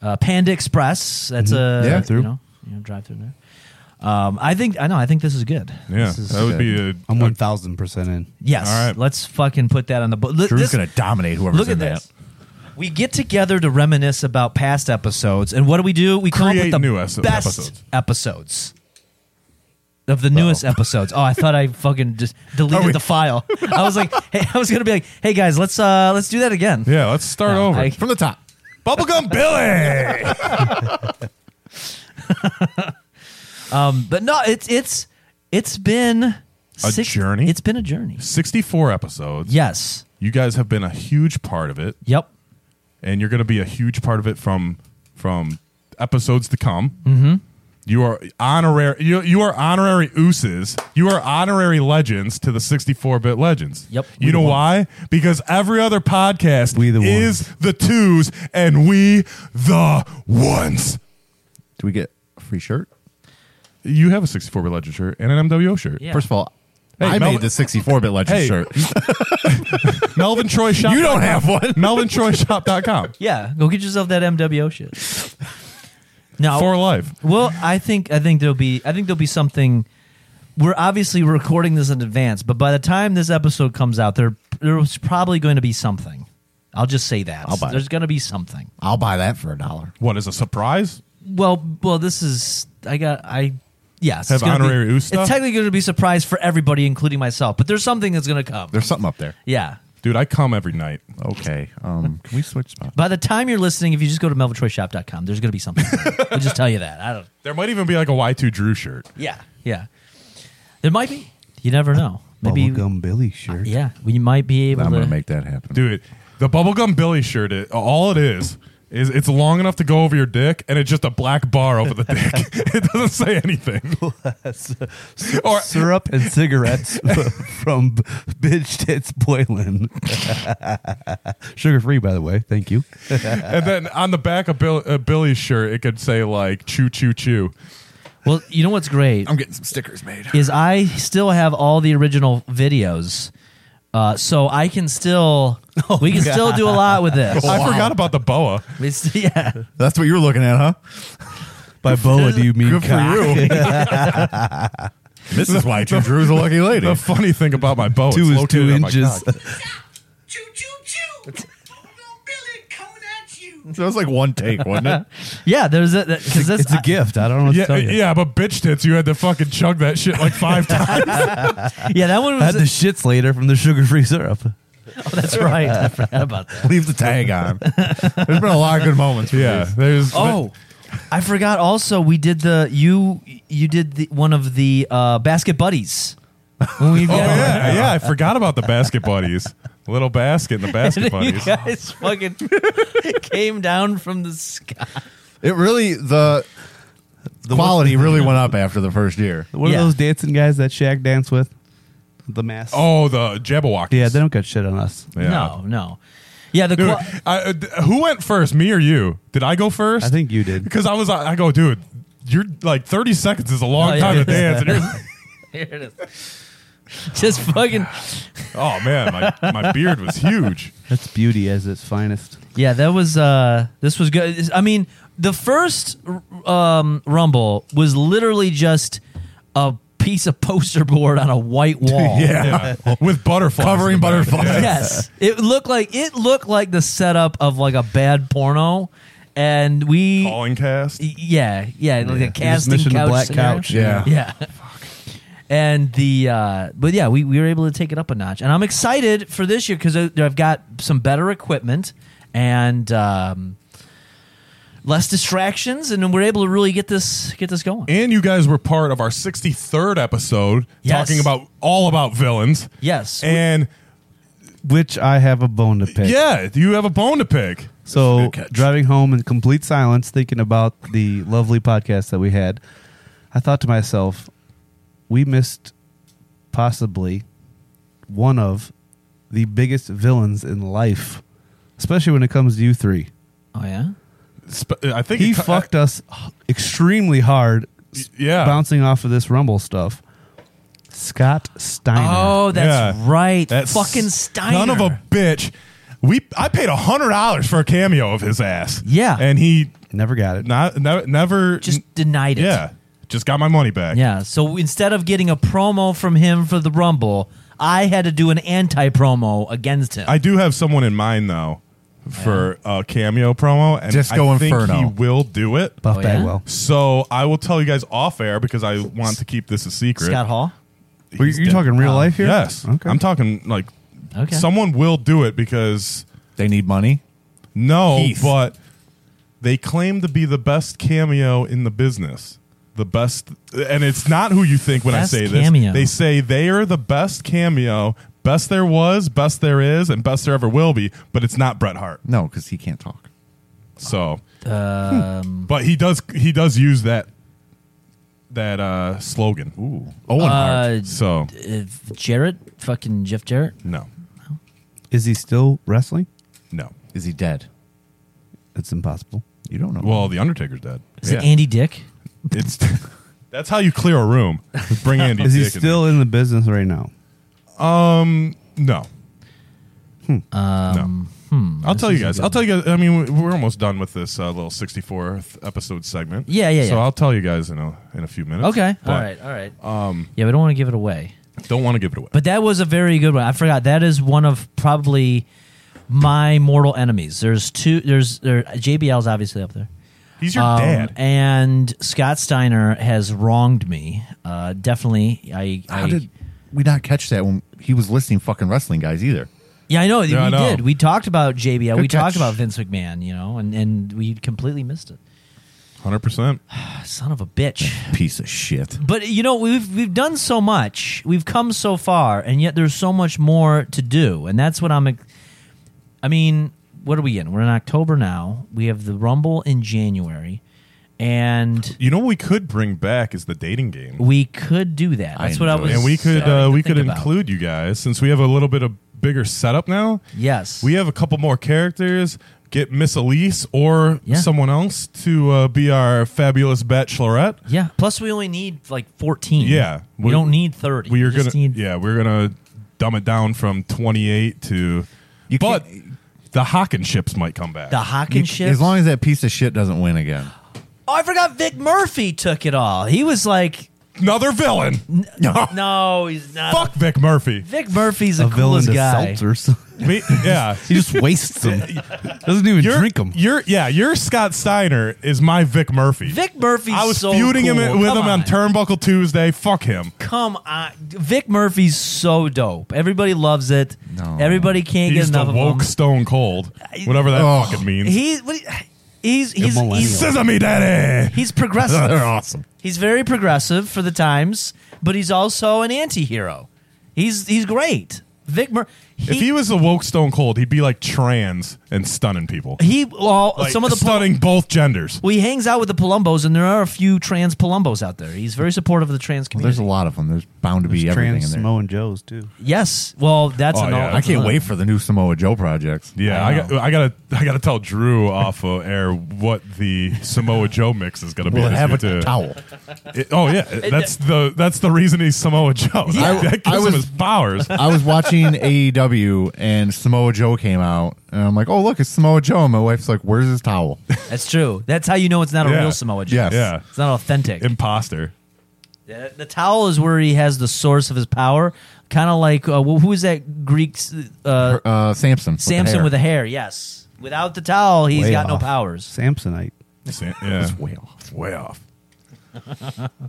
Speaker 4: Uh, Panda Express, that's a
Speaker 7: Yeah.
Speaker 4: yeah,
Speaker 7: Drive-thru.
Speaker 4: you know, you know drive through there. Um, I think I know. I think this is good.
Speaker 1: Yeah,
Speaker 7: This is
Speaker 1: that would be
Speaker 7: good.
Speaker 1: a.
Speaker 8: I'm 1,000% in.
Speaker 4: Yes,
Speaker 1: All right.
Speaker 4: let's fucking put that on the book.
Speaker 7: Drew's gonna dominate whoever's
Speaker 4: look
Speaker 7: in
Speaker 4: at
Speaker 7: that.
Speaker 4: this. We get together to reminisce about past episodes, and what do we do? We come
Speaker 1: Create
Speaker 4: up with the
Speaker 1: new es-
Speaker 4: best
Speaker 1: episodes.
Speaker 4: episodes. of the newest episodes. Oh, I thought I fucking just deleted the file. I was like, hey, I was gonna be like, hey guys, let's uh let's do that again.
Speaker 1: Yeah, let's start
Speaker 4: No,
Speaker 1: over.
Speaker 4: I-
Speaker 7: From the top.
Speaker 1: Bubblegum Billy.
Speaker 4: Um, but no, it's it's it's been a
Speaker 1: journey?
Speaker 4: It's been a journey.
Speaker 1: Sixty-four episodes.
Speaker 4: Yes.
Speaker 1: you guys have been a huge part of it.
Speaker 4: Yep.
Speaker 1: and you're going to be a huge part of it from from episodes to come. Mm-hmm. You are honorary. You, you are honorary ooses. You are honorary legends to the 64-bit legends.
Speaker 4: Yep. We
Speaker 1: You
Speaker 4: the
Speaker 1: know
Speaker 4: ones.
Speaker 1: why? Because every other podcast
Speaker 8: We the
Speaker 1: is the twos, and we the ones.
Speaker 7: Do we get a free shirt?
Speaker 1: You have a 64-bit legend shirt and an MWO shirt.
Speaker 4: Yeah.
Speaker 7: First of all,
Speaker 1: Hey,
Speaker 7: I
Speaker 1: Melvin-
Speaker 7: made the 64-bit legend
Speaker 1: Hey.
Speaker 7: shirt.
Speaker 1: Melvin Troy Shop.
Speaker 7: You don't have one.
Speaker 1: MelvinTroyShop.com
Speaker 4: Yeah. Go get yourself that MWO shit. no.
Speaker 1: for life.
Speaker 4: well, I think I think there'll be I think there'll be something. We're obviously recording this in advance, but by the time this episode comes out, there there's probably going to be something. I'll just say that
Speaker 7: I'll buy it.
Speaker 4: there's going to be something.
Speaker 7: I'll buy that for a dollar.
Speaker 1: What is a surprise?
Speaker 4: Well, well, this is I got I. Yes,
Speaker 1: Have
Speaker 4: it's gonna be-
Speaker 1: honorary ooh
Speaker 4: It's
Speaker 1: stuff?
Speaker 4: technically going to be a surprise for everybody, including myself. But there's something that's going to come.
Speaker 7: There's something up there.
Speaker 4: yeah,
Speaker 1: Dude, I come every night.
Speaker 7: Okay. Um, can we switch spots?
Speaker 4: By the time you're listening, if you just go to melvintroyshop.com, there's going to be something. I'll just tell you that. I don't.
Speaker 1: There might even be like a Y2 Drew shirt.
Speaker 4: Yeah, yeah. There might be. You never know. Maybe. Uh,
Speaker 8: Bubblegum Billy shirt.
Speaker 4: Yeah, we might be able
Speaker 7: I'm
Speaker 4: to
Speaker 7: going to make that happen.
Speaker 1: Dude, the bubblegum Billy shirt, it, all it is, is it's long enough to go over your dick, and it's just a black bar over the dick. it doesn't say anything. Or-
Speaker 8: syrup and cigarettes from bitch tits boiling. Sugar free, by the way. Thank you.
Speaker 1: And then on the back of Bill, uh, Billy's shirt, it could say like "Chew, chew, chew."
Speaker 4: Well, you know what's great
Speaker 1: I'm getting some stickers made.
Speaker 4: is I still have all the original videos, uh, so I can still we can still do a lot with this.
Speaker 1: I forgot about the boa.
Speaker 4: It's- yeah,
Speaker 7: That's what you were looking at, huh?
Speaker 8: By boa, do you mean
Speaker 7: Good for
Speaker 8: cock?
Speaker 7: you. Mrs. White, you Drew's a lucky lady.
Speaker 1: The funny thing about my boa, it's
Speaker 8: Two is two
Speaker 1: located on Oh my
Speaker 8: inches.
Speaker 1: cock.
Speaker 9: Choo choo choo! Bubblegum Billy coming at you!
Speaker 7: So it was like one take, wasn't it?
Speaker 4: yeah. There's a because this
Speaker 8: It's a gift. I don't know what to
Speaker 1: Yeah,
Speaker 8: tell you.
Speaker 1: yeah, but bitch tits, you had to fucking chug that shit like five times.
Speaker 4: yeah. That one
Speaker 8: I had
Speaker 4: was
Speaker 8: the shits later from the sugar free syrup.
Speaker 4: that's right. I forgot about that.
Speaker 7: Leave the tag on. There's been a lot of good moments.
Speaker 1: yeah, there's
Speaker 4: Oh, I forgot. Also, we did the you you did the one of the uh, basket buddies. When we
Speaker 1: Oh, yeah, yeah, I forgot about the basket buddies. Little basket and the basket
Speaker 4: you
Speaker 1: buddies.
Speaker 4: guys fucking came down from the sky.
Speaker 7: It really the, quality really went up after the first year.
Speaker 8: What
Speaker 4: Yeah.
Speaker 8: are those dancing guys that Shaq danced with? The mask.
Speaker 1: Oh, the Jabberwockies.
Speaker 8: Yeah, they don't got shit on us.
Speaker 1: Yeah.
Speaker 4: No, no. Yeah, the
Speaker 1: Dude,
Speaker 4: qua-
Speaker 1: I, uh, d- who went first, me or you? Did I go first?
Speaker 8: I think you did.
Speaker 1: because I was. I go, dude. You're like 30 seconds is a long
Speaker 4: Oh, yeah,
Speaker 1: time
Speaker 4: it
Speaker 1: to dance. And you're,
Speaker 4: Here it is. Just fucking
Speaker 1: oh man, my, my beard was huge.
Speaker 8: That's beauty as its finest.
Speaker 4: Yeah, that was uh this was good. I mean, the first um rumble was literally just a piece of poster board on a white wall.
Speaker 1: Yeah, with butterflies
Speaker 7: Covering
Speaker 1: in the back.
Speaker 7: butterflies.
Speaker 4: Yes. It looked like it looked like the setup of like a bad porno and we
Speaker 1: Yeah. Calling cast.
Speaker 4: Yeah, yeah, like a
Speaker 8: Just
Speaker 4: casting
Speaker 8: mission
Speaker 4: couch.
Speaker 8: to black
Speaker 4: scenario.
Speaker 8: couch.
Speaker 7: Yeah.
Speaker 4: Yeah. And the uh, but yeah, we, we were able to take it up a notch, and I'm excited for this year because I've got some better equipment and um, less distractions, and then we're able to really get this get this going.
Speaker 1: And you guys were part of our 63rd episode
Speaker 4: Yes.
Speaker 1: talking about all about villains.
Speaker 4: Yes.
Speaker 1: And
Speaker 8: Which I have a bone to pick.
Speaker 1: yeah, you have a bone to pick.
Speaker 8: So
Speaker 7: Good catch.
Speaker 8: driving home in complete silence, thinking about the lovely podcast that we had, I thought to myself, we missed possibly one of the biggest villains in life, especially when it comes to you three.
Speaker 4: oh yeah,
Speaker 1: Sp- I think
Speaker 8: He
Speaker 1: it co- uh,
Speaker 8: fucked us extremely hard, s-
Speaker 1: Yeah.
Speaker 8: bouncing off of this Rumble stuff. Scott Steiner.
Speaker 4: oh that's
Speaker 1: Yeah.
Speaker 4: right,
Speaker 1: That
Speaker 4: fucking
Speaker 1: s-
Speaker 4: Steiner.
Speaker 1: Son of a bitch. We I paid a hundred dollars for a cameo of his ass.
Speaker 4: Yeah.
Speaker 1: and he
Speaker 8: never got it.
Speaker 1: not never, never
Speaker 4: just denied it.
Speaker 1: yeah just got my money back.
Speaker 4: yeah. So instead of getting a promo from him for the rumble, I had to do an anti promo against him.
Speaker 1: I do have someone in mind though for a cameo promo, and
Speaker 7: Disco
Speaker 1: I think
Speaker 7: Inferno.
Speaker 1: he will do it.
Speaker 8: Buff
Speaker 4: Oh, yeah?
Speaker 8: Bagwell.
Speaker 1: So I will tell you guys off air because I want to keep this a secret.
Speaker 4: Scott Hall.
Speaker 8: Were you-
Speaker 1: He's
Speaker 8: you
Speaker 1: dead. Oh,
Speaker 8: talking real life here?
Speaker 1: Yes,
Speaker 8: Okay.
Speaker 1: I'm talking like
Speaker 4: Okay.
Speaker 1: someone will do it because
Speaker 7: They need money.
Speaker 1: No,
Speaker 7: Heath.
Speaker 1: but they claim to be the best cameo in the business. The best, and it's not who you think when
Speaker 4: Best
Speaker 1: I say this.
Speaker 4: cameo.
Speaker 1: They say they are the best cameo, best there was, best there is, and best there ever will be. But it's not Bret Hart.
Speaker 7: No, because he can't talk.
Speaker 1: So,
Speaker 4: Um,
Speaker 1: but he does he does use that that uh, slogan. Ooh.
Speaker 7: Owen
Speaker 4: Uh,
Speaker 7: Hart.
Speaker 1: So
Speaker 4: if Jarrett, fucking Jeff Jarrett.
Speaker 1: no,
Speaker 8: Is he still wrestling?
Speaker 1: no.
Speaker 7: Is he dead?
Speaker 8: It's impossible.
Speaker 7: You don't know.
Speaker 1: Well, the Undertaker's dead.
Speaker 4: Is it Andy Dick?
Speaker 1: It's that's how you clear a room. Bring Andy.
Speaker 8: Is he
Speaker 1: Dick in.
Speaker 8: still in the business right now?
Speaker 1: No.
Speaker 4: Hmm.
Speaker 1: Um, no. I'll tell you guys. I'll tell you guys. I mean, we- we're almost done with this uh, little 64th episode segment.
Speaker 4: Yeah, yeah,
Speaker 1: So
Speaker 4: yeah.
Speaker 1: I'll tell you guys in a in a few minutes.
Speaker 4: Okay.
Speaker 1: But
Speaker 4: all right. All right. Um, yeah, we don't want to give it away.
Speaker 1: Don't want to give it away.
Speaker 4: But that was a very good one. I forgot. That is one of probably my mortal enemies. There's two. There's there. JBL's obviously up there.
Speaker 1: He's your
Speaker 4: Um,
Speaker 1: dad.
Speaker 4: And Scott Steiner has wronged me. Uh, definitely. I.
Speaker 7: How
Speaker 4: I
Speaker 7: did we not catch that when he was listening fucking wrestling guys either?
Speaker 4: yeah, I know. we
Speaker 1: I know.
Speaker 4: did. We talked about JBL. we
Speaker 7: Good
Speaker 4: talked
Speaker 7: catch.
Speaker 4: about Vince McMahon. You know, and and we completely missed it. Ah,
Speaker 1: Hundred percent.
Speaker 4: Son of a bitch.
Speaker 7: Piece of shit.
Speaker 4: But you know, we've we've done so much, we've come so far, and yet there's so much more to do, and that's what I'm. ex- I mean, what are we in? We're in October now. We have the Rumble in January, and
Speaker 1: You know what we could bring back is the dating game.
Speaker 4: we could do that. That's what I
Speaker 7: enjoy
Speaker 4: was.
Speaker 7: it.
Speaker 1: and we could
Speaker 4: starting
Speaker 1: uh,
Speaker 4: to
Speaker 1: we
Speaker 4: think
Speaker 1: could
Speaker 4: about.
Speaker 1: include you guys since we have a little bit of bigger setup now.
Speaker 4: Yes,
Speaker 1: We have a couple more characters. Get Miss Elise or
Speaker 4: Yeah.
Speaker 1: someone else to uh, be our fabulous bachelorette.
Speaker 4: yeah. Plus, we only need like fourteen.
Speaker 1: Yeah.
Speaker 4: we, don't need thirty.
Speaker 1: We are
Speaker 4: just
Speaker 1: gonna
Speaker 4: need-
Speaker 1: yeah we're gonna dumb it down from twenty eight to. but the Hawkins ships might come back.
Speaker 4: the
Speaker 7: You-
Speaker 4: Hawkins ship.
Speaker 7: as long as that piece of shit doesn't win again.
Speaker 4: oh, I forgot Vic Murphy took it all. He was like,
Speaker 1: Another villain.
Speaker 7: No.
Speaker 4: no, he's not.
Speaker 1: Fuck Vic Murphy.
Speaker 4: Vick Murphy's the
Speaker 8: a villain
Speaker 4: coolest
Speaker 8: to
Speaker 4: guy.
Speaker 8: seltzers.
Speaker 1: Me- yeah.
Speaker 8: he just wastes them. Doesn't even
Speaker 1: Your-
Speaker 8: drink them.
Speaker 1: Your yeah, your Scott Steiner is my Vic Murphy.
Speaker 4: Vic Murphy's
Speaker 1: I was
Speaker 4: so
Speaker 1: feuding him
Speaker 4: cool.
Speaker 1: with
Speaker 4: Come
Speaker 1: him on. Turnbuckle Tuesday. Fuck him.
Speaker 4: Come on, Vic Murphy's so dope. Everybody loves it.
Speaker 7: No.
Speaker 4: Everybody can't
Speaker 1: He's
Speaker 4: get
Speaker 1: the
Speaker 4: enough
Speaker 1: woke
Speaker 4: of
Speaker 1: Stone Cold, whatever that
Speaker 7: Oh.
Speaker 1: fucking
Speaker 4: him.
Speaker 1: means.
Speaker 4: He, what he- he's he's
Speaker 8: millennial.
Speaker 4: he's,
Speaker 1: Sesame Daddy.
Speaker 4: he's progressive.
Speaker 7: They're awesome.
Speaker 4: He's very progressive for the times, but he's also an anti-hero. He's he's great. Vic Mur-
Speaker 1: if he was the woke Stone Cold, he'd be like trans and stunning people.
Speaker 4: he well
Speaker 1: Like,
Speaker 4: some of the pol-
Speaker 1: stunning both genders.
Speaker 4: well, he hangs out with the Palumbos, and there are a few trans Palumbos out there. He's very supportive of the trans
Speaker 7: Well, there's
Speaker 4: community.
Speaker 7: a lot of them. There's bound to be everything in
Speaker 8: Trans
Speaker 7: there.
Speaker 8: Samoan Joe's too.
Speaker 4: yes, well, that's
Speaker 1: Oh,
Speaker 4: an
Speaker 1: yeah.
Speaker 4: all.
Speaker 7: I can't wait for the new Samoa Joe projects.
Speaker 1: Yeah,
Speaker 4: I
Speaker 1: I, got, I gotta, I gotta tell Drew off of air what the Samoa Joe mix is gonna be.
Speaker 7: Will it
Speaker 1: this
Speaker 7: have
Speaker 1: year, too.
Speaker 7: a towel?
Speaker 1: It- oh yeah, that's the that's the reason he's Samoa Joe.
Speaker 7: Yeah.
Speaker 1: That, that
Speaker 7: I- I
Speaker 1: gives him
Speaker 7: was-
Speaker 1: his powers.
Speaker 7: I was watching AEW and Samoa Joe came out, and I'm like, "Oh look, it's Samoa Joe." And my wife's like, "Where's his towel?"
Speaker 4: That's true. That's how you know it's not a
Speaker 1: Yeah.
Speaker 4: real Samoa Joe.
Speaker 7: Yes.
Speaker 1: Yeah,
Speaker 4: It's not authentic.
Speaker 1: imposter.
Speaker 4: Uh, the towel is where he has the source of his power, kind of like uh, wh- who is that Greek s- uh,
Speaker 7: Uh, Samson. with the
Speaker 4: Samson
Speaker 7: hair.
Speaker 4: with a hair? Yes. Without the towel, he's
Speaker 8: Way
Speaker 4: got no
Speaker 8: off.
Speaker 4: powers.
Speaker 8: Samsonite.
Speaker 1: Sa- Yeah,
Speaker 7: It's way off.
Speaker 1: way off.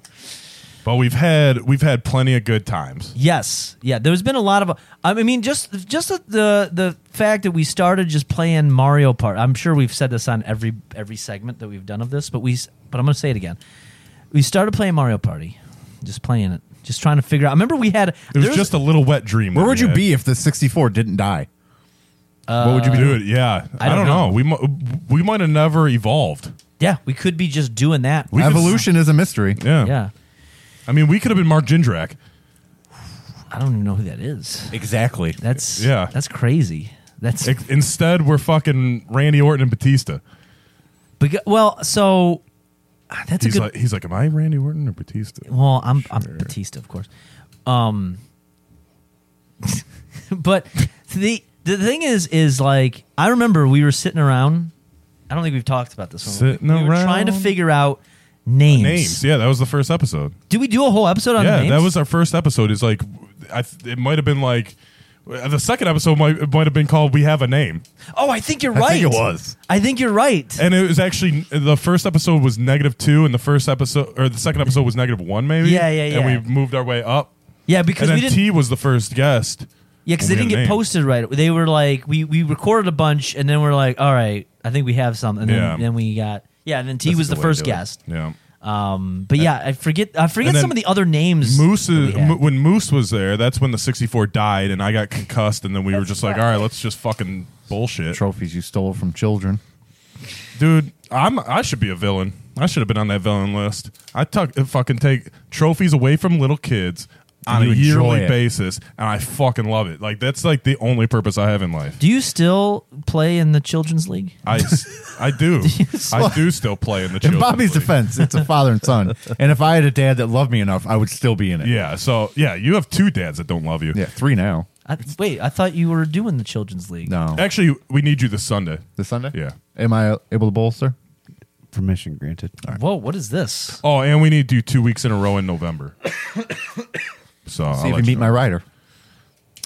Speaker 1: but we've had we've had plenty of good times.
Speaker 4: Yes. Yeah. There's been a lot of. I mean, just just the the fact that we started just playing Mario Party. I'm sure we've said this on every every segment that we've done of this, but we. s- But I'm going to say it again. We started playing Mario Party, just playing it, just trying to figure out. I remember we had.
Speaker 1: It was
Speaker 4: there's-
Speaker 1: just a little wet dream.
Speaker 7: Where
Speaker 1: that
Speaker 7: would
Speaker 1: we
Speaker 7: you
Speaker 1: had.
Speaker 7: be if the 64 didn't die?
Speaker 1: What would you be doing? Yeah, I don't,
Speaker 4: don't
Speaker 1: know.
Speaker 4: know.
Speaker 1: We mu- we might have never evolved.
Speaker 4: yeah. We could be just doing that.
Speaker 1: We could-
Speaker 7: Evolution is a mystery.
Speaker 1: yeah.
Speaker 4: yeah.
Speaker 1: I mean, we could have been Mark Jindrak.
Speaker 4: I don't even know who that is.
Speaker 7: Exactly.
Speaker 4: That's
Speaker 1: Yeah.
Speaker 4: yeah. That's crazy. That's
Speaker 1: Ex- Instead, we're fucking Randy Orton and Batista.
Speaker 4: beca- well. So ah, that's a
Speaker 1: He's
Speaker 4: good.
Speaker 1: like, he's like, am I Randy Orton or Batista?
Speaker 4: well, I'm I'm Batista, of course. Um, but the the thing is, is like I remember we were sitting around. I don't think we've talked about this one.
Speaker 1: Sitting
Speaker 4: we were trying to
Speaker 1: around.
Speaker 4: figure out names.
Speaker 1: Names. Yeah, that was the first episode.
Speaker 4: Did we do a whole episode on
Speaker 1: yeah,
Speaker 4: Oh, names?
Speaker 1: that was our first episode. Is like, I th- it might have been like the second episode might it might have been called "We Have a Name,"
Speaker 4: Oh, I think you're
Speaker 7: I
Speaker 4: right.
Speaker 7: think it was.
Speaker 4: I think you're right.
Speaker 1: and it was actually the first episode was negative two, and the first episode or the second episode was negative one, maybe.
Speaker 4: Yeah, yeah, yeah.
Speaker 1: And we moved our way up,
Speaker 4: yeah, because
Speaker 1: and
Speaker 4: we
Speaker 1: then
Speaker 4: didn't.
Speaker 1: T was the first guest.
Speaker 4: Yeah, because
Speaker 1: We had
Speaker 4: they didn't
Speaker 1: a
Speaker 4: get
Speaker 1: name.
Speaker 4: posted right. They were like, we we recorded a bunch, and then we're like, all right, I think we have something. And
Speaker 1: Yeah.
Speaker 4: then, then we got yeah, and then T was the
Speaker 7: the way to
Speaker 4: first
Speaker 7: do it.
Speaker 4: guest.
Speaker 1: Yeah.
Speaker 4: Um, but yeah, I forget I forget
Speaker 1: And then
Speaker 4: some of the other names.
Speaker 1: Moose
Speaker 4: that we
Speaker 1: is,
Speaker 4: had.
Speaker 1: m- when Moose was there, that's when the 64 died, and I got concussed, and then we were just like, all right, let's just fucking bullshit,
Speaker 7: Trophies you stole from children.
Speaker 1: dude. I'm I should be a villain. I should have been on that villain list. I tuck, fucking take trophies away from little kids on
Speaker 7: And
Speaker 1: a
Speaker 7: you enjoy
Speaker 1: yearly
Speaker 7: it.
Speaker 1: basis, and I fucking love it. Like that's like the only purpose I have in life.
Speaker 4: Do you still play in the children's league?
Speaker 1: I, s- I do. I do still play in the
Speaker 7: In
Speaker 1: children's
Speaker 7: Bobby's
Speaker 1: league.
Speaker 7: defense, it's a father and son. And if I had a dad that loved me enough, I would still be in it.
Speaker 1: Yeah. So yeah, you have two dads that don't love you.
Speaker 7: Yeah, three now.
Speaker 4: I, wait, I thought you were doing the children's league.
Speaker 7: No.
Speaker 1: Actually, we need you this Sunday.
Speaker 7: This Sunday?
Speaker 1: Yeah.
Speaker 7: Am I able to bolster?
Speaker 8: Permission granted.
Speaker 4: Whoa, what is this?
Speaker 1: Oh, and we need you two weeks in a row in November. So I'll
Speaker 7: See if
Speaker 1: let
Speaker 7: you meet
Speaker 1: know.
Speaker 7: my rider.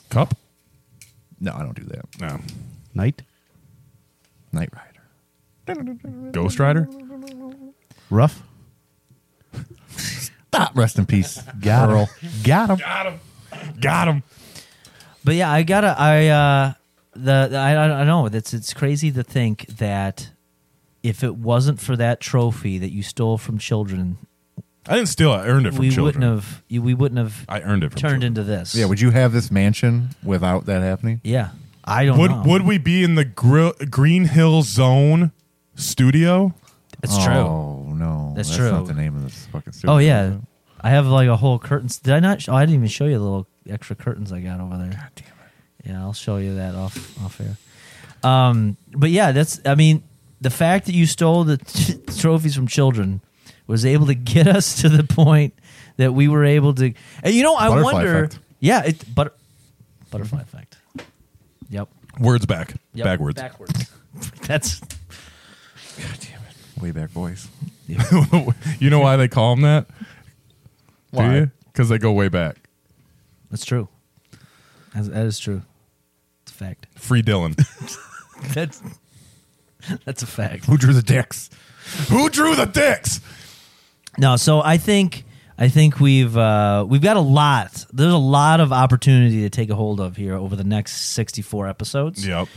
Speaker 1: cup.
Speaker 7: No, I don't do that.
Speaker 1: No.
Speaker 8: Knight.
Speaker 7: Night Rider.
Speaker 1: Ghost Rider.
Speaker 8: Rough.
Speaker 7: Stop. Rest in peace,
Speaker 8: Got
Speaker 7: Earl.
Speaker 8: him. Got him.
Speaker 1: Got him. Got him.
Speaker 4: But yeah, I gotta. I uh, the the- I I- I know that's it's crazy to think that if it wasn't for that trophy that you stole from children,
Speaker 1: I didn't steal. it. I earned it from
Speaker 4: we
Speaker 1: children.
Speaker 4: wouldn't have you, we wouldn't have
Speaker 1: I earned it from
Speaker 4: turned
Speaker 1: children.
Speaker 4: into this.
Speaker 7: Yeah, would you have this mansion without that happening?
Speaker 4: yeah. I don't
Speaker 1: Would
Speaker 4: know.
Speaker 1: would we be in the Gri- Green Hill Zone studio?
Speaker 4: it's true.
Speaker 7: Oh no,
Speaker 4: That's
Speaker 7: That's
Speaker 4: true.
Speaker 7: not the name of this fucking studio.
Speaker 4: Oh
Speaker 7: is
Speaker 4: yeah,
Speaker 7: it?
Speaker 4: I have like a whole curtains. Did I not? Sh- oh, I didn't even show you the little extra curtains I got over there. God damn it! Yeah, I'll show you that off off air. Um, but yeah, that's. I mean, the fact that you stole the trophies from children was able to get us to the point that we were able to. And you know, I
Speaker 7: Butterfly
Speaker 4: wonder.
Speaker 7: effect.
Speaker 4: Yeah, it but butterfly effect. Yep.
Speaker 1: Words back,
Speaker 4: yep.
Speaker 1: backwards.
Speaker 4: Backwards. that's
Speaker 7: way back boys.
Speaker 1: you know why they call them that?
Speaker 7: Why?
Speaker 1: Because they go way back.
Speaker 4: that's true. That's, that is true. It's a fact.
Speaker 1: Free Dylan.
Speaker 4: That's that's a fact.
Speaker 7: Who drew the dicks?
Speaker 1: Who drew the dicks?
Speaker 4: No, so I think I think we've uh, we've got a lot. There's a lot of opportunity to take a hold of here over the next 64 episodes.
Speaker 1: Yep.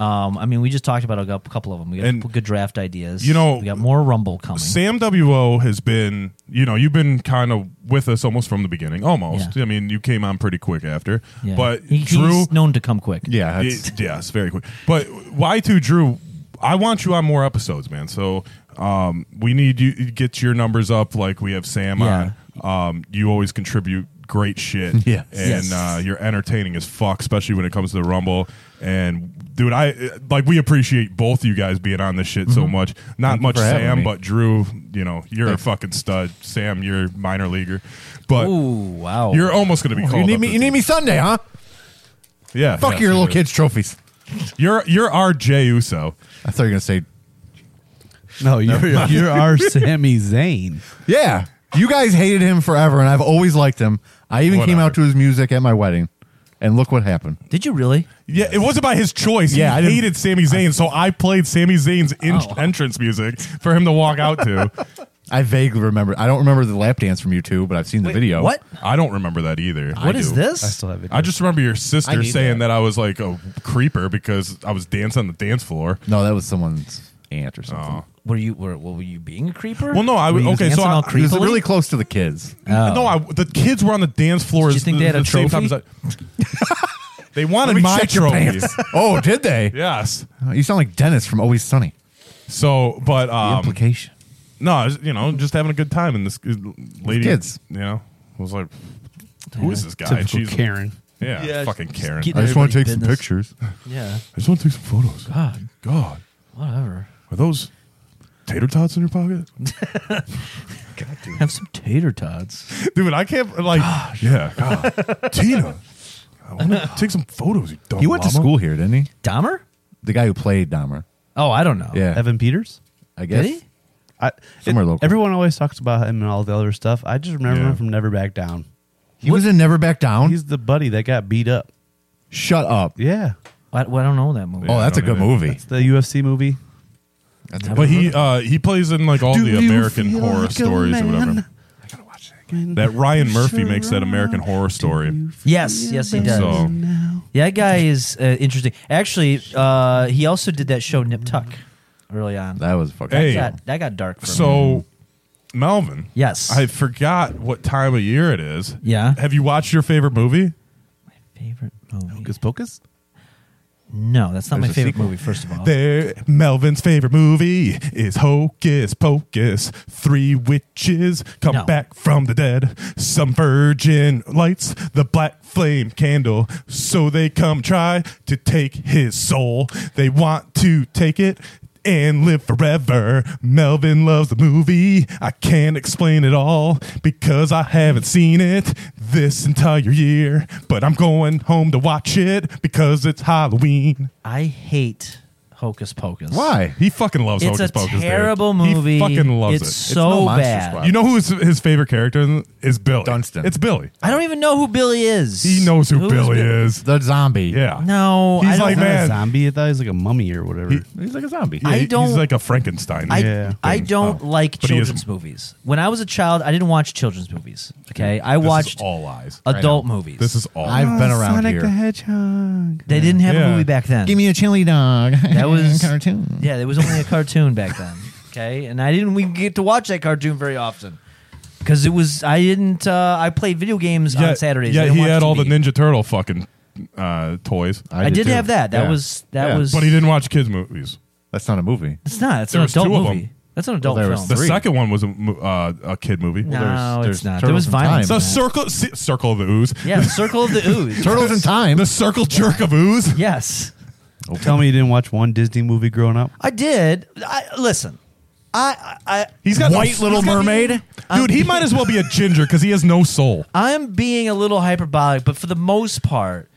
Speaker 4: Um, I mean, we just talked about a cou- couple of them. We got
Speaker 1: And,
Speaker 4: good draft ideas.
Speaker 1: you know,
Speaker 4: we got more Rumble coming.
Speaker 1: Sam WO has been, you know, you've been kind of with us almost from the beginning, almost.
Speaker 4: Yeah.
Speaker 1: I mean, you came on pretty quick after,
Speaker 4: Yeah.
Speaker 1: but
Speaker 4: He-
Speaker 1: Drew,
Speaker 4: he's known to come quick.
Speaker 7: Yeah,
Speaker 1: Y-
Speaker 7: that's,
Speaker 1: yes, very quick. But Y two Drew, I want you on more episodes, man. So um, we need you to get your numbers up. Like we have Sam
Speaker 4: Yeah.
Speaker 1: on. Um, you always contribute great shit.
Speaker 7: Yes.
Speaker 1: and
Speaker 4: Yes.
Speaker 1: Uh, you're entertaining as fuck, especially when it comes to the Rumble. And dude, I like we appreciate both you guys being on this shit so much. Not
Speaker 7: Mm-hmm. Thank you
Speaker 1: much
Speaker 7: for having
Speaker 1: Sam,
Speaker 7: me.
Speaker 1: but Drew. You know, you're
Speaker 7: Thanks.
Speaker 1: a fucking stud. Sam, you're minor leaguer, but.
Speaker 4: Ooh, wow.
Speaker 1: You're almost going to be called.
Speaker 7: Oh, you need
Speaker 1: up
Speaker 7: me.
Speaker 1: to
Speaker 7: You need
Speaker 1: team.
Speaker 7: me Sunday, huh?
Speaker 1: Yeah.
Speaker 7: Fuck
Speaker 1: yes,
Speaker 7: your
Speaker 1: you
Speaker 7: little
Speaker 1: do.
Speaker 7: kids' trophies.
Speaker 1: You're you're our Jey Uso.
Speaker 7: I thought you were gonna say,
Speaker 8: No, you're, you're our Sami Zayn.
Speaker 7: yeah. You guys hated him forever, and I've always liked him. I even came
Speaker 1: Whatever.
Speaker 7: out to his music at my wedding, and look what happened.
Speaker 4: Did you really?
Speaker 1: Yeah, it wasn't by his choice.
Speaker 7: Yeah, I
Speaker 1: he
Speaker 7: didn't-
Speaker 1: hated Sami Zayn, so I played Sami Zayn's in-
Speaker 4: Oh.
Speaker 1: entrance music for him to walk out to.
Speaker 7: I vaguely remember. I don't remember the lap dance from you two, but I've seen the video.
Speaker 4: What?
Speaker 1: I don't remember that either.
Speaker 4: What is this?
Speaker 8: I still have it.
Speaker 1: I just remember your
Speaker 7: I
Speaker 1: sister
Speaker 7: need
Speaker 1: saying that. I was like a creeper because I was dancing on the dance floor.
Speaker 7: No, that was someone's aunt or something.
Speaker 1: Oh.
Speaker 4: Were you were, well, were you being a creeper?
Speaker 1: Well, no, I
Speaker 4: Were you
Speaker 1: okay. So
Speaker 4: dancing
Speaker 1: I,
Speaker 4: all
Speaker 7: He was
Speaker 4: creepily?
Speaker 7: really close to the kids.
Speaker 1: no, I, the kids were on the dance floor.
Speaker 4: Did you
Speaker 1: as-
Speaker 4: think they had a
Speaker 1: the same time
Speaker 4: trophy?
Speaker 1: as I- they wanted my
Speaker 7: check your
Speaker 1: trophy.
Speaker 7: pants. oh, did they?
Speaker 1: yes.
Speaker 7: Uh, You sound like Dennis from Always Sunny.
Speaker 1: So, but
Speaker 7: The
Speaker 1: um,
Speaker 7: implication.
Speaker 1: no, I was, you know, just having a good time, and this lady,
Speaker 7: kids.
Speaker 1: you know, was like, "Who is this guy?" And
Speaker 8: Typical
Speaker 1: she's-
Speaker 8: Karen.
Speaker 1: Yeah, fucking Karen.
Speaker 4: Get
Speaker 7: I just want to take
Speaker 4: everybody's
Speaker 7: some
Speaker 4: business.
Speaker 7: pictures.
Speaker 4: Yeah,
Speaker 1: I just want to take some photos.
Speaker 8: Ah,
Speaker 4: God.
Speaker 1: God,
Speaker 4: whatever.
Speaker 1: are those tater tots in your pocket,
Speaker 4: Have some tater tots.
Speaker 1: dude? I can't like,
Speaker 4: Ah,
Speaker 1: yeah, God. Tina. I want to take some photos. You dumb
Speaker 7: He went to
Speaker 1: llama.
Speaker 7: school here, didn't he?
Speaker 4: Dahmer?
Speaker 7: The guy who played Dahmer.
Speaker 4: Oh, I don't know.
Speaker 7: Yeah,
Speaker 8: Evan Peters.
Speaker 7: I guess.
Speaker 4: Did he?
Speaker 8: I,
Speaker 7: Somewhere local.
Speaker 8: Everyone always talks about him and all the other stuff. I just remember
Speaker 1: Yeah.
Speaker 8: him from Never Back Down.
Speaker 7: He was in Never Back Down.
Speaker 8: He's the buddy that got beat up.
Speaker 7: Shut up.
Speaker 8: Yeah,
Speaker 4: I, well, I don't know that movie.
Speaker 1: Yeah,
Speaker 7: oh, that's
Speaker 1: I
Speaker 7: a
Speaker 1: don't
Speaker 7: good
Speaker 1: either.
Speaker 7: movie.
Speaker 8: the UFC movie.
Speaker 1: But he uh, he plays in like all
Speaker 8: Do
Speaker 1: the
Speaker 8: you
Speaker 1: American
Speaker 8: feel
Speaker 1: horror
Speaker 8: like a
Speaker 1: stories or
Speaker 8: man?
Speaker 1: whatever. That Ryan Murphy makes that American horror story.
Speaker 4: Yes, yes, he does.
Speaker 1: So
Speaker 4: Yeah, that guy is uh, interesting. Actually, uh, he also did that show Nip Tuck early on. That,
Speaker 7: That was fucking.
Speaker 1: Hey.
Speaker 4: got, that got dark for me.
Speaker 1: so. Melvin,
Speaker 4: Yes.
Speaker 1: I forgot what time of year it is.
Speaker 4: Yeah.
Speaker 1: have you watched your favorite movie?
Speaker 4: Favorite movie?
Speaker 8: Hocus Pocus.
Speaker 4: No, that's not my
Speaker 7: There's a
Speaker 4: favorite
Speaker 7: sequel.
Speaker 4: movie, first of all.
Speaker 1: There, Melvin's favorite movie is Hocus Pocus. Three witches come
Speaker 4: No.
Speaker 1: back from the dead. Some virgin lights the black flame candle, so they come try to take his soul. They want to take it and live forever. Melvin loves the movie. I can't explain it all because I haven't seen it this entire year, but I'm going home to watch it because it's Halloween.
Speaker 4: I hate Hocus Pocus.
Speaker 7: Why?
Speaker 1: He fucking loves
Speaker 4: It's
Speaker 1: Hocus
Speaker 4: a
Speaker 1: Pocus. dude.
Speaker 4: terrible movie.
Speaker 1: He fucking loves
Speaker 4: it's
Speaker 1: it.
Speaker 4: so
Speaker 7: no Monster
Speaker 4: bad.
Speaker 7: Squad.
Speaker 1: you know who's his favorite character in- is Billy
Speaker 7: Dunstan.
Speaker 1: It's Billy.
Speaker 4: I don't even know who Billy is.
Speaker 1: He knows who
Speaker 4: Who's
Speaker 1: Billy
Speaker 4: Bi-
Speaker 1: is.
Speaker 7: The zombie.
Speaker 1: Yeah.
Speaker 4: No,
Speaker 1: He's
Speaker 4: I don't
Speaker 1: like,
Speaker 8: Not
Speaker 1: man.
Speaker 8: a zombie. I thought he was like a mummy or whatever.
Speaker 1: He-
Speaker 7: He's like a zombie.
Speaker 1: Yeah,
Speaker 4: I
Speaker 1: he-
Speaker 4: don't-
Speaker 1: He's like a Frankenstein.
Speaker 4: I,
Speaker 8: Yeah.
Speaker 4: I don't like
Speaker 1: Oh. But he
Speaker 4: children's
Speaker 1: isn't.
Speaker 4: movies. When I was a child, I didn't watch children's movies. Okay, I
Speaker 1: This is
Speaker 4: watched
Speaker 1: all lies.
Speaker 4: adult movies.
Speaker 1: This is all.
Speaker 7: I've been around
Speaker 8: Sonic
Speaker 7: here.
Speaker 8: the Hedgehog.
Speaker 4: they didn't have
Speaker 1: Yeah.
Speaker 4: a movie back then.
Speaker 7: Give me a chili dog.
Speaker 4: That was
Speaker 7: cartoon.
Speaker 4: Yeah, there was only a cartoon back then. Okay, and I didn't we get to watch that cartoon very often because it was I didn't uh, I played video games
Speaker 1: yeah,
Speaker 4: on Saturdays. I
Speaker 1: Yeah,
Speaker 4: didn't
Speaker 1: he
Speaker 4: watch
Speaker 1: had all the
Speaker 4: TV.
Speaker 1: Ninja Turtle fucking uh, toys,
Speaker 7: I,
Speaker 4: I, did
Speaker 7: too.
Speaker 4: have that. That
Speaker 7: Yeah.
Speaker 4: was that
Speaker 7: Yeah.
Speaker 4: was.
Speaker 1: but he didn't watch kids movies.
Speaker 7: That's not a movie.
Speaker 4: It's not. It's
Speaker 1: There
Speaker 4: an
Speaker 1: was
Speaker 4: adult
Speaker 1: two of 'em.
Speaker 4: movie. That's an adult
Speaker 7: there was
Speaker 4: film.
Speaker 1: The
Speaker 7: Three.
Speaker 1: second one was a, mo- uh, a kid movie.
Speaker 4: no,
Speaker 7: there's- there's
Speaker 4: it's not. There
Speaker 7: Turtles
Speaker 4: was
Speaker 7: in
Speaker 4: violence.
Speaker 7: Time.
Speaker 1: The
Speaker 4: in that.
Speaker 1: circle, ci- circle of the ooze.
Speaker 4: yeah, Circle of the Ooze.
Speaker 7: Turtles in Time.
Speaker 1: The circle jerk of ooze.
Speaker 4: yes,
Speaker 8: Tell me you didn't watch one Disney movie growing up.
Speaker 4: I did. I listen. I I
Speaker 1: He's got no-
Speaker 4: White
Speaker 1: he's
Speaker 4: Little
Speaker 1: got-
Speaker 4: Mermaid. Um,
Speaker 1: dude. He might as well be a ginger because he has no soul.
Speaker 4: I'm being a little hyperbolic, but for the most part,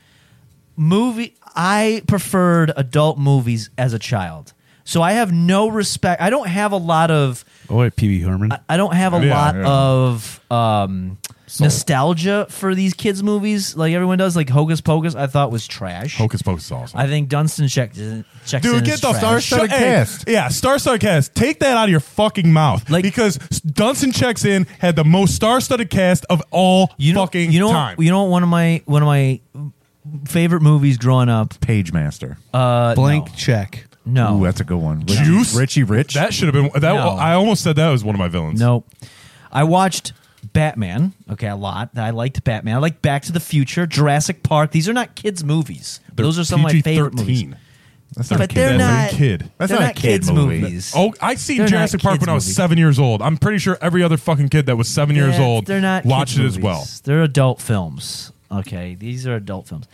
Speaker 4: movie I preferred adult movies as a child. So I have no respect. I don't have a lot of
Speaker 8: Oh, wait, Pee Wee Herman.
Speaker 4: I- I don't have a
Speaker 1: Yeah,
Speaker 4: lot
Speaker 1: yeah.
Speaker 4: of um, nostalgia for these kids movies like everyone does. Like Hocus Pocus, I thought was trash.
Speaker 1: Hocus Pocus is awesome.
Speaker 4: I think Dunstan checked checks in
Speaker 1: Dude,
Speaker 4: as
Speaker 1: get the
Speaker 4: trash.
Speaker 1: star
Speaker 7: Star-studded
Speaker 1: Hey,
Speaker 7: cast.
Speaker 1: yeah, star studded cast. Take that out of your fucking mouth.
Speaker 4: Like-
Speaker 1: because Dunson checks in had the most star studded cast of all
Speaker 4: You know,
Speaker 1: fucking
Speaker 4: you know,
Speaker 1: time.
Speaker 4: you know, one of my one of my favorite movies growing up.
Speaker 7: Page Master.
Speaker 4: Uh,
Speaker 8: Blank check.
Speaker 4: No,
Speaker 7: Ooh,
Speaker 4: no,
Speaker 7: that's a good one. Richie,
Speaker 1: Juice?
Speaker 7: Richie Rich.
Speaker 1: that should have been that.
Speaker 4: No.
Speaker 1: I almost said that was one of my villains.
Speaker 4: no. I watched Batman. Okay, a lot. I liked Batman. I liked Back to the Future, Jurassic Park. These are not kids movies.
Speaker 1: They're
Speaker 4: Those are some of my favorite movies.
Speaker 1: PG-13.
Speaker 7: that's not a
Speaker 4: But
Speaker 7: kid
Speaker 4: they're
Speaker 1: That's
Speaker 7: movie.
Speaker 4: not
Speaker 1: kid.
Speaker 7: That's
Speaker 4: they're
Speaker 7: not a
Speaker 4: not
Speaker 7: kid
Speaker 4: kids
Speaker 7: movie.
Speaker 4: movies.
Speaker 1: Oh, I seen
Speaker 4: They're not
Speaker 1: Jurassic Park
Speaker 4: kids
Speaker 1: when I was
Speaker 4: movies.
Speaker 1: seven years old. I'm pretty sure every other fucking kid that was seven years
Speaker 4: Yeah,
Speaker 1: old
Speaker 4: They're not
Speaker 1: watched it
Speaker 4: kids
Speaker 1: as well.
Speaker 4: movies. They're adult films. Okay, these are adult films.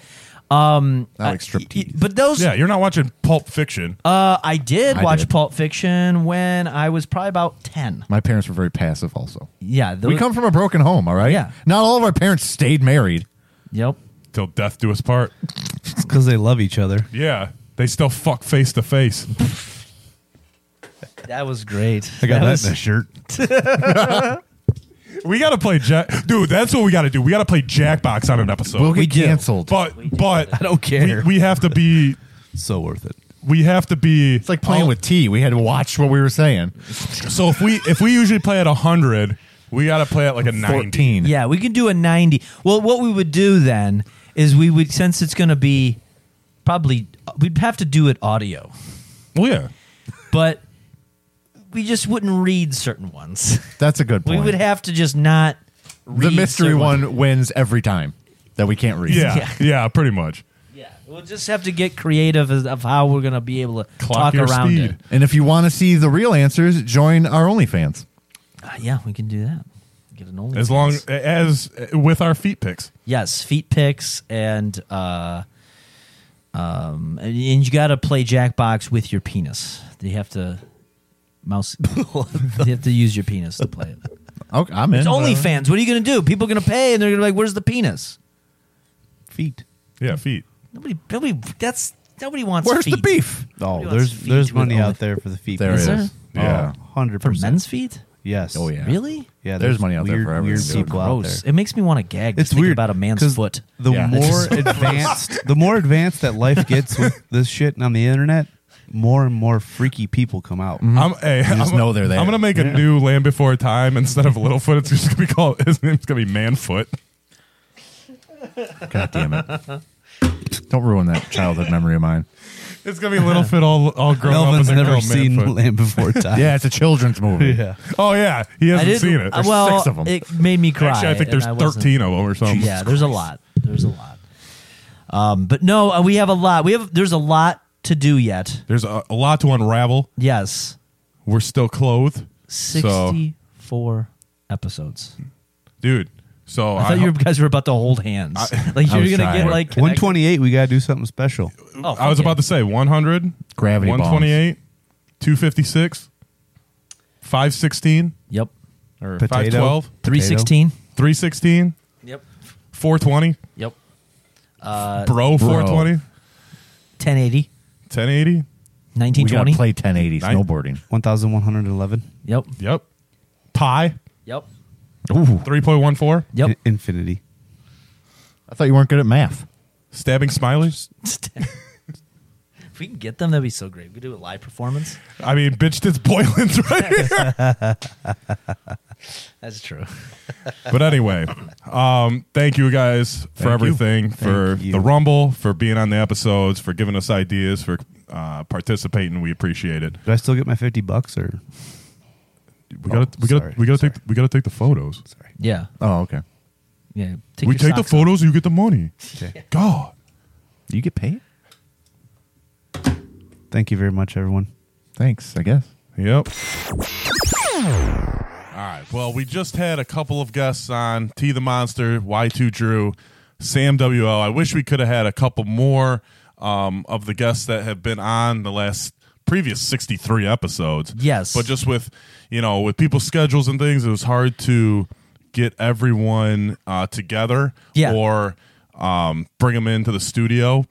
Speaker 4: Um,
Speaker 7: Not like
Speaker 4: I-
Speaker 7: striptease.
Speaker 4: But those,
Speaker 1: Yeah, you're not watching Pulp Fiction.
Speaker 4: uh, I did
Speaker 7: I
Speaker 4: watch
Speaker 7: did.
Speaker 4: Pulp Fiction when I was probably about ten.
Speaker 7: My parents were very passive. Also,
Speaker 4: Yeah,
Speaker 7: we
Speaker 4: those-
Speaker 7: come from a broken home. All right.
Speaker 4: Yeah.
Speaker 7: Not all of our parents stayed married.
Speaker 4: Yep.
Speaker 1: Till death do us part.
Speaker 8: It's because they love each other.
Speaker 1: Yeah, they still fuck face to face.
Speaker 4: That was great.
Speaker 8: I got that,
Speaker 4: was-
Speaker 8: in a shirt.
Speaker 1: We gotta play Jack, dude. That's what we gotta do. We gotta play Jackbox on an episode.
Speaker 7: We'll get
Speaker 4: do.
Speaker 7: canceled.
Speaker 1: but but I
Speaker 8: don't care.
Speaker 1: We, we have to be.
Speaker 8: So worth it.
Speaker 1: We have to be.
Speaker 7: it's like playing with tea. We had to watch what we were saying.
Speaker 1: So if we if we usually play at hundred, we gotta play at like a ninety.
Speaker 7: Fourteen.
Speaker 4: Yeah, we can do a 90. Well, what we would do then is we would, since it's going to be probably, we'd have to do it audio,
Speaker 1: Well, yeah.
Speaker 4: but we just wouldn't read certain ones.
Speaker 7: That's a good
Speaker 4: We
Speaker 7: point.
Speaker 4: would have to just not read
Speaker 7: the mystery
Speaker 4: certain ones.
Speaker 7: one wins every time that we can't read.
Speaker 1: yeah, yeah,
Speaker 4: Yeah.
Speaker 1: pretty much.
Speaker 4: Yeah, we'll just have to get creative as, of how we're going to be able to talk
Speaker 1: your
Speaker 4: around
Speaker 1: speed.
Speaker 4: it.
Speaker 7: And if you want to see the real answers, join our OnlyFans.
Speaker 4: Uh, yeah, we can do that. Get an OnlyFans.
Speaker 1: As long as with our feet picks,
Speaker 4: Yes, feet picks and uh um and and you got to play Jackbox with your penis. You have to mouse you have to use your penis to play it.
Speaker 7: Okay, Oh, I'm in.
Speaker 4: It's
Speaker 7: whatever.
Speaker 4: OnlyFans. What are you going to do? People are going to pay and they're going to be like, "Where's the penis?"
Speaker 8: Feet.
Speaker 1: yeah, feet.
Speaker 4: Nobody nobody that's nobody wants
Speaker 7: Where's the
Speaker 4: feet.
Speaker 7: beef?
Speaker 8: Oh,
Speaker 4: Who
Speaker 8: there's
Speaker 4: wants feet
Speaker 8: there's
Speaker 4: with
Speaker 8: money
Speaker 4: only-
Speaker 8: out there for the feet. Oh,
Speaker 7: There
Speaker 4: Is there?
Speaker 7: is. Yeah.
Speaker 8: hundred
Speaker 4: for
Speaker 8: percent.
Speaker 4: men's feet?
Speaker 8: Yes.
Speaker 7: Oh, yeah.
Speaker 4: Really?
Speaker 8: Yeah.
Speaker 7: There's money out there
Speaker 8: weird,
Speaker 7: for everything, dude.
Speaker 8: Weird people out there.
Speaker 4: Gross. It makes me want to gag. just
Speaker 8: It's
Speaker 4: thinking
Speaker 8: weird
Speaker 4: about a man's
Speaker 8: 'cause
Speaker 4: foot.
Speaker 8: The
Speaker 7: Yeah.
Speaker 8: more advanced, the more advanced that life gets with this shit on the internet, more and more freaky people come out.
Speaker 7: Mm-hmm.
Speaker 1: I'm, hey,
Speaker 7: just
Speaker 1: I'm-
Speaker 7: know they're there.
Speaker 1: I'm gonna make a
Speaker 7: Yeah.
Speaker 1: new Land Before Time instead of Littlefoot. It's just gonna be called. His name's gonna be Manfoot.
Speaker 7: God damn it. Don't ruin that childhood memory of mine.
Speaker 1: It's gonna be Littlefoot all all grown
Speaker 8: Melvin's
Speaker 1: up. and they're
Speaker 8: never
Speaker 1: called
Speaker 8: seen
Speaker 1: Manfoot.
Speaker 8: Land Before Time.
Speaker 7: Yeah, it's a children's movie.
Speaker 8: yeah.
Speaker 1: Oh yeah, he
Speaker 4: I
Speaker 1: hasn't
Speaker 4: didn't
Speaker 1: seen it.
Speaker 4: uh,
Speaker 7: There's
Speaker 4: well,
Speaker 7: six of 'em.
Speaker 4: it made me cry.
Speaker 1: Actually, I think
Speaker 4: and
Speaker 1: there's
Speaker 4: wasn't-
Speaker 1: 13 of them or something.
Speaker 4: yeah, there's a lot. There's a lot. Um, but no, uh, we have a lot. We have there's a lot to do yet.
Speaker 1: There's a, a lot to unravel.
Speaker 4: Yes,
Speaker 1: We're still clothed. So,
Speaker 4: sixty-four episodes.
Speaker 1: dude. So
Speaker 4: I thought you guys were about to hold hands. like
Speaker 7: I
Speaker 4: you're
Speaker 7: was
Speaker 4: gonna
Speaker 7: trying.
Speaker 4: get like
Speaker 8: One
Speaker 4: connected.
Speaker 8: twenty eight. We gotta do something special.
Speaker 4: Oh,
Speaker 1: I was
Speaker 4: fuck
Speaker 1: about to say 100,
Speaker 7: Gravity bombs.
Speaker 1: 128, 256, 516,
Speaker 4: it. Yep,
Speaker 1: or
Speaker 8: Potato.
Speaker 1: 512,
Speaker 4: three sixteen.
Speaker 1: 316,
Speaker 4: Yep,
Speaker 1: 420,
Speaker 4: yep. Uh,
Speaker 1: bro, 420,
Speaker 4: Ten eighty.
Speaker 1: 1080.
Speaker 7: We
Speaker 4: Nineteen
Speaker 7: got to
Speaker 4: twenty.
Speaker 7: play 1080
Speaker 1: Nine-
Speaker 7: snowboarding.
Speaker 8: One thousand one hundred eleven.
Speaker 4: Yep,
Speaker 1: Yep. Pi,
Speaker 4: yep,
Speaker 7: Ooh,
Speaker 1: 3.14,
Speaker 4: yep.
Speaker 8: Infinity.
Speaker 7: I thought you weren't good at math.
Speaker 1: stabbing smileys.
Speaker 4: if we can get them, that'd be so great. We could do a live performance.
Speaker 1: I mean, bitch, this Boylan's right here.
Speaker 4: That's true.
Speaker 1: but anyway, um, thank you guys for
Speaker 7: Thank you.
Speaker 1: everything, for
Speaker 8: Thank you.
Speaker 1: the rumble, for being on the episodes, for giving us ideas, for uh, participating. We appreciate it.
Speaker 8: Do I still get my fifty bucks or?
Speaker 1: We gotta, we gotta,
Speaker 8: sorry.
Speaker 1: we gotta take, we gotta take the photos.
Speaker 4: Yeah,
Speaker 7: Oh, okay.
Speaker 4: yeah.
Speaker 1: we
Speaker 4: your
Speaker 1: take the
Speaker 4: socks off.
Speaker 1: photos, you get the money.
Speaker 8: Okay.
Speaker 1: God,
Speaker 7: Do you get paid?
Speaker 8: Thank you very much, everyone.
Speaker 7: Thanks, I guess.
Speaker 1: Yep. All right. Well, we just had a couple of guests on T the Monster, Y2 Drew, Sam WL. I wish we could have had a couple more um, of the guests that have been on the last previous 63 episodes.
Speaker 4: Yes.
Speaker 1: But just with, you know, with people's schedules and things, it was hard to get everyone uh, together
Speaker 4: Yeah.
Speaker 1: or um, bring them into the studio.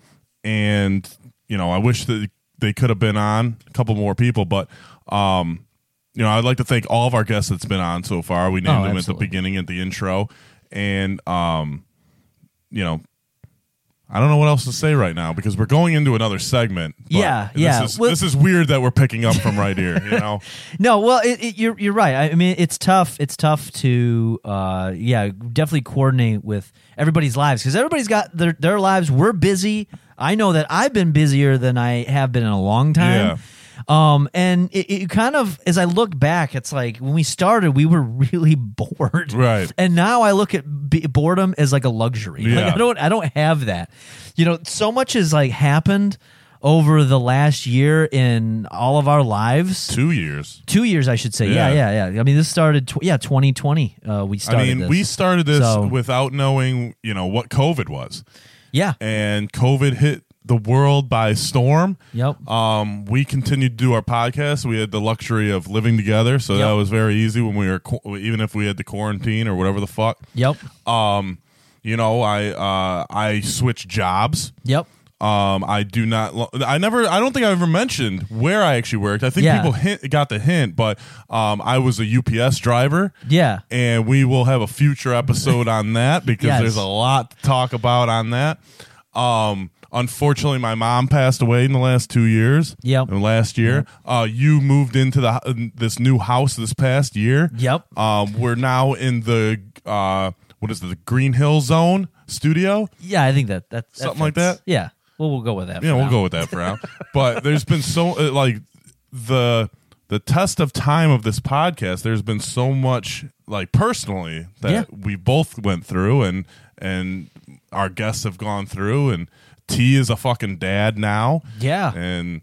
Speaker 1: And, you know, I wish that they could have been on a couple more people, but, um, you know, I'd like to thank all of our guests that's been on so far. We named
Speaker 4: Oh,
Speaker 1: them
Speaker 4: absolutely.
Speaker 1: at the beginning, at the intro. And, um, you know, I don't know what else to say right now because we're going into another segment. but
Speaker 4: Yeah,
Speaker 1: this
Speaker 4: yeah.
Speaker 1: Is,
Speaker 4: Well-
Speaker 1: this is weird that we're picking up from right here, you know?
Speaker 4: No, well, it, it, you're you're right. I, I mean, it's tough. It's tough to, uh, yeah, definitely coordinate with everybody's lives because everybody's got their their lives. We're busy. I know that I've been busier than I have been in a long time. Um, and it, it kind of, as I look back, it's like when we started, we were really bored,
Speaker 1: Right.
Speaker 4: And now I look at b- boredom as like a luxury. Like,
Speaker 1: Yeah.
Speaker 4: I don't I don't have that. You know, so much has like happened over the last year in all of our lives
Speaker 1: Two years.
Speaker 4: two years, I should say. Yeah,
Speaker 1: Yeah.
Speaker 4: yeah, yeah. I mean, this started, tw- yeah, 2020. Uh, we started.
Speaker 1: I mean,
Speaker 4: this.
Speaker 1: we started this
Speaker 4: So-
Speaker 1: without knowing, you know, what COVID was.
Speaker 4: yeah,
Speaker 1: And COVID hit the world by storm.
Speaker 4: Yep.
Speaker 1: Um, we continued to do our podcast. We had the luxury of living together, so that
Speaker 4: Yep.
Speaker 1: was very easy when we were qu- even if we had the quarantine or whatever the fuck.
Speaker 4: yep,
Speaker 1: Um, you know, I uh I switched jobs.
Speaker 4: yep.
Speaker 1: Um, I do not. Lo- I never. I don't think I ever mentioned where I actually worked. I think
Speaker 4: Yeah.
Speaker 1: people hint, got the hint, but um, I was a UPS driver.
Speaker 4: Yeah.
Speaker 1: and we will have a future episode on that because
Speaker 4: Yes.
Speaker 1: there's a lot to talk about on that. Um, unfortunately, my mom passed away in the last two years.
Speaker 4: Yep.
Speaker 1: And last year, uh, you moved into the h- this new house this past year.
Speaker 4: Yep.
Speaker 1: Um, we're now in the uh, what is it, the Green Hill Zone studio.
Speaker 4: Yeah, I think that that's
Speaker 1: Something like that?
Speaker 4: Yeah. Well, we'll go with that.
Speaker 1: Yeah,
Speaker 4: for
Speaker 1: we'll
Speaker 4: now.
Speaker 1: go with that for now. But there's been so uh, like the the test of time of this podcast. There's been so much like personally that
Speaker 4: Yeah.
Speaker 1: we both went through, and and our guests have gone through, and T is a fucking dad now.
Speaker 4: Yeah.
Speaker 1: and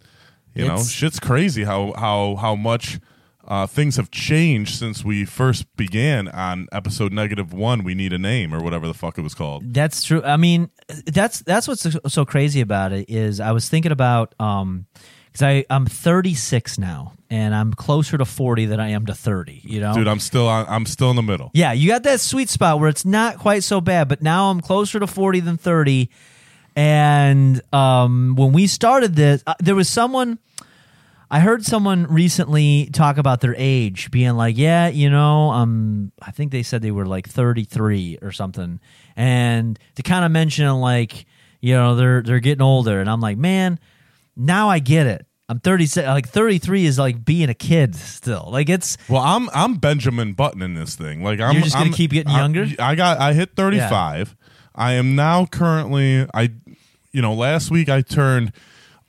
Speaker 1: you know
Speaker 4: It's-
Speaker 1: shit's crazy how how how much. Uh, things have changed since we first began on episode negative one. We need a name or whatever the fuck it was called.
Speaker 4: That's true. I mean, that's that's what's so- so crazy about it is I was thinking about um because I I'm 36 now and I'm closer to 40 than I am to 30. You know,
Speaker 1: Dude, I'm still on, I'm still in the middle.
Speaker 4: Yeah, you got that sweet spot where it's not quite so bad, but now I'm closer to 40 than 30. And um, when we started this, uh, there was someone, I heard someone recently talk about their age, being like, yeah, you know, um, I think they said they were like 33 or something. And to kind of mention, like, you know, they're, they're getting older. And I'm like, man, now I get it. I'm 36. Like 33 is like being a kid still. Like it's
Speaker 1: Well, I'm I'm Benjamin Button in this thing. Like I'm
Speaker 4: You're just gonna
Speaker 1: I'm-
Speaker 4: keep getting
Speaker 1: I-
Speaker 4: younger?
Speaker 1: I got I hit 35. I am now currently I you know last week I turned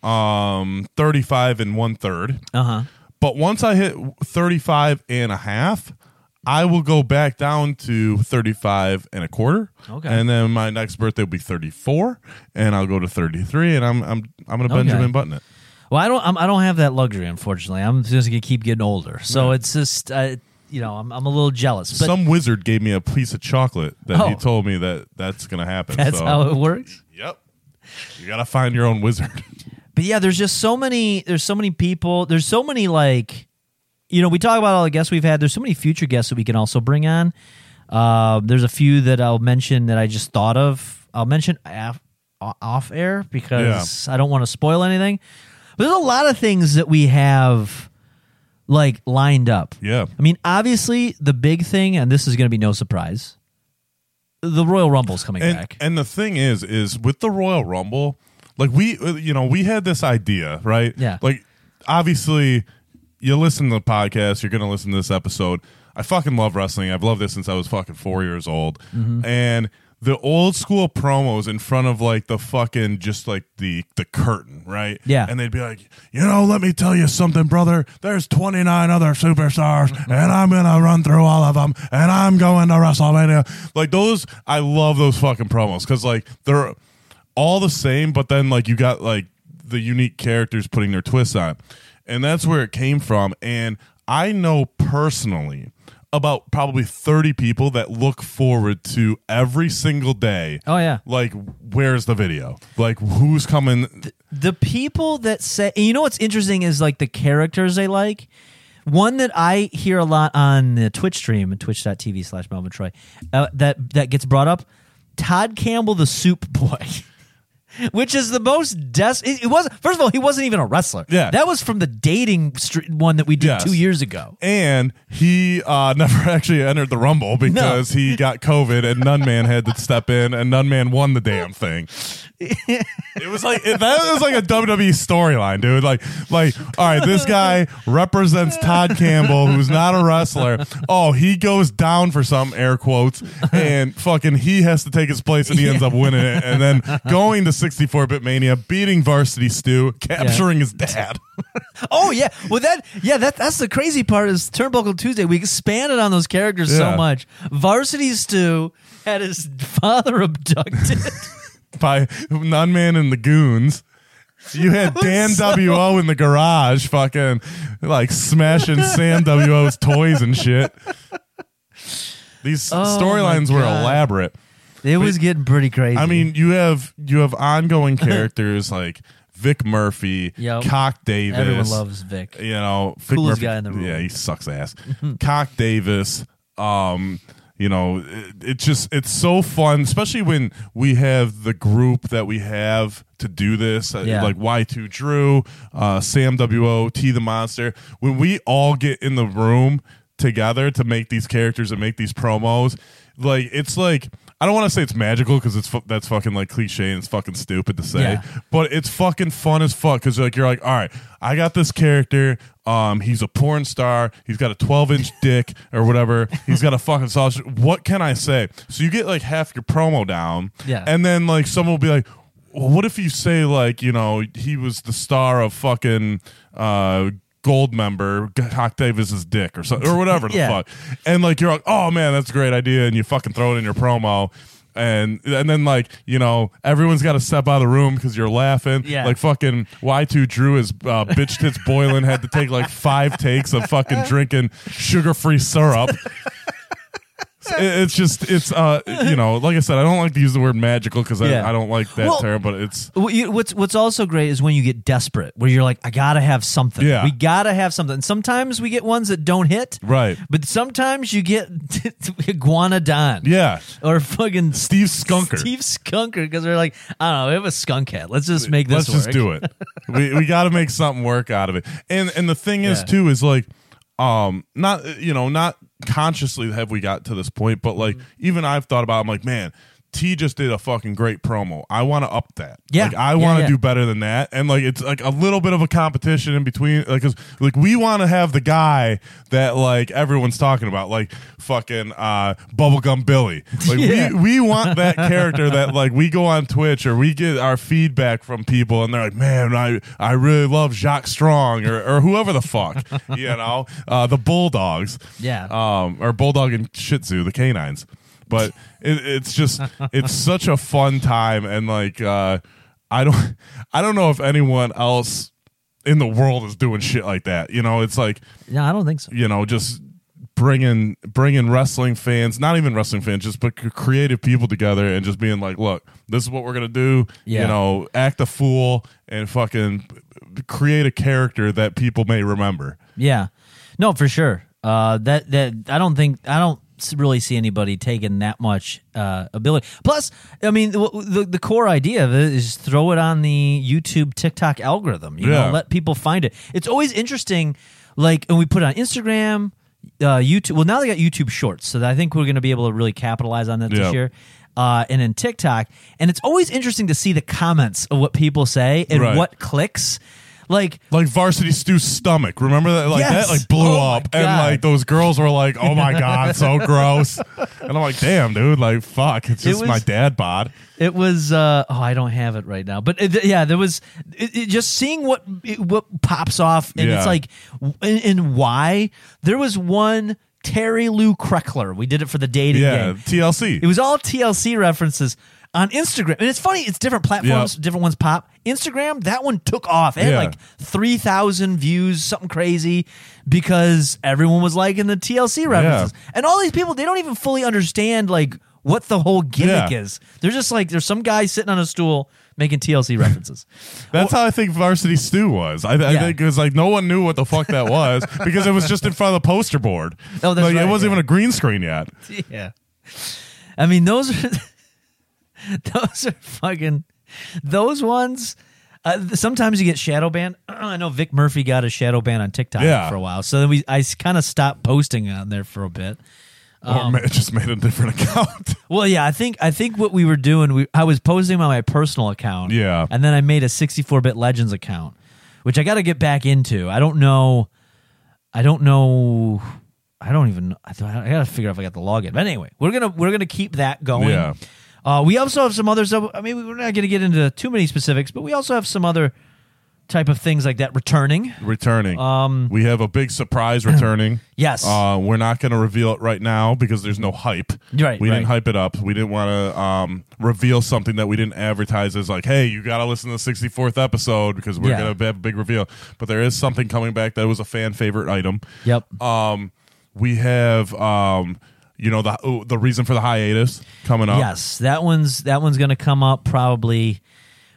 Speaker 1: um 35 and one third.
Speaker 4: uh huh.
Speaker 1: But once I hit 35 and a half, I will go back down to 35 and a quarter.
Speaker 4: Okay.
Speaker 1: And then my next birthday will be 34 and I'll go to 33 and I'm I'm I'm going to
Speaker 4: Okay.
Speaker 1: Benjamin Button it.
Speaker 4: Well, I don't. I'm, I don't have that luxury, unfortunately. I'm just gonna keep getting older, so it's just, uh, you know, I'm, I'm a little jealous. But
Speaker 1: Some wizard gave me a piece of chocolate that he
Speaker 4: Oh.
Speaker 1: told me that that's going to happen.
Speaker 4: that's
Speaker 1: so.
Speaker 4: how it works.
Speaker 1: Yep. You gotta find your own wizard.
Speaker 4: But yeah, there's just so many. There's so many people. There's so many like, you know, we talk about all the guests we've had. There's so many future guests that we can also bring on. Uh, there's a few that I'll mention that I just thought of. I'll mention af- o- off air because I don't want to spoil anything. But there's a lot of things that we have like lined up.
Speaker 1: Yeah.
Speaker 4: I mean, obviously, the big thing, and this is going to be no surprise, the Royal Rumble's coming
Speaker 1: And
Speaker 4: back.
Speaker 1: and the thing is, is with the Royal Rumble, like we, uh, you know, we had this idea, right?
Speaker 4: Yeah.
Speaker 1: Like, obviously, you listen to the podcast, you're gonna listen to this episode. I fucking love wrestling. I've loved this since I was fucking four years old,
Speaker 4: Mm-hmm.
Speaker 1: and. The old school promos in front of like the fucking just like the the curtain, right?
Speaker 4: Yeah.
Speaker 1: And they'd be like, you know, let me tell you something, brother. There's 29 other superstars, and I'm gonna run through all of them, and I'm going to WrestleMania. Like those, I love those fucking promos because like they're all the same, but then like you got like the unique characters putting their twists on. it. And that's where it came from. And I know personally about probably 30 people that look forward to every single day.
Speaker 4: Oh, yeah.
Speaker 1: Like, where's the video? Like, who's coming?
Speaker 4: the people that say and you know what's interesting is like the characters they like one that i hear a lot on the twitch stream twitch.tv slash melvin troy uh, that that gets brought up todd campbell the soup boy Which is the most des? It, it was first of all he wasn't even a wrestler.
Speaker 1: Yeah.
Speaker 4: that was from the dating str- one that we did
Speaker 1: Yes.
Speaker 4: two years ago.
Speaker 1: And he uh, never actually entered the Rumble because he got COVID, and Nunman had to step in, and Nunman won the damn thing. It was like it, that was like a WWE storyline, dude. Like, like, all right, this guy represents Todd Campbell, who's not a wrestler. Oh, he goes down for some air quotes, and fucking he has to take his place, and he ends up winning it, and then going to 64-bit Mania, beating Varsity Stew, capturing his dad.
Speaker 4: Oh yeah, well that yeah that that's the crazy part is Turnbuckle Tuesday. We expanded on those characters
Speaker 1: Yeah.
Speaker 4: so much. Varsity Stew had his father abducted.
Speaker 1: by Nunman and the Goons. You had Dan W.O. in the garage fucking like smashing Sam W.O.'s toys and shit. These
Speaker 4: Oh,
Speaker 1: storylines
Speaker 4: my
Speaker 1: were
Speaker 4: God.
Speaker 1: elaborate.
Speaker 4: It was getting pretty crazy.
Speaker 1: I mean, you have you have ongoing characters like Vic Murphy,
Speaker 4: Yep.
Speaker 1: Cock Davis.
Speaker 4: everyone loves Vic.
Speaker 1: you know, Vic
Speaker 4: Coolest
Speaker 1: Murphy-
Speaker 4: guy in the room. Mm-hmm.
Speaker 1: Yeah, he sucks ass. Cock Davis. Um, you know, it, it just it's so fun, especially when we have the group that we have to do this, uh,
Speaker 4: Yeah.
Speaker 1: like Y2 Drew, uh, Sam WO, T the Monster. When we all get in the room together to make these characters and make these promos, like it's like I don't want to say it's magical because it's fu- that's fucking like cliche and it's fucking stupid to say,
Speaker 4: Yeah.
Speaker 1: but it's fucking fun as fuck because like you're like, all right, I got this character. Um, he's a porn star. He's got a 12 inch dick or whatever. He's got a fucking sausage. What can I say? So you get like half your promo down,
Speaker 4: Yeah.
Speaker 1: and then like someone will be like. Well, what if you say like you know he was the star of fucking uh, gold member Hawk Davis's dick or something or whatever the
Speaker 4: Yeah.
Speaker 1: fuck, and like you're like oh man that's a great idea and you fucking throw it in your promo and and then like you know everyone's got to step out of the room because you're laughing
Speaker 4: Yeah.
Speaker 1: like fucking y2 drew is uh, bitch tits boiling had to take like five takes of fucking drinking sugar-free syrup It- it's just it's uh you know like i said i don't like to use the word magical because
Speaker 4: Yeah.
Speaker 1: I, I don't like that
Speaker 4: Well-
Speaker 1: term but it's
Speaker 4: What you- What's what's also great is when you get desperate, where you're like, I gotta have something.
Speaker 1: Yeah.
Speaker 4: We gotta have something. And sometimes we get ones that don't hit,
Speaker 1: right
Speaker 4: but sometimes you get iguanodon,
Speaker 1: yeah
Speaker 4: or fucking
Speaker 1: steve skunker
Speaker 4: Steve Skunker, because they're like, I don't know, we have a skunk head. Let's just make this.
Speaker 1: let's just
Speaker 4: work.
Speaker 1: do it we, we got to make something work out of it and and the thing is
Speaker 4: Yeah.
Speaker 1: too is like um not you know not consciously have we got to this point but like
Speaker 4: Mm-hmm.
Speaker 1: even i've thought about i'm like man T just did a fucking great promo. I want to up that.
Speaker 4: Yeah.
Speaker 1: Like, I
Speaker 4: Yeah,
Speaker 1: want to
Speaker 4: yeah.
Speaker 1: do better than that. And like it's like a little bit of a competition in between. Like, 'cause, like we want to have the guy that like everyone's talking about, like fucking uh, bubblegum Billy. Like
Speaker 4: Yeah.
Speaker 1: we we want that character that like we go on Twitch or we get our feedback from people and they're like, man, I I really love Jacques Strong or, or whoever the fuck, you know, uh, the Bulldogs,
Speaker 4: Yeah.
Speaker 1: um, or Bulldog and Shih Tzu, the canines. But it, it's just it's such a fun time and like uh, I don't I don't know if anyone else in the world is doing shit like that. You know, it's like
Speaker 4: No, I don't think so.
Speaker 1: you know just bringing bringing wrestling fans not even wrestling fans just but c- creative people together and just being like look this is what we're gonna do
Speaker 4: Yeah.
Speaker 1: you know act a fool and fucking create a character that people may remember
Speaker 4: Yeah, no, for sure. Uh, that that I don't think I don't s- really see anybody taking that much uh, ability. Plus, I mean, the, the the core idea of it is throw it on the YouTube TikTok algorithm. You
Speaker 1: Yeah.
Speaker 4: know, let people find it. It's always interesting. Like, and we put it on Instagram, uh, YouTube. Well, now they got YouTube Shorts, so I think we're going to be able to really capitalize on that
Speaker 1: Yeah.
Speaker 4: this year. Uh, and in TikTok, and it's always interesting to see the comments of what people say and
Speaker 1: Right.
Speaker 4: what clicks. Like,
Speaker 1: like varsity stew's stomach remember that like
Speaker 4: Yes.
Speaker 1: that like blew
Speaker 4: Oh my
Speaker 1: up and
Speaker 4: God.
Speaker 1: like those girls were like oh my god so gross and i'm like damn dude like fuck it's
Speaker 4: It
Speaker 1: just
Speaker 4: was-
Speaker 1: my dad bod
Speaker 4: It was uh, oh, I don't have it right now, but it, yeah, there was it, it- just seeing what it, what pops off, and
Speaker 1: Yeah.
Speaker 4: it's like w- and, and why there was one Terry Lou Kreckler. We did it for the dating
Speaker 1: yeah
Speaker 4: game.
Speaker 1: tlc
Speaker 4: It was all TLC references. on Instagram. And it's funny, it's different platforms,
Speaker 1: Yeah.
Speaker 4: different ones pop. Instagram, that one took off. It had
Speaker 1: Yeah.
Speaker 4: like 3,000 views, something crazy, because everyone was liking the TLC references. And all these people, they don't even fully understand like what the whole gimmick
Speaker 1: Yeah.
Speaker 4: is. They're just like, there's some guy sitting on a stool making TLC references.
Speaker 1: That's how I think Varsity Stew was. I, I
Speaker 4: Yeah.
Speaker 1: think it was like no one knew what the fuck that was because it was just in front of the poster board.
Speaker 4: Oh, that's
Speaker 1: like,
Speaker 4: right,
Speaker 1: It wasn't
Speaker 4: yeah.
Speaker 1: even a green screen yet.
Speaker 4: yeah. I mean, those are those are fucking those ones. Uh, th- sometimes you get shadow banned. I know Vic Murphy got a shadow ban on TikTok
Speaker 1: Yeah.
Speaker 4: for a while, so then we I kind of stopped posting on there for a bit. Um,
Speaker 1: or ma- it just made a different account.
Speaker 4: Well, yeah, I think I think what we were doing, we I was posting on my personal account,
Speaker 1: Yeah.
Speaker 4: and then I made a 64-bit Legends account, which I got to get back into. I don't know, I don't know, I don't even. I, th- I got to figure out if I got the login. But anyway, we're gonna we're gonna keep that going.
Speaker 1: Yeah.
Speaker 4: Uh, we also have some other stuff. I mean, we're not gonna get into too many specifics, but we also have some other type of things like that returning.
Speaker 1: returning. Um, we have a big surprise returning.
Speaker 4: Yes.
Speaker 1: Uh, we're not going to reveal it right now because there's no hype.
Speaker 4: Right,
Speaker 1: We didn't
Speaker 4: right.
Speaker 1: hype it up. We didn't want to um, reveal something that we didn't advertise as like, hey, you got to listen to the 64th episode because we're
Speaker 4: Yeah.
Speaker 1: going to have a big reveal. But there is something coming back that was a fan favorite item.
Speaker 4: Yep.
Speaker 1: Um, we have, um, you know, the oh, the reason for the hiatus coming up.
Speaker 4: Yes, that one's that one's going to come up probably.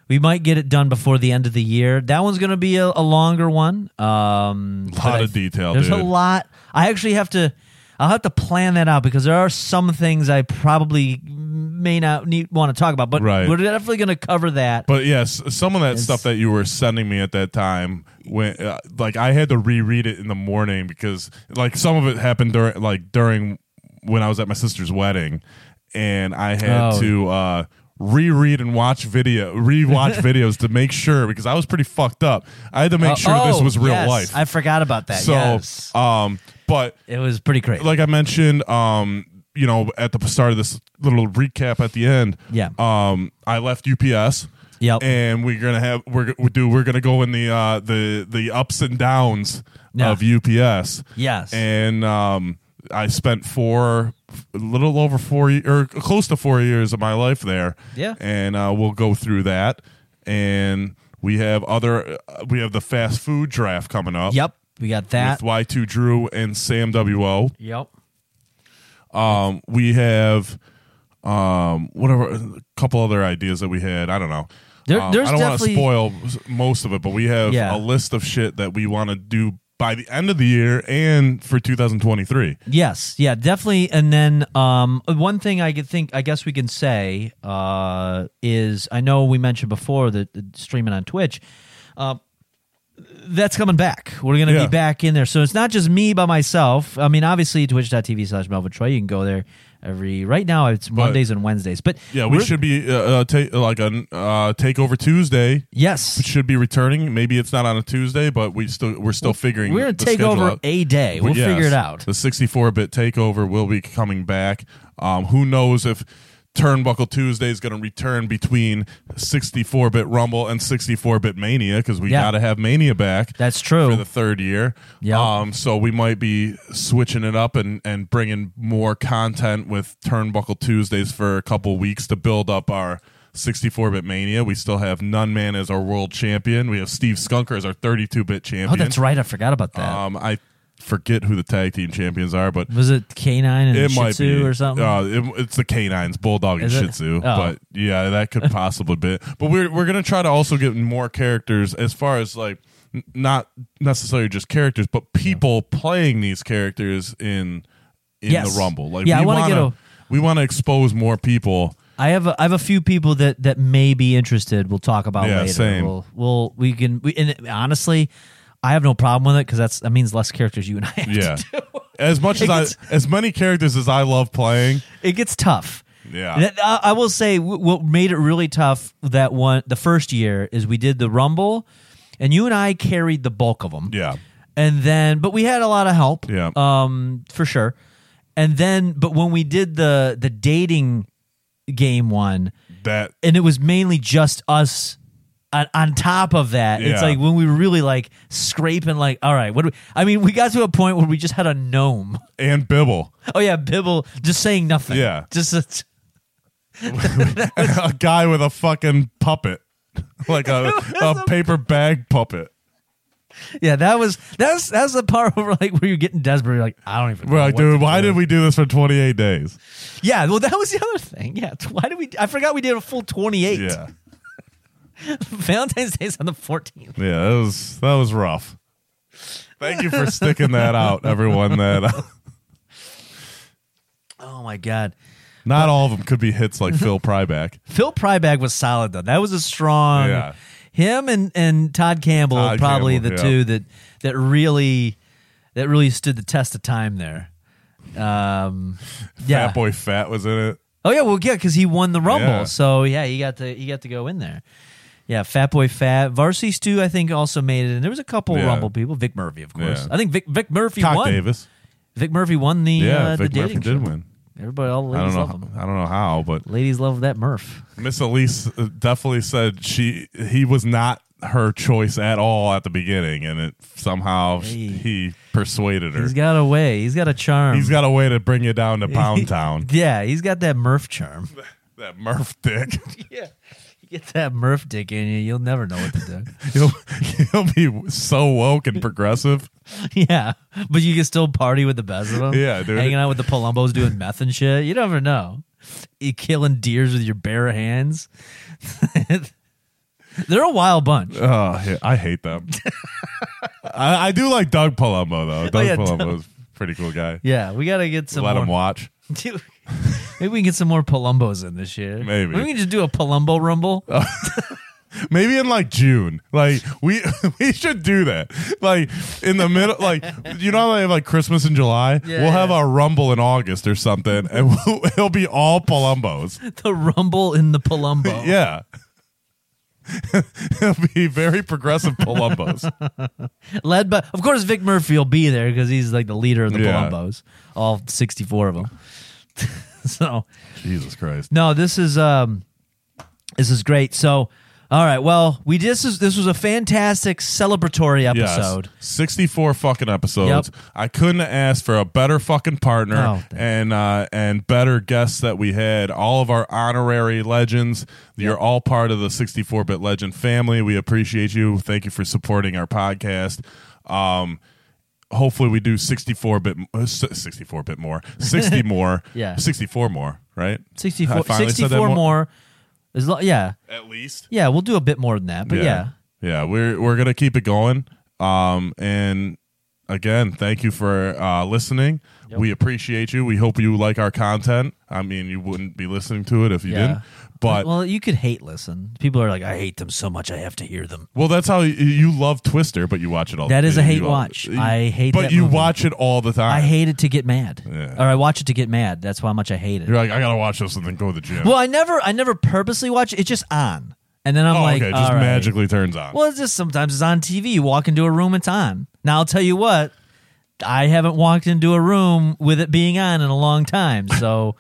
Speaker 4: We might get it done before the end of the year. That one's going to be a, a longer one. Um, but
Speaker 1: Lot
Speaker 4: I-
Speaker 1: of detail,
Speaker 4: There's a
Speaker 1: dude.
Speaker 4: lot. I actually have to. I'll have to plan that out because there are some things I probably may not need want to talk about. But
Speaker 1: Right.
Speaker 4: we're definitely going to cover that.
Speaker 1: But yes, some of that stuff that you were sending me at that time, when uh, like I had to reread it in the morning because like some of it happened during like during when I was at my sister's wedding, and I had
Speaker 4: Oh.
Speaker 1: to uh, reread and watch video, rewatch videos to make sure because I was pretty fucked up. I had to make
Speaker 4: Uh,
Speaker 1: sure this
Speaker 4: oh,
Speaker 1: was real
Speaker 4: yes,
Speaker 1: life.
Speaker 4: I forgot about that.
Speaker 1: so,
Speaker 4: yes,
Speaker 1: um, but
Speaker 4: it was pretty crazy.
Speaker 1: like I mentioned, um, you know, at the start of this little recap at the end,
Speaker 4: Yeah.
Speaker 1: um, I left UPS.
Speaker 4: Yep.
Speaker 1: And we're gonna have we're we do we're gonna go in the uh the the ups and downs
Speaker 4: Yeah.
Speaker 1: of UPS.
Speaker 4: Yes.
Speaker 1: And um, I spent four, a little over four ye- or close to four years of my life there.
Speaker 4: Yeah.
Speaker 1: And uh, we'll go through that, and we have other uh, we have the fast food draft coming up.
Speaker 4: yep, we got that.
Speaker 1: uh, With Y two Drew and Sam W O.
Speaker 4: Yep.
Speaker 1: Um, we have um, whatever a couple other ideas that we had. I don't know.
Speaker 4: There-
Speaker 1: Um,
Speaker 4: there's
Speaker 1: I don't want to
Speaker 4: definitely-
Speaker 1: spoil s- most of it, but we have
Speaker 4: Yeah.
Speaker 1: a list of shit that we want to do by the end of the year and for 2023.
Speaker 4: Yes, yeah, definitely. And then um, one thing I could think, I guess we can say uh, is, I know we mentioned before the, the streaming on Twitch. Uh, that's coming back. We're gonna
Speaker 1: Yeah.
Speaker 4: be back in there, so it's not just me by myself. I mean, obviously, twitch.tv slash Melvin Troy. You can go there every. Right now, it's Mondays and Wednesdays, but
Speaker 1: Yeah, we
Speaker 4: we're-
Speaker 1: should be uh, uh, ta- like a uh, takeover Tuesday
Speaker 4: Yes,
Speaker 1: should be returning. Maybe it's not on a Tuesday, but we still we're still figuring.
Speaker 4: we're gonna
Speaker 1: the
Speaker 4: take
Speaker 1: schedule
Speaker 4: over
Speaker 1: out.
Speaker 4: a day. We'll
Speaker 1: Yes,
Speaker 4: figure it out.
Speaker 1: The 64 bit takeover will be coming back. Um, who knows if Turnbuckle Tuesday is going to return between 64 bit Rumble and 64 bit Mania because we
Speaker 4: Yeah.
Speaker 1: got to have Mania back.
Speaker 4: That's true.
Speaker 1: For the third year.
Speaker 4: Yeah.
Speaker 1: Um, so we might be switching it up and, and bringing more content with Turnbuckle Tuesdays for a couple weeks to build up our. 64-bit mania. We still have Nunman as our world champion. We have Steve Skunker as our 32-bit champion.
Speaker 4: Oh, that's right. I forgot about that.
Speaker 1: Um, I forget who the tag team champions are, but
Speaker 4: Was it canine and
Speaker 1: it
Speaker 4: Shih
Speaker 1: might
Speaker 4: Tzu
Speaker 1: be
Speaker 4: or something?
Speaker 1: Uh, it- it's the canines, bulldog and
Speaker 4: Is it?
Speaker 1: Shih Tzu.
Speaker 4: Oh.
Speaker 1: But yeah, that could possibly be. But we're we're gonna try to also get more characters as far as like n- not necessarily just characters, but people playing these characters in in
Speaker 4: Yes.
Speaker 1: the Rumble. Like
Speaker 4: Yeah, I
Speaker 1: we
Speaker 4: wanna
Speaker 1: want
Speaker 4: get
Speaker 1: to we want to expose more people.
Speaker 4: I have a, I have a few people that that may be interested. We'll talk about
Speaker 1: Yeah,
Speaker 4: later.
Speaker 1: same.
Speaker 4: We'll, we'll we can we, and honestly, I have no problem with it because that's that means less characters you and I. Have to
Speaker 1: Yeah.
Speaker 4: do.
Speaker 1: As much as I,
Speaker 4: gets-
Speaker 1: as many characters as I love playing,
Speaker 4: it gets tough.
Speaker 1: Yeah.
Speaker 4: That- I, I will say w- what made it really tough that one the first year is we did the rumble, and you and I carried the bulk of them.
Speaker 1: yeah,
Speaker 4: And then, but we had a lot of help.
Speaker 1: Yeah.
Speaker 4: Um, for sure. And then, but when we did the the dating game one,
Speaker 1: that
Speaker 4: and it was mainly just us on, on top of that it's
Speaker 1: Yeah.
Speaker 4: like when we were really like scraping like all right what do we, i mean we got to a point where we just had a gnome
Speaker 1: and Bibble.
Speaker 4: oh yeah bibble just saying nothing
Speaker 1: Yeah.
Speaker 4: just
Speaker 1: a guy with a fucking puppet, like a, a paper bag puppet.
Speaker 4: Yeah, that was that's that's the part where like where you're getting desperate. You're like, I don't even.
Speaker 1: We're
Speaker 4: know
Speaker 1: like,
Speaker 4: what to
Speaker 1: dude, why
Speaker 4: do."
Speaker 1: did we do this for 28 days?
Speaker 4: Yeah, well, that was the other thing. Yeah, t- why did we? I forgot we did a full twenty eight.
Speaker 1: Yeah,
Speaker 4: Valentine's Day's on the fourteenth.
Speaker 1: yeah, that was that was rough. Thank you for sticking that out, everyone. That uh,
Speaker 4: Oh my god,
Speaker 1: not all of them could be hits like Phil Pryback.
Speaker 4: Phil Prybag was solid though. That was a strong.
Speaker 1: Yeah.
Speaker 4: Him and and Todd Campbell
Speaker 1: Todd
Speaker 4: probably
Speaker 1: Campbell,
Speaker 4: the
Speaker 1: yeah.
Speaker 4: two that that really that really stood the test of time there. Um, yeah.
Speaker 1: Fat Boy Fat was in it.
Speaker 4: Oh yeah, well yeah, because he won the Rumble,
Speaker 1: Yeah.
Speaker 4: so yeah, he got to he got to go in there. Yeah, Fat Boy Fat, Varsity Stew, I think also made it, and there was a couple
Speaker 1: Yeah.
Speaker 4: Rumble people. Vic Murphy, of course.
Speaker 1: Yeah.
Speaker 4: I think Vic Vic Murphy
Speaker 1: Cock
Speaker 4: won.
Speaker 1: Davis.
Speaker 4: Vic Murphy won the
Speaker 1: Yeah,
Speaker 4: uh,
Speaker 1: Vic
Speaker 4: the
Speaker 1: Murphy
Speaker 4: dating
Speaker 1: did
Speaker 4: show.
Speaker 1: win.
Speaker 4: Everybody, all the
Speaker 1: I don't
Speaker 4: ladies
Speaker 1: know.
Speaker 4: love him.
Speaker 1: I don't know how, but
Speaker 4: Ladies love that Murph.
Speaker 1: Miss Elise uh, definitely said she he was not her choice at all at the beginning, and it somehow
Speaker 4: Hey.
Speaker 1: he persuaded her.
Speaker 4: He's got a way. He's got a charm.
Speaker 1: He's got a way to bring you down to Pound Town.
Speaker 4: yeah, he's got that Murph charm.
Speaker 1: that Murph dick.
Speaker 4: You get that Murph dick in you, you'll never know what to
Speaker 1: he'll, he'll be so woke and progressive.
Speaker 4: do. yeah, but you can still party with the best of them.
Speaker 1: Yeah, dude.
Speaker 4: hanging out with the Palumbos doing meth and shit. You never know. You killing deers with your bare hands. They're a wild bunch.
Speaker 1: Oh, yeah, I hate them. I, I do like Doug Palumbo though. Doug
Speaker 4: Oh, yeah,
Speaker 1: Palumbo's
Speaker 4: Doug.
Speaker 1: a pretty cool guy.
Speaker 4: Yeah, we gotta get some.
Speaker 1: Let
Speaker 4: more.
Speaker 1: him watch.
Speaker 4: Dude, maybe we can get some more Palumbos in this year.
Speaker 1: Maybe. Oh.
Speaker 4: we can just do a Palumbo rumble.
Speaker 1: Maybe in like June. Like we we should do that. Like in the middle like you know how they have like Christmas in July?
Speaker 4: Yeah,
Speaker 1: we'll have
Speaker 4: yeah.
Speaker 1: our rumble in August or something and we'll, it'll be all Palumbos.
Speaker 4: the rumble in the Palumbo.
Speaker 1: Yeah. it'll be very progressive Palumbos.
Speaker 4: led by, of course, Vic Murphy will be there because he's like the leader of the
Speaker 1: Yeah.
Speaker 4: Palumbos, all sixty-four of them. so
Speaker 1: Jesus Christ.
Speaker 4: no, this is um, this is great. So, all right, well, we this is this was a fantastic celebratory episode.
Speaker 1: Yes. 64 fucking episodes.
Speaker 4: Yep.
Speaker 1: I couldn't ask for a better fucking
Speaker 4: Oh,
Speaker 1: partner
Speaker 4: thank
Speaker 1: and uh, and better guests that we had. All of our honorary legends. You're all part of the 64 bit legend family. We appreciate you. Thank you for supporting our podcast. Um, hopefully we do 64 bit 64 bit more 60 more
Speaker 4: Yeah.
Speaker 1: 64 more right I
Speaker 4: 64,
Speaker 1: finally said that
Speaker 4: 64 more. As lo- yeah,
Speaker 1: at least
Speaker 4: yeah, we'll do a bit more than that, but yeah.
Speaker 1: yeah, we're we're gonna keep it going. Um, and again, thank you for uh, listening. We appreciate you. We hope you like our content. I mean, you wouldn't be listening to it if you
Speaker 4: Yeah.
Speaker 1: didn't. But well,
Speaker 4: well, you could hate listen. People are like, I hate them so much, I have to hear them.
Speaker 1: that's how you, you love Twister, but you watch it all.
Speaker 4: That is a
Speaker 1: you-
Speaker 4: hate
Speaker 1: you-
Speaker 4: watch. I hate
Speaker 1: But
Speaker 4: that
Speaker 1: you
Speaker 4: movie.
Speaker 1: watch it all the time.
Speaker 4: I hate it to get mad,
Speaker 1: Yeah.
Speaker 4: or I watch it to get mad. That's how much I hate it.
Speaker 1: You're like, I gotta watch this and then go to the gym.
Speaker 4: Well, I never, I never purposely watch it. It's just on, and then I'm
Speaker 1: oh,
Speaker 4: like,
Speaker 1: okay, it just
Speaker 4: "All right."
Speaker 1: magically turns on.
Speaker 4: Well, it's just sometimes it's on TV. You walk into a room, it's on. Now I'll tell you what, I haven't walked into a room with it being on in a long time. So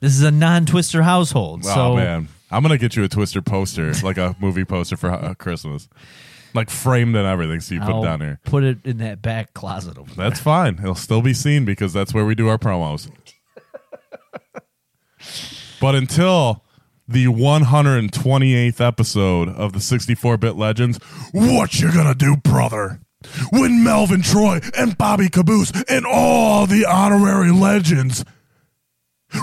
Speaker 4: this is a non-twister household. so
Speaker 1: oh man, I'm gonna get you a Twister poster, like a movie poster for uh, Christmas, like framed and everything, so you put
Speaker 4: I'll
Speaker 1: it down here.
Speaker 4: Put it in that back closet over there.
Speaker 1: That's fine. It'll still be seen because that's where we do our promos. but until the 128th episode of the 64-bit legends, what you gonna do, brother? When Melvin Troy and Bobby Caboose and all the honorary legends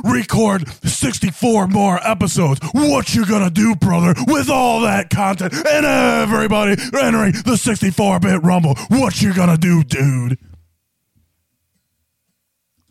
Speaker 1: record 64 more episodes, what you gonna do, brother? With all that content and everybody entering the 64-bit rumble, what you gonna do, dude?